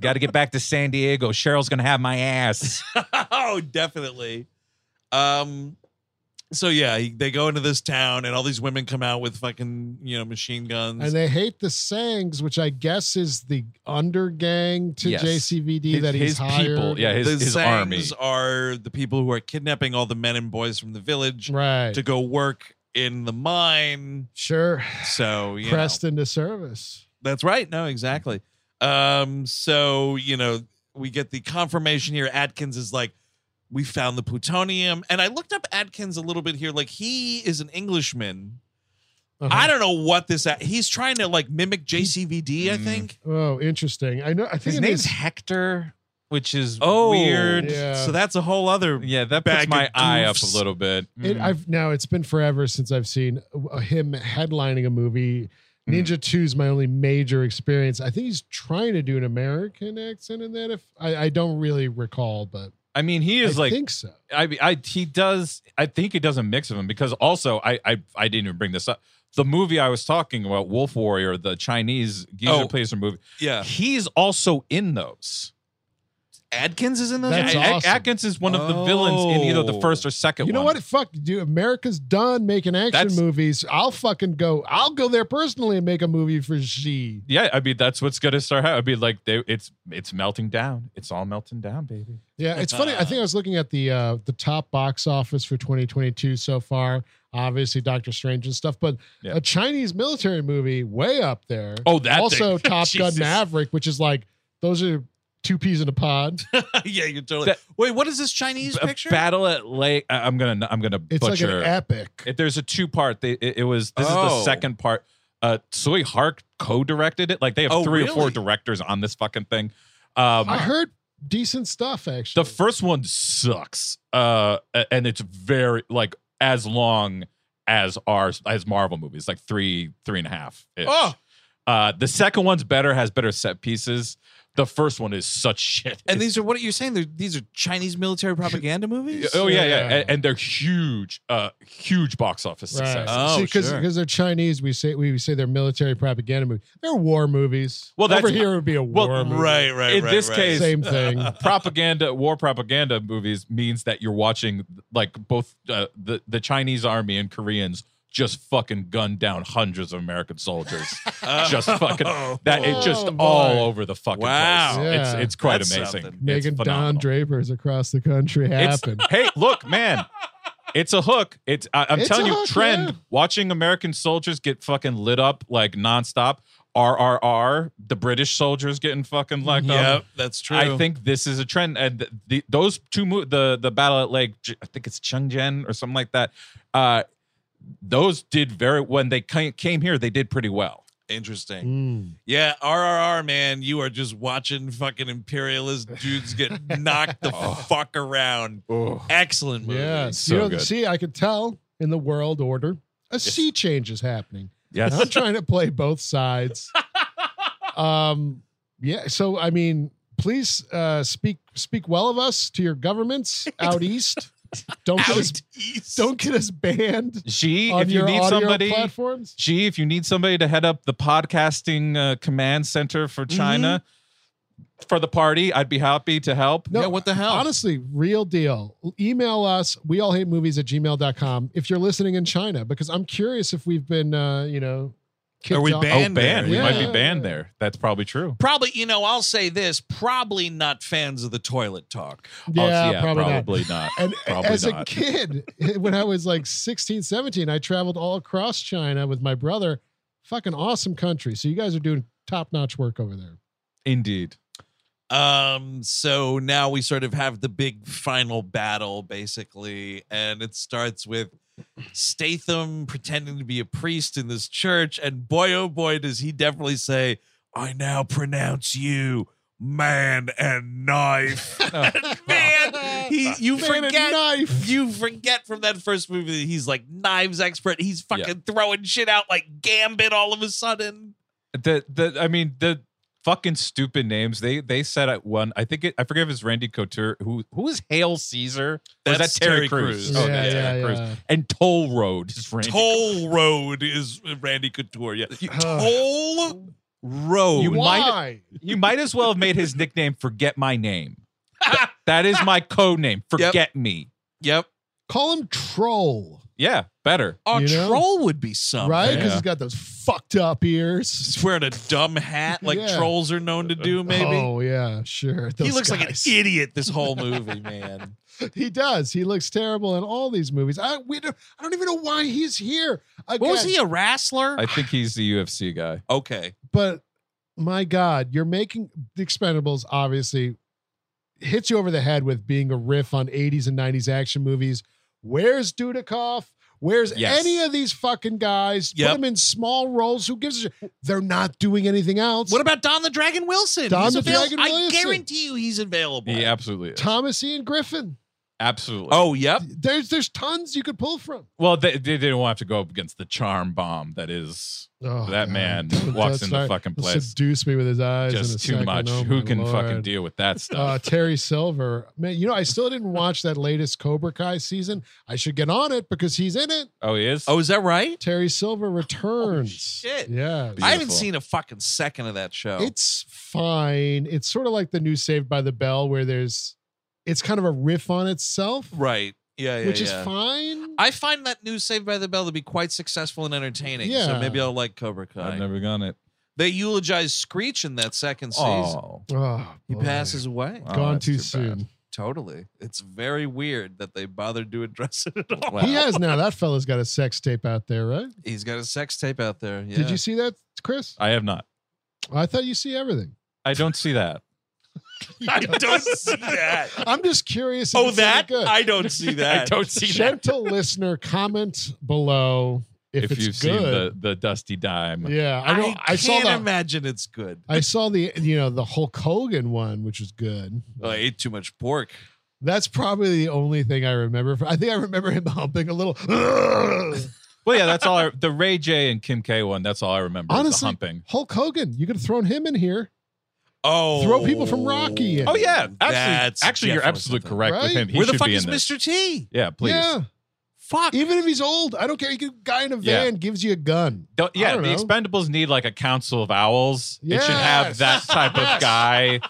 S9: Got to get back to San Diego. Cheryl's going to have my ass.
S7: oh, definitely. Um, so yeah, he, they go into this town, and all these women come out with fucking you know machine guns.
S8: And they hate the Sangs, which I guess is the undergang to
S9: Yes.
S8: JCVD
S9: His-
S8: that he's
S9: his
S8: hired.
S9: people, yeah, his,
S7: the
S9: his army.
S7: Sangs are the people who are kidnapping all the men and boys from the village
S8: right.
S7: to go work in the mine.
S8: sure.
S7: So you know.
S8: Pressed into service.
S7: That's right. No, exactly. Um, so you know, we get the confirmation here. Atkins is like, we found the plutonium, and I looked up Atkins a little bit here. Like he is an Englishman.
S8: Uh-huh.
S7: I don't know what this. He's trying to like mimic JCVD. I
S9: Mm.
S7: think.
S8: Oh, interesting. I know. I think
S9: His
S8: it
S9: name's
S8: is-
S9: Hector, which is
S7: Oh,
S9: weird.
S8: Yeah.
S7: So that's a whole other.
S9: Yeah, that
S7: Bag
S9: puts
S7: of
S9: my eye up a
S7: goofs.
S9: little bit.
S8: It,
S9: Mm.
S8: I've now it's been forever since I've seen uh, him headlining a movie.
S9: Mm.
S8: Ninja Two is my only major experience. I think he's trying to do an American accent in that. If I, I don't really recall, but
S9: I mean, he is
S8: I
S9: like
S8: think so.
S9: I, I he does I think he does a mix of them because also I, I I didn't even bring this up. The movie I was talking about, Wolf Warrior, the Chinese geezer
S7: Oh.
S9: placer movie,
S7: Yeah.
S9: he's also in those.
S7: Atkins is in those.
S8: That's
S9: A- A-
S8: awesome.
S9: Atkins is one of the villains in either the
S7: Oh.
S9: first or second.
S8: You know
S9: one.
S8: what? Fuck, dude. America's done making action
S9: That's-
S8: movies. I'll fucking go. I'll go there personally and make a movie for she.
S9: Yeah, I mean that's what's gonna start. happening. I mean, like they, it's it's melting down. It's all melting down, baby.
S8: Yeah, it's funny. I think I was looking at the uh, the top box office for 2022 so far. Obviously, Doctor Strange and stuff, but
S9: Yeah.
S8: a Chinese military movie way up there.
S9: Oh, that
S8: also
S9: thing.
S8: Top Gun
S9: Jesus.
S8: Maverick, which is like those are two peas in a pod.
S7: yeah, you're totally.
S9: That-
S7: Wait, what is this Chinese
S9: A
S7: picture?
S9: battle at Lake. I- I'm gonna I'm gonna
S8: It's
S9: butcher.
S8: like an epic.
S9: It- there's a two part. They, it, it was this is
S7: Oh.
S9: the second part. Uh, Soy Hark co-directed it. Like they have
S7: Oh,
S9: three or four
S7: really?
S9: directors on this fucking thing. Um,
S8: I heard decent stuff actually.
S9: the first one sucks, uh, a- and it's very like as long as ours as Marvel movies, like three three and a half.
S7: Oh.
S9: Uh, the second one's better, has better set pieces. The first one is such shit.
S7: And these are what are you saying? They're, these are Chinese military propaganda movies.
S9: oh yeah, yeah,
S8: Yeah.
S9: And, and they're huge, uh, huge box office success.
S7: Uh, Oh,
S8: because
S7: sure.
S8: they're Chinese, we say we say they're military propaganda movies. They're war movies.
S9: Well, that's-
S8: over here would be a
S9: well,
S8: war movie.
S7: Right, right,
S9: In
S7: right,
S9: this
S7: right.
S9: case-
S8: Same thing.
S9: propaganda war propaganda movies means that you're watching like both uh, the the Chinese army and Koreans just fucking gun down hundreds of American soldiers. just
S7: Oh,
S9: fucking that it just
S8: Oh, boy.
S9: all over the fucking
S7: Wow.
S9: place. It's
S8: Yeah.
S9: it's quite
S7: That's
S9: amazing.
S7: something.
S8: Making
S9: it's
S8: Don
S9: phenomenal.
S8: Draper's across the country
S9: It's-
S8: happen.
S9: hey, look, man. It's a hook. It's I, am
S8: It's
S9: telling
S8: a
S9: you,
S8: hook,
S9: trend
S8: yeah.
S9: watching American soldiers get fucking lit up like nonstop. RRR, the British soldiers getting fucking like
S7: Yep, that's true.
S9: I think this is a trend, and th- the, those two, mo- the the battle at Lake, J- I think it's Chengjiang or something like that. Uh, those did very when they ca- came here, they did pretty well.
S7: interesting.
S9: Hmm.
S8: Mm.
S7: Yeah, RRR man, you are just watching fucking imperialist dudes get knocked the
S9: Oh.
S7: fuck around. Excellent movie.
S8: Yes.
S9: So
S8: you know,
S9: good.
S8: see, I could tell in the world order a sea change is happening. And
S9: Yes,
S8: I'm trying to play both sides. um, yeah. So I mean, please uh, speak speak well of us to your governments out east. Don't get us, don't get us banned
S9: G,
S8: on
S9: if you
S8: your
S9: need
S8: audio
S9: somebody,
S8: platforms.
S9: G, if you need somebody to head up the podcasting uh, command center for
S8: Mm-hmm.
S9: China for the party, I'd be happy to help.
S8: No,
S7: yeah, what the hell?
S8: Honestly, real deal. Email us, we all hate movies at gmail.com if you're listening in China, because I'm curious if we've been, uh, you know, kicked
S7: Are we
S8: off-
S9: Oh,
S7: banned?
S9: banned! We
S8: there.
S9: might be
S8: Yeah.
S9: banned there. That's probably true.
S7: probably, you know, I'll say this, probably not fans of the toilet talk.
S8: Yeah,
S9: Oh, yeah,
S8: probably, not.
S9: not.
S8: And
S9: probably
S8: as a
S9: not.
S8: kid, when I was like 16, 17, I traveled all across China with my brother. Fucking awesome country. So you guys are doing top notch work over there.
S9: Indeed.
S7: Um, so now we sort of have the big final battle, basically, and it starts with Statham pretending to be a priest in this church, and boy, oh boy, does he definitely say, "I now pronounce you man and knife." man, he you
S8: Oh. Man and
S7: forget
S8: knife.
S7: you forget from that first movie that he's like knives expert. He's fucking throwing shit out like Gambit all of a sudden.
S9: the the I mean the fucking stupid names they they said at one I think it, I forget if it's Randy Couture who who is Hail Caesar Or is
S7: That's
S9: that Terry,
S7: Terry
S9: Crews,
S7: Crews.
S9: Oh,
S8: Yeah,
S9: that's
S8: yeah,
S9: Terry Crews.
S8: yeah.
S9: and Toll Road is Randy
S7: Toll Road is Randy Couture. Yeah.
S8: Ugh.
S7: Toll Road.
S9: You might-
S8: Why?
S9: you might as well have made his nickname Forget My Name That- that is my code name Forget Me
S7: yep.
S8: Call him Troll,
S9: yeah better
S7: A
S8: You know?
S7: troll would be something.
S8: right? Because
S9: yeah.
S8: he's got those fucked up ears.
S7: He's wearing a dumb hat like
S8: Yeah.
S7: trolls are known to do, maybe.
S8: Oh, yeah, sure.
S7: he
S8: Those
S7: looks like an e-
S8: guys.
S7: idiot this whole movie, man.
S8: He does. He looks terrible in all these movies. I we don't, I don't even know why he's here. Again,
S7: What was he, a wrestler?
S9: I think he's the UFC guy
S7: okay.
S8: But my God, you're making the Expendables obviously hits you over the head with being a riff on 80s and 90s action movies. Where's Dudikoff? Where's
S9: Yes.
S8: any of these fucking guys?
S7: Yep.
S8: Put them in small roles. Who gives a shit? They're not doing anything else.
S7: What about Don the Dragon Wilson?
S8: Don
S7: He's
S8: the
S7: avail-
S8: Dragon
S7: I
S8: Wilson.
S7: guarantee you he's available.
S9: he absolutely is.
S8: Thomas Ian Griffin?
S9: absolutely
S7: Oh, yep.
S8: There's there's tons you could pull from.
S9: well they, they didn't want to have to go up against the charm bomb that is
S8: Oh,
S9: That man walks in the fucking
S8: He'll
S9: place.
S8: Seduce me with his eyes. in a
S9: just too
S8: second.
S9: much
S8: Oh,
S9: who
S8: my
S9: can fucking
S8: Lord.
S9: deal with that stuff
S8: Uh, Terry Silver, man, you know, I still didn't watch that latest Cobra Kai season. I should get on it because he's in it.
S9: oh he is
S7: Oh, is that right?
S8: Terry Silver returns.
S7: shit.
S8: Yeah,
S7: I haven't
S9: Beautiful.
S7: seen a fucking second of that show.
S8: it's fine. It's sort of like the new Saved by the Bell, where there's, it's kind of a riff on itself,
S7: right. Yeah, yeah.
S8: which
S7: yeah.
S8: is fine.
S7: I find that new Saved by the Bell to be quite successful and entertaining. So
S8: Yeah.
S7: maybe I'll like Cobra Kai.
S9: I've never gone it
S7: they eulogize Screech in that second season.
S9: oh
S8: oh,
S7: He
S8: boy.
S7: passes away.
S9: Wow.
S8: Gone
S9: that's
S8: too
S9: too bad.
S8: soon.
S7: Totally. It's very weird that they bothered to address it at all.
S8: He has now. That fella's got a sex tape out there, right?
S7: He's got a sex tape out there. Yeah.
S8: Did you see that, Chris?
S9: I have not
S8: I thought you see everything.
S9: I don't see that.
S7: I don't see that.
S8: I'm just curious. if
S7: Oh,
S8: it's any
S7: that?
S8: good.
S7: I don't see that.
S9: I don't see that.
S8: gentle listener, comment below if,
S9: if
S8: it's
S9: you've seen
S8: good.
S9: the the Dusty Dime.
S8: yeah, I know. I, saw
S7: can't
S8: that.
S7: imagine it's good.
S8: I saw the you know the Hulk Hogan one, which was good.
S7: Oh, I ate too much pork.
S8: That's probably the only thing I remember. I think I remember him humping a little. "Ugh."
S9: Well, yeah, that's all. I, the Ray J and Kim K one. That's all I remember. is the
S8: Honestly,
S9: humping.
S8: Hulk Hogan, you could have thrown him in here.
S7: Oh,
S8: Throw people from Rocky in.
S9: Oh yeah, actually,
S7: That's
S9: actually, you're
S7: definitely
S9: absolutely
S7: something.
S9: correct with
S8: Right?
S9: him. He
S7: Where the
S9: should
S7: fuck
S9: be
S7: is
S9: in this.
S7: Mr. T?
S9: Yeah, please.
S8: Yeah.
S7: Fuck.
S8: Even if he's old, I don't care. You could guy in a
S9: Yeah.
S8: van gives you a gun.
S9: Don't-
S8: I
S9: yeah,
S8: don't
S9: the
S8: know.
S9: Expendables need like a council of owls. It should have
S8: Yes.
S9: that type of guy.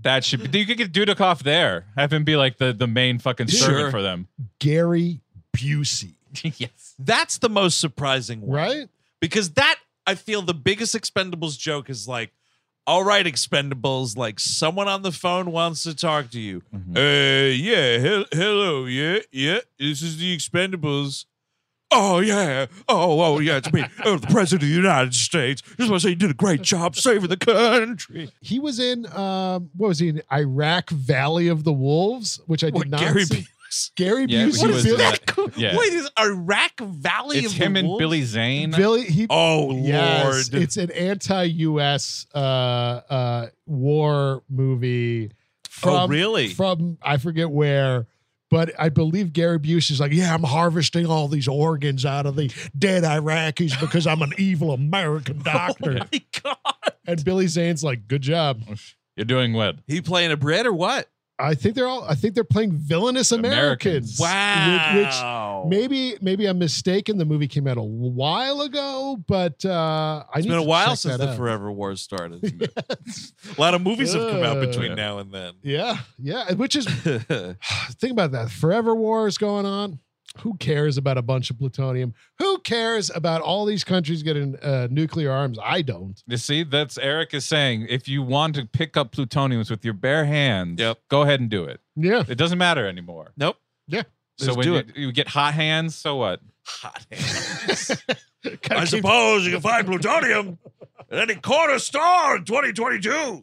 S9: That should be. You could get Dudikoff there. Have him be like the the main fucking servant
S7: Sure.
S9: for them.
S8: Gary Busey,
S9: yes.
S7: That's the most surprising one.
S8: right?
S7: Because that I feel the biggest Expendables joke is like, all right, Expendables, like someone on the phone wants to talk to you. Uh, yeah, hel- hello, yeah, yeah, this is the Expendables. Oh yeah, oh oh yeah, it's me, oh, the President of the United States. Just want to say you did a great job saving the country.
S8: He was in um, what was he in Iraq Valley of the Wolves, which I did
S7: What
S8: not
S7: Gary
S8: see.
S7: Busey?
S8: Gary
S9: Yeah,
S8: Busey
S9: he was.
S8: Billy,
S9: uh, yeah.
S7: Wait, is Iraq Valley
S9: it's
S7: of the
S9: him and
S7: Wolves?
S9: Billy Zane.
S8: Billy he
S7: Oh
S8: yes,
S7: lord,
S8: it's an anti-U.S. Uh, uh, war movie. From,
S7: Oh, really?
S8: From I forget where, but I believe Gary Busey's like, yeah, I'm harvesting all these organs out of the dead Iraqis because I'm an evil
S7: Oh,
S8: American doctor.
S7: my god.
S8: and Billy Zane's like, good job.
S9: You're doing what?
S7: He playing a bread or what?
S8: I think they're all. I think they're playing villainous
S9: Americans.
S8: Americans. Whi- Which,
S7: Wow.
S8: maybe maybe I'm mistaken. The movie came out a while ago, but uh, I
S7: it's
S8: need
S7: been a
S8: to
S7: while
S8: check
S7: since
S8: that
S7: the
S8: out.
S7: Forever Wars started. isn't it? A lot of movies have come out between
S9: Yeah.
S7: now and then.
S8: Yeah, yeah. Which is think about that. Forever war is going on. Who cares about a bunch of plutonium? Who cares about all these countries getting uh, nuclear arms? I don't.
S9: You see, that's Eric is saying. If you want to pick up plutoniums with your bare hands,
S7: Yep.
S9: go ahead and do it.
S8: Yeah,
S9: It doesn't matter anymore.
S7: nope.
S8: yeah.
S9: So
S7: Just
S9: when
S7: do
S9: you,
S7: it.
S9: you get hot hands, so what?
S7: Hot hands. I suppose you can find plutonium at any corner store in 2022.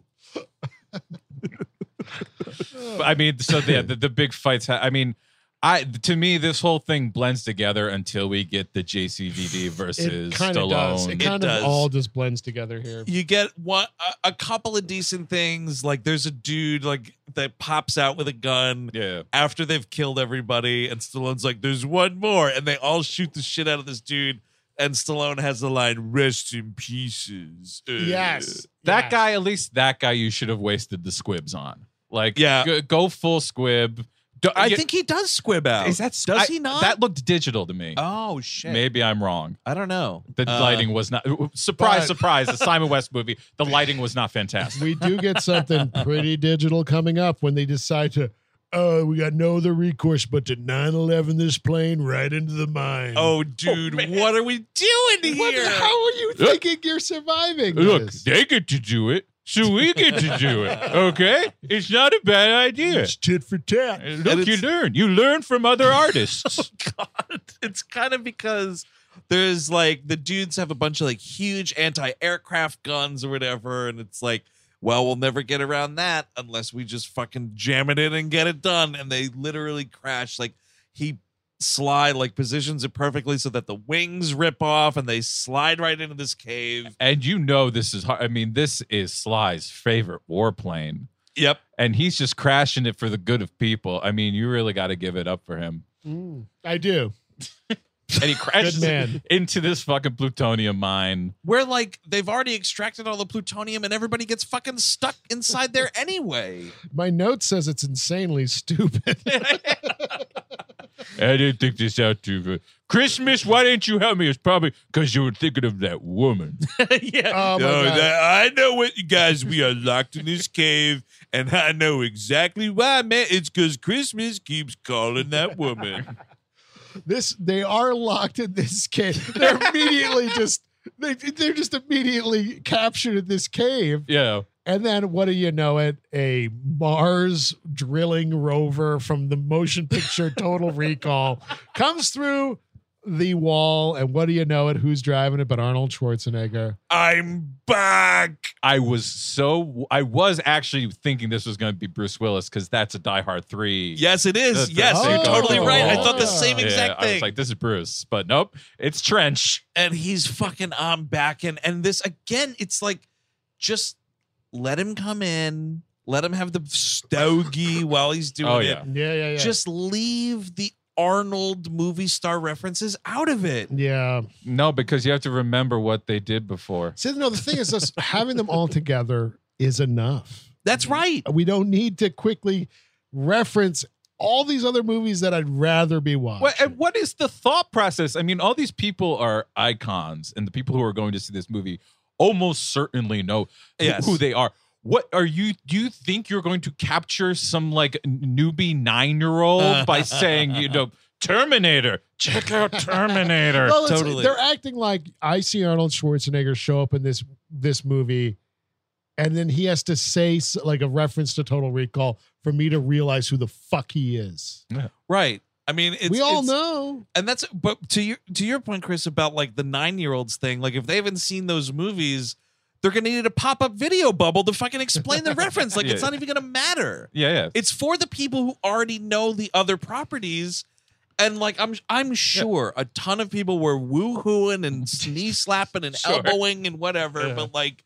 S9: But, I mean, so yeah, the, the big fights. Ha- I mean, I to me this whole thing blends together until we get the JCVD
S8: It
S9: versus
S8: kind of does.
S9: Stallone.
S8: It kind
S7: does.
S8: of all just blends together here.
S7: You get one, a, a couple of decent things. Like there's a dude like that pops out with a gun.
S9: yeah.
S7: after they've killed everybody, and Stallone's like, "There's one more," and they all shoot the shit out of this dude. And Stallone has the line, "Rest in pieces." Uh,
S8: Yes,
S9: That
S8: yes.
S9: guy, at least that guy, you should have wasted the squibs on. Like,
S7: Yeah.
S9: go, go full squib. Do-
S7: I
S9: you-
S7: think he does squib out.
S9: is that
S7: does
S9: I-
S7: he not?
S9: That looked digital to me.
S7: oh shit!
S9: Maybe I'm wrong.
S7: I don't know.
S9: The
S7: Uh,
S9: lighting was not. Surprise,
S8: but-
S9: surprise! The Simon West movie. The lighting was not fantastic.
S8: we do get something pretty digital coming up when they decide to oh we got no other recourse but to 9-11 this plane right into the mine
S7: Oh, dude, what are we doing
S8: what,
S7: here?
S8: how are you
S9: Look.
S8: thinking you're surviving
S9: Look,
S8: this?
S9: they get to do it, so we get to do it. Okay, it's not a bad idea.
S8: it's tit for tat
S9: Look, you learn. You learn from other artists.
S7: Oh, God, it's kind of because there's like the dudes have a bunch of like huge anti-aircraft guns or whatever, and it's like, well, we'll never get around that unless we just fucking jam it in and get it done. And they literally crash. Like he slide like positions it perfectly so that the wings rip off and they slide right into this cave.
S9: and you know this is hard. I mean, this is Sly's favorite warplane,
S7: Yep.
S9: and he's just crashing it for the good of people. I mean, you really got to give it up for him.
S8: i do
S9: And he crashes
S8: man.
S9: it into this fucking plutonium mine.
S7: Where like they've already extracted all the plutonium and everybody gets fucking stuck inside there anyway.
S8: my note says it's insanely stupid
S9: I didn't think this out too good. Christmas, why didn't you help me? It's probably because you were thinking of that woman.
S8: oh my
S7: No,
S8: God.
S7: that- I know what you guys. We are locked in this cave, and I know exactly why, man. It's because Christmas keeps calling that woman.
S8: this they are locked in this cave they're immediately just they, they're just immediately captured in this cave
S9: yeah.
S8: And then what do you know it? A Mars drilling rover from the motion picture Total Recall comes through the wall, and what do you know it? Who's driving it? But Arnold Schwarzenegger.
S7: I'm back.
S9: I was so I was actually thinking this was going to be Bruce Willis because that's a Die Hard three.
S7: Yes, it is. Yes,
S9: thing
S7: you're
S9: going
S7: totally
S9: through
S7: right. I
S9: wall.
S7: thought the same exact
S9: I
S7: thing.
S9: was like, this is Bruce, but nope, it's Trench.
S7: and he's fucking on back and and this again it's like just let him come in let him have the stogie while he's doing
S9: Oh,
S7: it
S9: yeah.
S8: Yeah, yeah, yeah.
S7: just leave the arnold movie star references out of it
S8: yeah.
S9: No, because you have to remember what they did before.
S8: See, no, the thing is, us having them all together is enough.
S7: that's right
S8: We don't need to quickly reference all these other movies that I'd rather be watching.
S9: What, and what is the thought process? I mean, all these people are icons, and the people who are going to see this movie almost certainly know who-
S7: Yes.
S9: who they are. What are you? Do you think you're going to capture some like newbie nine year old by saying, you know, Terminator? Check out Terminator.
S8: Well, it's-
S7: totally.
S8: They're acting like I see Arnold Schwarzenegger show up in this this movie, and then he has to say s- like a reference to Total Recall for me to realize who the fuck he is.
S7: right i mean it's,
S8: we all
S7: it's-
S8: know.
S7: and that's but to your to your point chris about like the nine year olds thing like if they haven't seen those movies they're gonna need a pop-up video bubble to fucking explain the reference like
S9: Yeah.
S7: it's not even gonna matter
S9: yeah, yeah.
S7: It's for the people who already know the other properties. And like I'm I'm sure a ton of people were woo-hooing and knee slapping and
S9: Sure.
S7: elbowing and whatever.
S8: Yeah.
S7: But like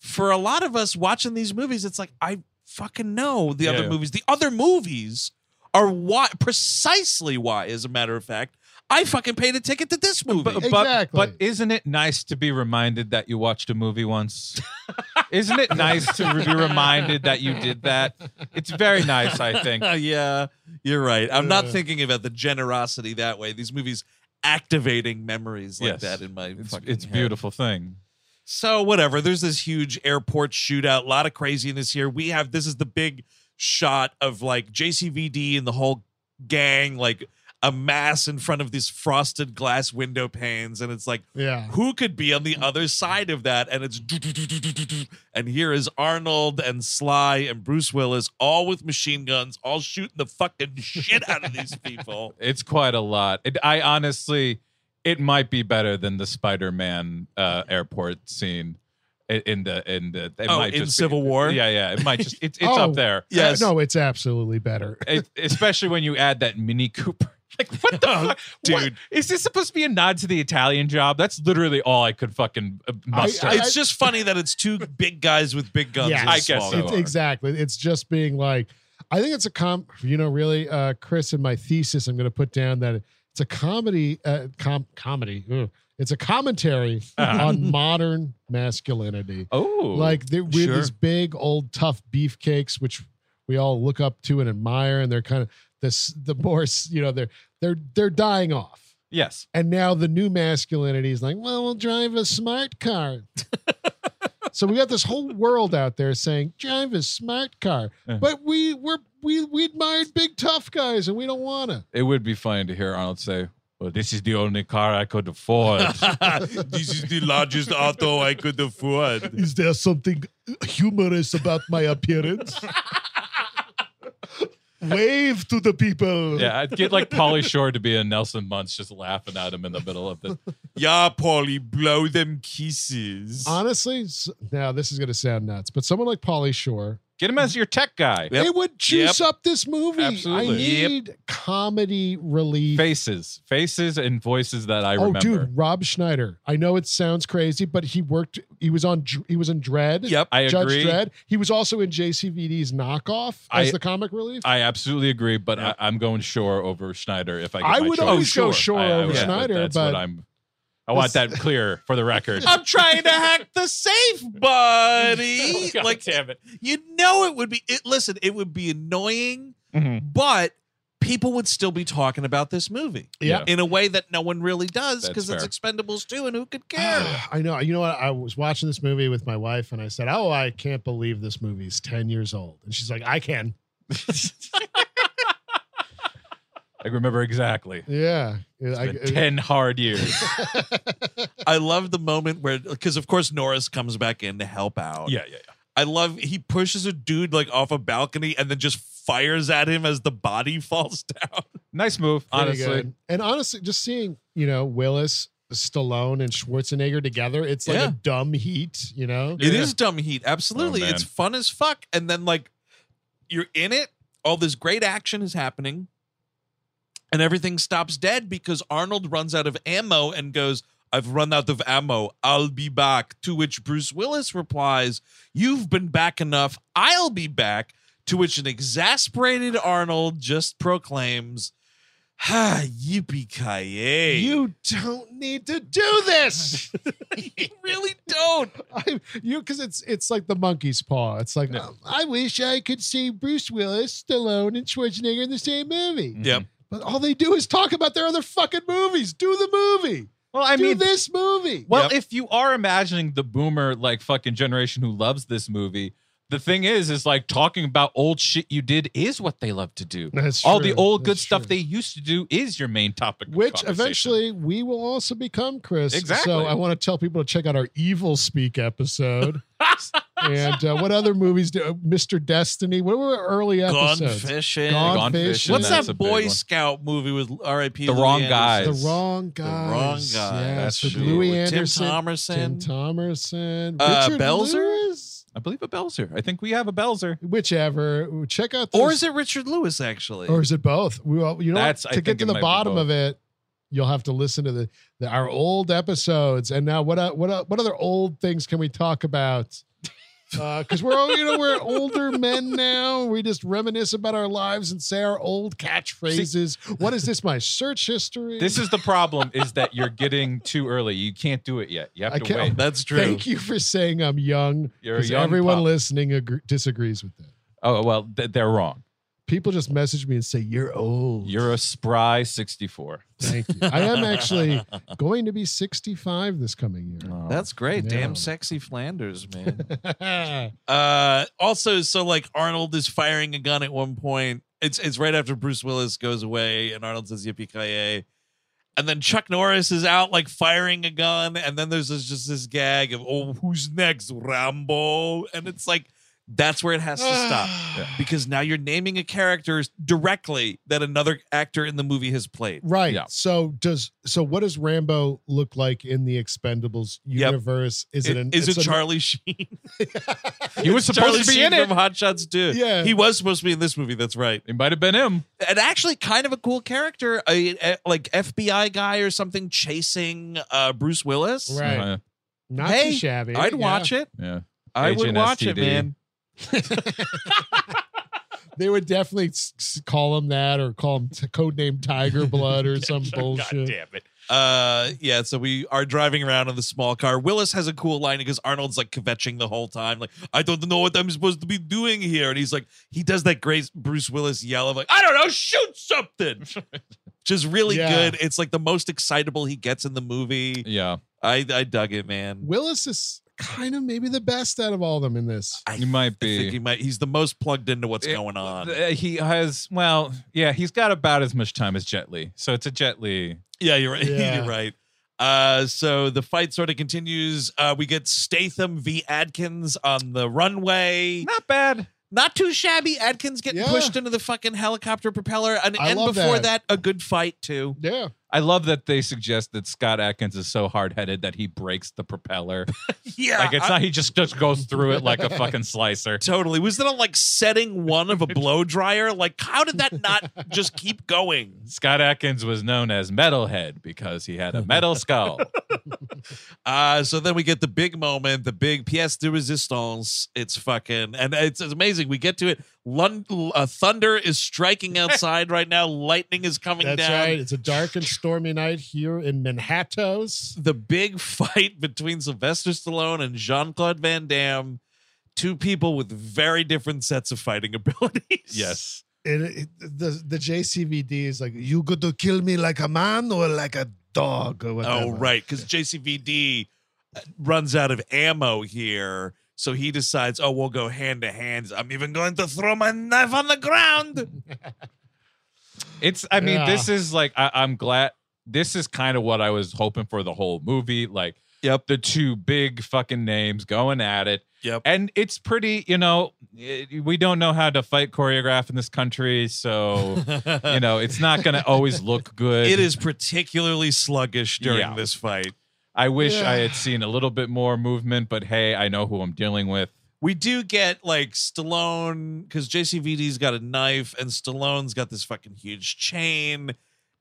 S7: for a lot of us watching these movies, it's like I fucking know the
S9: Yeah,
S7: other
S9: yeah.
S7: movies. The other movies are why precisely why, as a matter of fact, I fucking paid a ticket to this movie.
S9: But,
S8: Exactly.
S9: but but isn't it nice to be reminded that you watched a movie once? isn't it nice to be reminded that you did that? It's very nice, I think.
S7: yeah, you're right. I'm not
S8: Yeah.
S7: thinking about the generosity that way. These movies activating memories like
S9: Yes.
S7: that in my
S9: It's,
S7: fucking
S9: it's a
S7: head.
S9: beautiful thing.
S7: So whatever. There's this huge airport shootout. A lot of craziness here. We have this is the big shot of like JCVD and the whole gang like a mass in front of these frosted glass window panes, and it's like
S8: Yeah.
S7: who could be on the other side of that? And it's and here is Arnold and Sly and Bruce Willis, all with machine guns, all shooting the fucking shit out of these people.
S9: It's quite a lot. It, I honestly, it might be better than the Spider-Man uh, airport scene in, in the in the. It
S7: Oh,
S9: might
S7: in
S9: just be-
S7: Civil War?
S9: Yeah, yeah. It might just. It's it's
S8: Oh,
S9: up there.
S7: Yes.
S8: No, it's absolutely better.
S9: It- especially when you add that Mini Cooper. Like what the
S7: Oh,
S9: fuck, What?
S7: dude.
S9: Is this supposed to be a nod to the Italian job? That's literally all I could fucking uh, muster.
S8: I-
S7: It's just funny that it's two big guys with big guns.
S8: Yes.
S7: in a
S9: I guess
S7: small
S9: so.
S7: car.
S8: It's, exactly. It's just being like, I think it's a com. You know, really, uh, Chris. In my thesis, I'm going to put down that it's a comedy. Uh, com- comedy. ugh. It's a commentary
S7: Uh-huh.
S8: on modern masculinity.
S9: oh,
S8: like they, we're
S7: sure.
S8: these big old tough beefcakes, which we all look up to and admire, and they're kind of this the more s- you know they're they're they're dying off,
S9: yes.
S8: and now the new masculinity is like, well, we'll drive a smart car. so we got this whole world out there saying drive a smart car,
S9: Uh-huh.
S8: but we we're, we we admired big tough guys, and we don't want to.
S9: It would be funny to hear Arnold say, "Well, this is the only car I could afford."
S7: this is the largest auto I could afford.
S8: Is there something humorous about my appearance? Wave to the people.
S9: yeah, I'd get like Polly Shore to be a Nelson Muntz just laughing at him in the middle of the.
S7: Yeah, Polly, blow them kisses.
S8: Honestly, s- now this is going to sound nuts, but someone like Polly Shore,
S9: Get him as your tech guy.
S7: Yep.
S8: they would juice up this movie. I
S9: Absolutely. Yep.
S8: need comedy relief.
S9: Faces, faces, and voices that I
S8: oh,
S9: remember.
S8: dude, Rob Schneider. I know it sounds crazy, but he worked. He was on. Dr- He was in Dread.
S7: Yep,
S9: I
S8: Judge
S9: agree.
S8: Dredd. He was also in JCVD's knockoff
S9: I-
S8: as the comic relief.
S9: I absolutely agree, but I, I'm going Shore over Schneider if I. Get
S8: I
S9: my
S8: would
S9: choice.
S8: always
S7: Oh,
S8: go Shore over
S9: would,
S8: Schneider,
S9: that's
S8: but-
S9: what I'm. I want
S8: This-
S9: that clear for the record.
S7: I'm trying to hack the safe,
S8: Oh,
S7: buddy.
S9: Oh, God
S7: like,
S9: damn it.
S7: you know, it would be. It, listen, it would be annoying,
S9: Mm-hmm.
S7: but people would still be talking about this movie
S8: Yeah.
S7: in a way that no one really does
S9: That's
S7: because it's
S9: fair.
S7: Expendables 2, and who
S8: Oh,
S7: could care?
S9: Ah.
S8: I know. You know what? I was watching this movie with my wife, and I said, "Oh, I can't believe this movie's ten years old." And she's like, "I can."
S9: I remember exactly.
S8: Yeah. I-
S9: It's been ten hard years.
S7: I love the moment where, because of course Norris comes back in to help out.
S9: yeah, yeah, yeah.
S7: I love he pushes a dude like off a balcony and then just fires at him as the body falls down.
S9: Nice move,
S8: Pretty
S9: honestly.
S8: good. And honestly, just seeing, you know, Willis, Stallone, and Schwarzenegger together, it's like
S7: Yeah.
S8: a dumb heat, you know?
S7: It is dumb heat. Absolutely.
S9: Oh, man.
S7: it's fun as fuck. And then like you're in it, all this great action is happening, and everything stops dead because Arnold runs out of ammo and goes, I've run out of ammo. I'll be back. To which Bruce Willis replies, You've been back enough. I'll be back. To which an exasperated Arnold just proclaims, Ha, yippee ki
S8: You don't need to do this.
S7: You really don't.
S8: I, you because it's it's like the monkey's paw. It's like "Um, I wish I could see Bruce Willis, Stallone, and Schwarzenegger in the same movie.
S7: Yep.
S8: But all they do is talk about their other fucking movies. Do the movie.
S9: Well, I
S8: do
S9: mean,
S8: this movie.
S9: well,
S7: Yep.
S9: if you are imagining the boomer like fucking generation who loves this movie, the thing is, is like talking about old shit you did is what they love to do.
S8: That's
S9: All the
S8: true.
S9: old good
S8: That's
S9: stuff
S8: true.
S9: they used to do is your main topic. of
S8: Which
S9: conversation.
S8: eventually we will also become, Chris.
S9: Exactly.
S8: So I want to tell people to check out our Evil Speak episode. and uh, what other movies do uh, Mr. Destiny? What were our early
S7: Gone
S8: episodes?
S7: fishing.
S8: Gone
S9: Gone
S8: Fish.
S9: Fishing,
S7: What's
S9: that's a
S7: that
S9: big
S7: Boy
S9: one.
S7: Scout movie with R.I.P.
S9: The
S7: Louis
S9: Wrong
S7: Anderson?
S9: Guys.
S8: The wrong
S7: The
S8: guy.
S7: wrong guy.
S8: Yes,
S9: That's
S8: with
S9: true.
S8: Louis
S7: With Tim
S8: Anderson.
S7: Thomerson.
S8: Tim Thomerson.
S7: Uh,
S8: Richard
S7: Belzer?
S8: Lewis?
S9: I believe a Belzer. I think we have a Belzer.
S8: Whichever. Check out those.
S7: Or is it Richard Lewis, actually?
S8: Or is it both? We all, you know
S9: That's-
S8: what?
S9: I
S8: to get
S9: think
S8: to
S9: it
S8: the
S9: might be
S8: bottom
S9: both.
S8: of it, you'll have to listen to the, the our old episodes. And now, what o- what o- what other old things can we talk about? Because we're all you know we're older men now. We just reminisce about our lives and say our old catchphrases. what is this? My search history.
S9: This is the problem: is that you're getting too early. You can't do it yet. You
S8: I
S9: have to
S8: can't-
S9: wait.
S7: That's true.
S8: Thank you for saying I'm young.
S9: You're a
S8: 'cause
S9: young
S8: everyone
S9: pup.
S8: listening agr- disagrees with that.
S9: Oh well, th- they're wrong.
S8: People just message me and say you're old.
S9: You're a spry 64.
S8: Thank you. I am actually going to be 65 this coming year.
S7: That's great.
S8: Yeah.
S7: Damn sexy Flanders, man. uh, also, so like Arnold is firing a gun at one point. It's it's right after Bruce Willis goes away and Arnold says yippee ki And then Chuck Norris is out like firing a gun. And then there's this, just this gag of, oh, who's next? Rambo. And it's like, that's where it has to stop. Because now you're naming a character directly that another actor in the movie has played.
S8: Right.
S9: Yeah.
S8: So does so what does Rambo look like in the Expendables
S7: Yep.
S8: universe? Is
S7: Is
S8: it an
S7: is
S8: it's
S7: it
S8: an-
S7: Charlie Sheen?
S9: He was supposed
S7: Charlie
S9: to be
S7: Sheen
S9: in it.
S7: from Hot Shots too.
S8: Yeah.
S7: he was supposed to be in this movie. That's right.
S9: It might have been him.
S7: And actually, kind of a cool character, a, a- like FBI guy or something chasing uh, Bruce Willis.
S8: Right.
S9: Uh,
S8: Not
S7: Hey,
S8: too shabby.
S7: I'd watch it.
S9: yeah.
S7: I would
S9: Agent
S7: watch it,
S9: STD.
S7: man.
S8: They would definitely s- s- call him that or call him t- codename Tiger Blood or some bullshit.
S9: it.
S7: Uh, yeah. So we are driving around in the small car. Willis has a cool line because Arnold's like kvetching the whole time, like I don't know what I'm supposed to be doing here, and he's like he does that great Bruce Willis yell of like I don't know, shoot something. Which is really
S8: Yeah.
S7: good. It's like the most excitable he gets in the movie.
S9: Yeah.
S7: I, I dug it, man.
S8: Willis is kind of maybe the best out of all of them in this.
S9: You might
S7: I think he
S9: be.
S7: might. He's the most plugged into what's
S9: It-
S7: going on.
S9: uh, He has well, yeah, he's got about as much time as Jet Li. So it's a Jet Li.
S7: yeah, you're right.
S8: Yeah.
S7: you're right. Uh, so the fight sort of continues. Uh, we get Statham v. Adkins on the runway.
S9: Not bad.
S7: Not too shabby. Adkins getting
S8: Yeah.
S7: pushed into the fucking helicopter propeller, and,
S8: I
S7: and
S8: love
S7: before that.
S8: that.
S7: a good fight too.
S8: Yeah.
S9: I love that they suggest that Scott Atkins is so hard headed that he breaks the propeller.
S7: Yeah,
S9: Like it's
S7: I-
S9: not he just, just goes through it like a fucking slicer.
S7: totally. Was that a, like setting one of a blow dryer? Like how did that not just keep going?
S9: Scott Atkins was known as Metalhead because he had a metal skull.
S7: Uh, so then we get the big moment, the big pièce de résistance. It's fucking, and it's, it's amazing. We get to it. Lund, uh, thunder is striking outside right now. Lightning is coming
S8: That's
S7: down.
S8: right. It's a dark and stormy night here in Manhattos.
S7: The big fight between Sylvester Stallone and Jean Claude Van Damme, two people with very different sets of fighting abilities.
S9: yes.
S8: And it, the the JCVD is like, you going to kill me like a man or like a dog or whatever.
S7: Oh, right. Because JCVD uh, runs out of ammo here. So he decides, oh, we'll go hand to hand. I'm even going to throw my knife on the ground.
S9: It's I mean,
S8: Yeah.
S9: this is like I, I'm glad this is kind of what I was hoping for the whole movie. Like Yep. The two big fucking names going at it.
S7: Yep.
S9: And it's pretty, you know, it- we don't know how to fight choreograph in this country, so you know, it's not going to always look good.
S7: It is particularly sluggish during
S9: Yeah.
S7: this fight.
S9: I wish I
S7: Yeah.
S9: had seen a little bit more movement, but hey, I know who I'm dealing with.
S7: We do get like Stallone because JCVD's got a knife and Stallone's got this fucking huge chain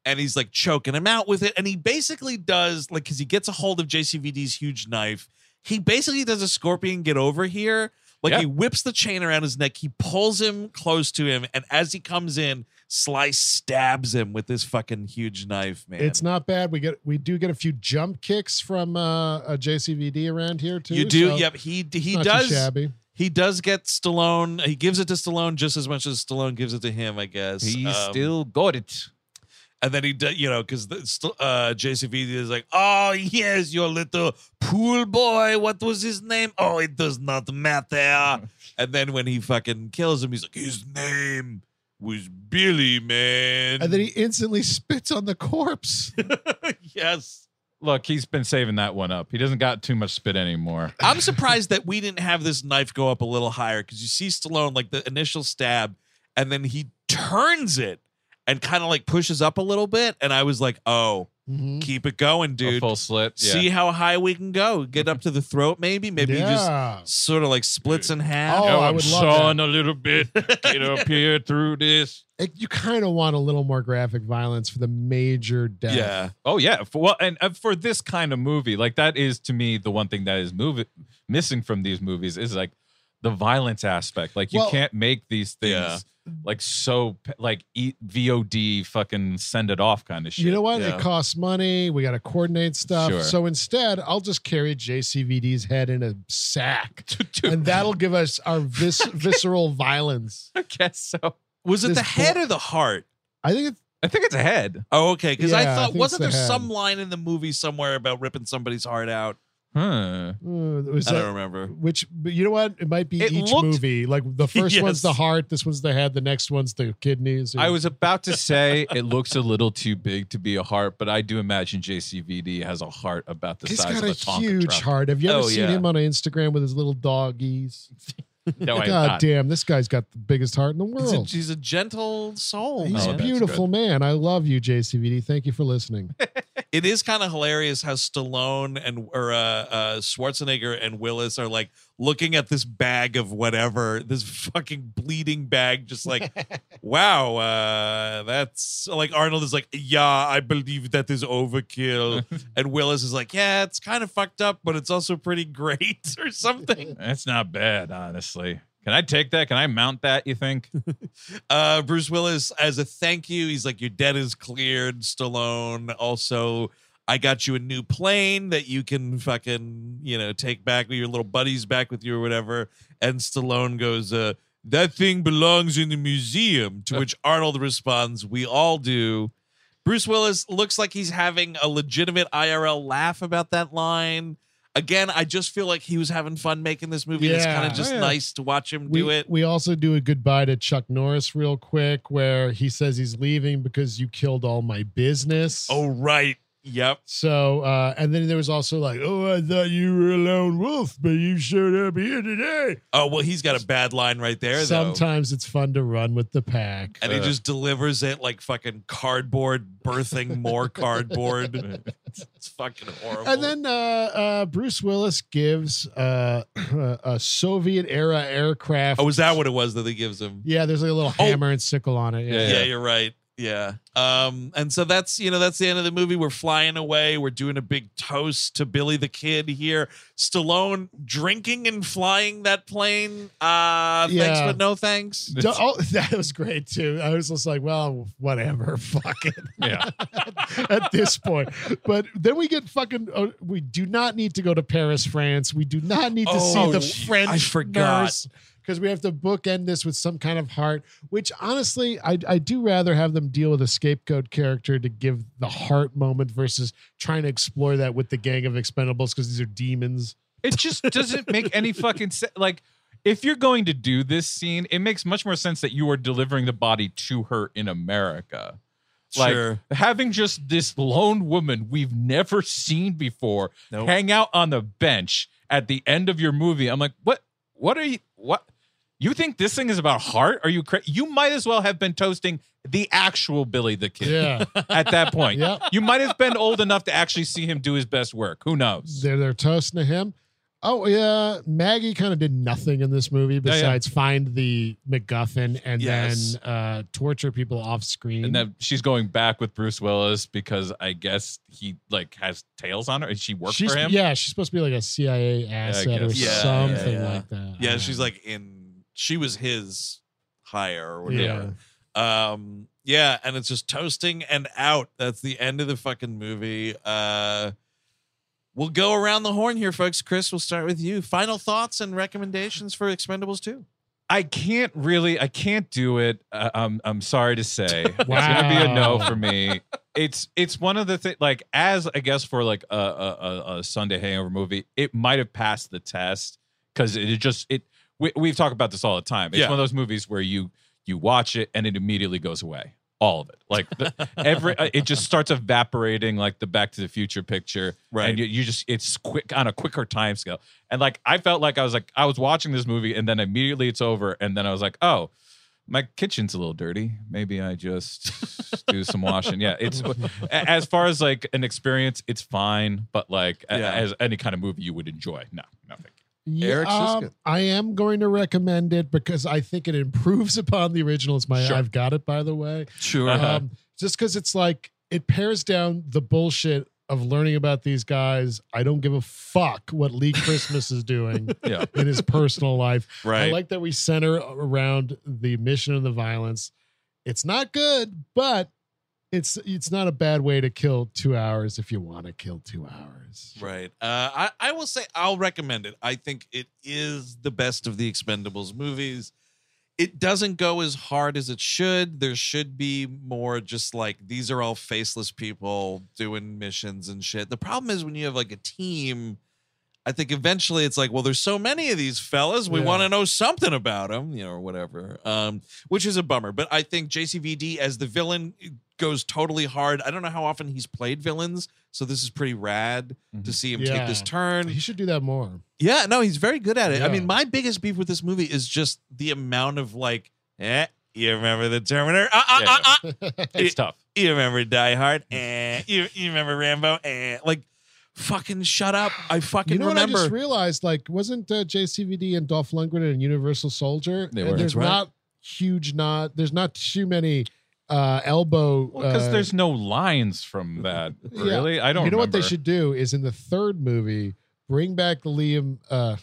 S7: and he's like choking him out with it. And he basically does like because he gets a hold of JCVD's huge knife. He basically does a scorpion get over here. Like
S9: Yeah.
S7: he whips the chain around his neck, he pulls him close to him, and as he comes in, Slice stabs him with this fucking huge knife, man.
S8: It's not bad. We get we do get a few jump kicks from uh, a JCVD around here too.
S7: You do.
S8: so
S7: yep. He
S8: it's
S7: he
S8: not too
S7: does.
S8: shabby.
S7: He does get Stallone. He gives it to Stallone just as much as Stallone gives it to him. I guess
S9: He
S7: Um,
S9: still got it.
S7: And then he, d- you know, because uh, JCVD is like, "Oh yes, your little pool boy. What was his name? Oh, it does not matter." and then when he fucking kills him, he's like, "His name was Billy, man."
S8: And then he instantly spits on the corpse.
S7: yes.
S9: Look, he's been saving that one up. He doesn't got too much spit anymore.
S7: I'm surprised that we didn't have this knife go up a little higher because you see Stallone like the initial stab, and then he turns it and kind of like pushes up a little bit, and I was like, oh,
S8: Mm-hmm.
S7: keep it going,
S9: A
S7: dude.
S9: full slit. Yeah.
S7: See how high we can go. Get up to the throat, maybe. Maybe
S8: Yeah.
S7: he just sort of like splits in half.
S8: Oh, I would love that.
S9: sawing a little bit. Get up here through this.
S8: It- you kind of want a little more graphic violence for the major death.
S7: Yeah.
S9: Oh yeah. For, well, and uh, for this kind of movie, like that is to me the one thing that is movie missing from these movies is like the violence aspect. Like you
S8: Well-
S9: can't make these things
S7: Yeah.
S9: like so pe- like e- VOD fucking send it off kind of shit.
S8: You know what?
S7: Yeah.
S8: It costs money. We got to coordinate stuff.
S9: Sure.
S8: So instead, I'll just carry JCVD's head in a sack, and that'll give us our vis- visceral violence.
S9: I guess so.
S7: Was it
S8: This
S7: the head
S8: bo-
S7: or the heart?
S8: I think it's
S9: I think it's a head.
S7: Oh, okay. Because I
S8: Yeah, I
S7: thought,
S8: think it's
S7: wasn't
S8: the
S7: there
S8: head.
S7: some line in the movie somewhere about ripping somebody's heart out?
S9: Huh.
S8: uh, was
S7: I
S8: that-
S7: don't remember.
S8: Which but you know what? It might be
S9: It
S8: each
S9: looked-
S8: movie. Like the first one's the
S7: Yes.
S8: heart, this one's the head, the next one's the kidneys. or-
S9: I was about to say it looks a little too big to be a heart, but I do imagine JCVD has a heart about the
S8: He's
S9: size
S8: got
S9: of
S8: a
S9: a Tonka
S8: huge
S9: truck.
S8: heart. Have you ever
S7: Oh,
S8: seen
S7: yeah.
S8: him on Instagram with his little doggies?
S9: No, I have
S8: God
S9: not.
S8: damn, this guy's got the biggest heart in the
S7: He's a,
S8: world.
S7: he's a gentle soul.
S8: He's
S9: Oh,
S7: man.
S8: a
S9: that's
S8: beautiful man. I love you, JCVD. Thank you for listening.
S7: it is kind of hilarious how Stallone and or uh, uh, Schwarzenegger and Willis are like looking at this bag of whatever, this fucking bleeding bag, just like, wow, uh, that's like Arnold is like, yeah, I believe that is overkill, and Willis is like, yeah, it's kind of fucked up, but it's also pretty great or something.
S9: That's not bad, honestly. Can I take that? Can I mount that? You think?
S7: Uh, Bruce Willis as a thank you, he's like, your debt is cleared, Stallone. Also. I got you a new plane that you can fucking, you know, take back with your little buddies back with you or whatever. And Stallone goes, uh, that thing belongs in the museum, to which Arnold responds, we all do. Bruce Willis looks like he's having a legitimate IRL laugh about that line. Again, I just feel like he was having fun making this movie. It's
S8: Yeah.
S7: kind of just
S8: Oh, yeah.
S7: nice to watch him
S8: we,
S7: do it.
S8: we also do a goodbye to Chuck Norris real quick, where he says he's leaving because you killed all my business.
S7: oh, right. Yep.
S8: So, uh, and then there was also like, oh, I thought you were a lone wolf, but you showed up here today.
S7: Oh, well, he's got a bad line right there, though.
S8: Sometimes it's fun to run with the pack.
S7: and he just delivers it like fucking cardboard, birthing more cardboard. it's fucking horrible.
S8: And then uh, uh, Bruce Willis gives uh, a Soviet era aircraft.
S7: oh, is that what it was that he gives him?
S8: Yeah, there's like a little
S7: Oh.
S8: hammer and sickle on it.
S7: Yeah,
S9: Yeah.
S7: you're right. Yeah. Um, and so that's you know that's the end of the movie. We're flying away. We're doing a big toast to Billy the Kid here. Stallone drinking and flying that plane. Uh, thanks
S8: Yeah.
S7: but no thanks.
S8: D- oh, that was great too. I was just like, well, whatever, fuck it.
S9: Yeah.
S8: At this point, but then we get fucking. Oh, we do not need to go to Paris, France. We do not need to
S7: Oh,
S8: see the
S7: gee,
S8: French
S7: I forgot.
S8: because we have to bookend this with some kind of heart. Which honestly, I I do rather have them deal with a scapegoat character to give the heart moment versus trying to explore that with the gang of Expendables because these are demons.
S9: It just doesn't make any fucking sense. Like, if you're going to do this scene, it makes much more sense that you are delivering the body to her in America. Like
S7: Sure.
S9: having just this lone woman we've never seen before
S7: Nope.
S9: hang out on the bench at the end of your movie. I'm like, what? What are you? What? You think this thing is about heart? Are you cra- You might as well have been toasting the actual Billy the Kid
S8: Yeah.
S9: at that point.
S8: Yep.
S9: You might have been old enough to actually see him do his best work. Who knows?
S8: They're they're toasting to him. Oh yeah, Maggie kind of did nothing in this movie
S9: yeah.
S8: besides find the MacGuffin and
S7: Yes.
S8: then uh, torture people off screen.
S9: And that she's going back with Bruce Willis because I guess he like has tails on her and she worked
S8: she's,
S9: for him.
S8: Yeah, she's supposed to be like a CIA asset or
S9: guess.
S7: Yeah, yeah,
S8: something
S7: yeah.
S8: like that. I
S7: Yeah,
S8: don't
S7: she's
S8: know.
S7: like in. She was his hire or
S8: yeah.
S7: whatever. Um, yeah, and it's just toasting and out. That's the end of the fucking movie. Uh, we'll go around the horn here, folks. Chris, we'll start with you. Final thoughts and recommendations for Expendables two.
S9: I can't really, I can't do it. Uh, I'm, I'm sorry to say, it's gonna be a no
S8: Wow.
S9: for me. It's, it's one of the things. Like, as I guess for like a, a, a- a Sunday hangover movie, it might have passed the test because it is just it. We, we've talked about this all the time. It's
S7: Yeah.
S9: one of those movies where you you watch it and it immediately goes away. All of it, like the, every, uh, it just starts evaporating, like the Back to the Future picture.
S7: Right.
S9: And you, you just it's quick on a quicker time scale. And like I felt like I was like I was watching this movie and then immediately it's over and then I was like, "Oh, my kitchen's a little dirty. Maybe I just do some washing." Yeah, it's a- as far as like an experience, it's fine, but like a-
S7: Yeah.
S9: as any kind of movie you would enjoy. No, nothing.
S8: Yeah,
S7: Eric
S8: um,
S7: Siska.
S8: I am going to recommend it because I think it improves upon the original. It's my
S9: Sure.
S8: I've got it by the way.
S7: Sure.
S9: Uh-huh.
S8: um, just because it's like it pairs down the bullshit of learning about these guys. I don't give a fuck what Lee Christmas is doing
S9: Yeah.
S8: in his personal life. I
S7: Right.
S8: like that we center around the mission and the violence. It's not good, but it's it's not a bad way to kill two hours if you want to kill two hours.
S7: Right. Uh, I, I will say I'll recommend it. I think it is the best of the Expendables movies. It doesn't go as hard as it should. There should be more just like these are all faceless people doing missions and shit. The problem is when you have like a team, I think eventually it's like, well, there's so many of these fellas. We
S8: Yeah.
S7: want to know something about them, you know, or whatever, um, which is a bummer. But I think JCVD as the villain goes totally hard. I don't know how often he's played villains. So this is pretty rad to see him take this
S8: Mm-hmm. Yeah.
S7: turn.
S8: He should do that more.
S7: Yeah, no, he's very good at it. I
S8: Yeah.
S7: mean, my biggest beef with this movie is just the amount of like, eh, you remember the Terminator? Uh, uh,
S9: Yeah,
S7: uh,
S9: yeah.
S7: uh.
S9: It's tough.
S7: You remember Die Hard? Eh, you, you remember Rambo? Eh, like, fucking shut up! I fucking
S8: You know
S7: remember.
S8: what I just realized? Like, wasn't uh, JCVD and Dolph Lundgren and Universal Soldier?
S9: They
S8: And
S9: were.
S8: There's
S9: That's right.
S8: not huge. Not there's not too many uh, elbow.
S9: Because
S8: uh,
S9: there's no lines from that,
S8: Yeah.
S9: really. I don't
S8: You know what they
S9: remember.
S8: should do is in the third movie, bring back the Liam uh,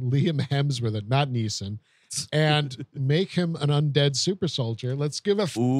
S8: Liam Hemsworth, uh, not Neeson, and make him an undead super soldier. Let's give a f- proper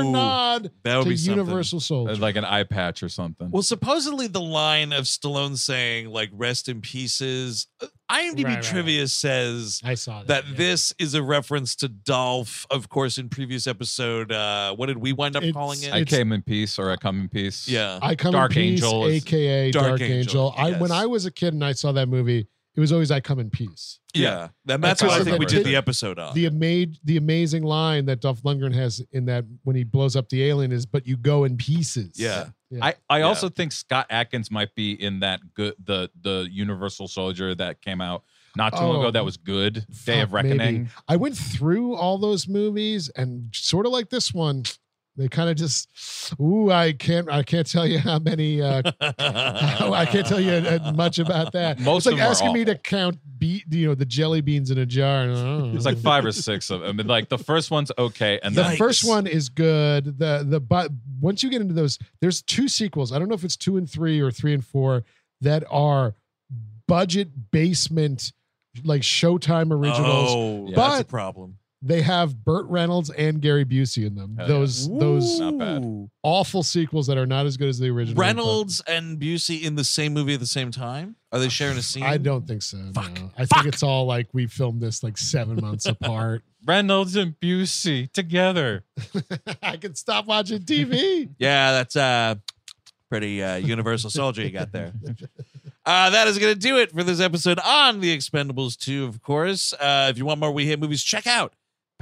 S7: Ooh,
S8: nod
S7: that would
S8: to
S7: be something.
S8: Universal
S9: Uh,
S8: Soldier.
S9: like an eye patch or something.
S7: Well, supposedly the line of Stallone saying like "rest in pieces," uh, IMDb
S8: Right, right,
S7: trivia says
S8: I saw that.
S7: that
S8: yeah.
S7: this is a reference to Dolph, of course, in previous episode. Uh, what did we wind up
S8: It's-
S7: calling it?
S9: I
S8: it's-
S9: came in peace or I come in peace.
S7: yeah.
S8: I come
S9: Dark
S8: in peace,
S9: Angel is-
S8: aka
S7: Dark
S8: Dark,
S7: Angel,
S8: Angel. I
S7: yes.
S8: when I was a kid and I saw that movie, it was always I come in peace.
S7: yeah. And
S9: That's
S7: that's what
S9: also
S7: I think
S9: the
S7: we did
S9: bit-
S7: the episode on.
S8: The amazing, the amazing line that Dolph Lundgren has in that when he blows up the alien is, "But you go in pieces."
S7: Yeah.
S8: Yeah.
S9: I, I
S7: Yeah.
S9: also think Scott Atkins might be in that good the the Universal Soldier that came out not too long
S8: Oh.
S9: ago that was good. Day of
S8: Fuck, maybe.
S9: Reckoning.
S8: I went through all those movies and sort of like this one, they kind of just, ooh, I can't, I can't tell you how many, uh, I can't tell you uh, much about that.
S9: Most
S8: it's like
S9: of them are
S8: asking me
S9: awful.
S8: to count beat, you know, the jelly beans in a jar. And, I don't know.
S9: It's like five or six of them. And like the first one's okay. And
S8: the
S9: then
S8: first one is good. The the but once you get into those, there's two sequels. I don't know if it's two and three or three and four that are budget basement like Showtime originals.
S7: Oh,
S9: Yeah.
S7: that's a
S8: But-
S7: problem.
S8: they have Burt Reynolds and Gary Busey in them.
S9: Hell yeah.
S8: those those
S9: Not bad.
S7: Ooh.
S8: awful sequels that are not as good as the original.
S7: Reynolds and Busey in the same movie at the same time? Are they sharing a
S8: but
S7: scene?
S8: I don't think so.
S7: Fuck.
S8: no. I
S7: Fuck.
S8: think it's all like we filmed this like seven months apart.
S9: Reynolds and Busey together.
S8: I can stop watching TV.
S7: Yeah, that's uh pretty uh, universal soldier you got there. Uh, that is going to do it for this episode on The Expendables 2, of course. Uh, if you want more We Hit Movies, check out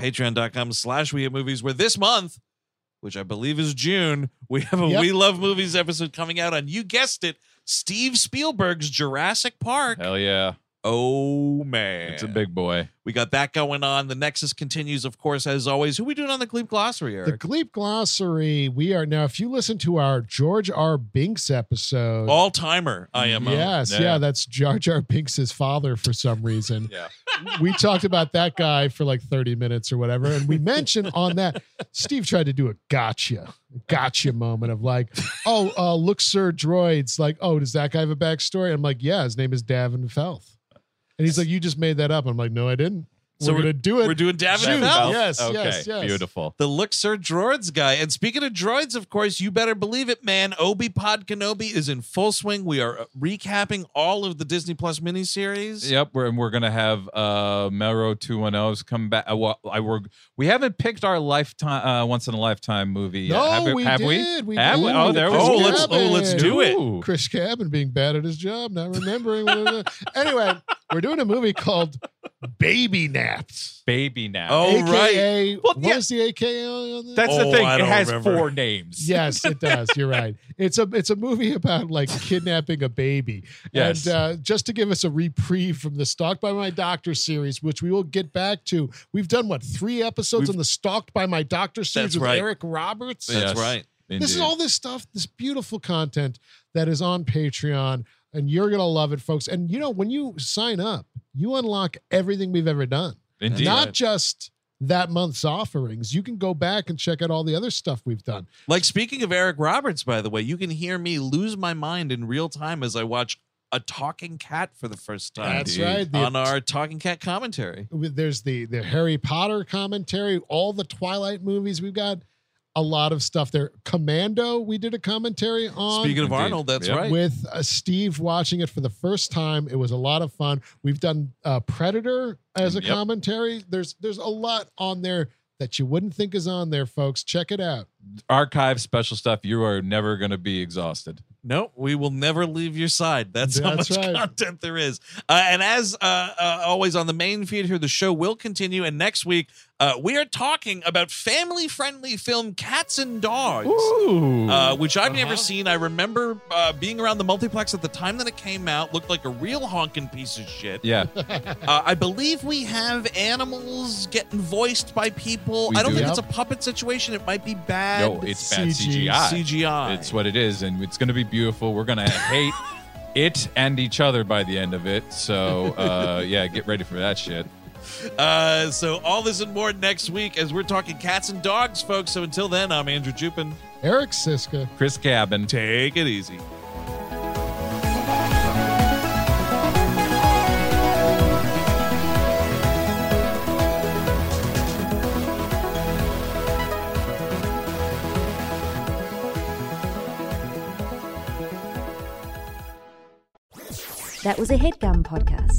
S7: patreon.com slash We Hit Movies, where this month which I believe is June, we have a
S5: Yep.
S7: We Love Movies episode coming out on, you guessed it, Steve Spielberg's Jurassic Park.
S9: Hell yeah.
S7: Oh, man.
S9: It's a big boy.
S7: We got that going on. The Nexus continues, of course, as always. Who we doing on the Glebe Glossary, Eric?
S8: The Gleep Glossary. We are now. If you listen to our George R. Binks episode,
S7: All timer, IMO.
S8: yes, yeah. that's Jar Jar Binks' father for some reason.
S9: Yeah.
S8: we talked about that guy for like thirty minutes or whatever, and we mentioned on that Steve tried to do a gotcha, gotcha moment of like, oh, uh, look, sir, droids. Like, oh, does that guy have a backstory? I'm like, yeah, his name is Davin Felth, and he's like, you just made that up. I'm like, no, I didn't.
S7: So
S8: we're, gonna do it.
S7: We're doing Davin
S8: Shoot.
S7: and Val.
S8: Yes,
S9: okay.
S8: yes, yes.
S9: Beautiful.
S7: The Luxor Droids guy. And speaking of droids, of course, you better believe it, man. Obi Pod Kenobi is in full swing. We are uh, recapping all of the Disney Plus miniseries.
S9: Yep, we're, and we're gonna have uh Melro two one zeros come back. Uh, well, I were we haven't picked our lifetime uh, once in a lifetime movie. yet.
S8: No,
S9: have
S8: we
S9: have
S8: did, we
S9: have
S8: did.
S9: Oh, there we
S8: Chris
S9: go.
S7: Oh, let's- oh, let's do it.
S9: Ooh.
S8: Chris Cabin being bad at his job, not remembering. what it is. Anyway, we're doing a movie called Baby Naps.
S9: Baby now.
S7: Oh,
S8: AKA,
S9: Well,
S8: what is the AKA on this?
S9: that's the
S7: Oh,
S9: thing.
S7: I
S9: It
S7: don't
S9: has
S7: remember.
S9: four names.
S8: yes, it does. You're right. It's a it's a movie about like kidnapping a baby.
S9: Yes.
S8: And uh, just to give us a reprieve from the Stalked by My Doctor series, which we will get back to. We've done what three episodes on the Stalked by My Doctor series
S7: That's
S8: with
S7: right.
S8: Eric Roberts.
S7: That's
S9: Yes.
S7: right.
S8: This is
S9: Indeed.
S8: all this stuff, this beautiful content that is on Patreon, and you're gonna love it, folks. And you know, when you sign up, you unlock everything we've ever done.
S9: Indeed.
S8: Not just that month's offerings. You can go back and check out all the other stuff we've done.
S7: Like speaking of Eric Roberts, by the way, you can hear me lose my mind in real time as I watch a talking cat for the first time
S8: That's
S9: Indeed.
S8: right. The-
S7: on our talking cat commentary.
S8: there's the the Harry Potter commentary, all the Twilight movies. We've got a lot of stuff there. Commando, we did a commentary on.
S7: Speaking of
S9: Indeed.
S7: Arnold, that's
S9: Yep.
S7: right.
S8: with uh, Steve watching it for the first time. It was a lot of fun. We've done uh, Predator as a
S9: Yep.
S8: commentary. There's there's a lot on there that you wouldn't think is on there, folks. Check it out.
S9: Archive special stuff. You are never gonna be exhausted.
S7: No, we will never leave your side. That's, how
S8: That's
S7: much
S8: right.
S7: content there is. Uh, and as uh, uh, always on the main feed here, the show will continue. And next week, uh, we are talking about family friendly film Cats and Dogs.
S9: Ooh.
S7: Uh, which I've never
S9: Uh-huh.
S7: seen. I remember uh, being around the multiplex at the time that it came out. Looked like a real honking piece of shit.
S9: yeah.
S7: Uh, I believe we have animals getting voiced by people.
S9: We
S7: I don't
S9: do.
S7: think
S8: Yep.
S7: it's a puppet situation. It might be bad.
S9: No, it's bad
S8: CG.
S9: CGI.
S7: CGI.
S9: It's what it is, and it's going to be beautiful. We're going to hate it and each other by the end of it. So, uh, yeah, get ready for that shit.
S7: Uh, so all this and more next week as we're talking cats and dogs, folks. So until then, I'm Andrew Jupin.
S8: Eric Siska.
S9: Chris Cabin.
S7: Take it easy.
S14: That was a headgum podcast.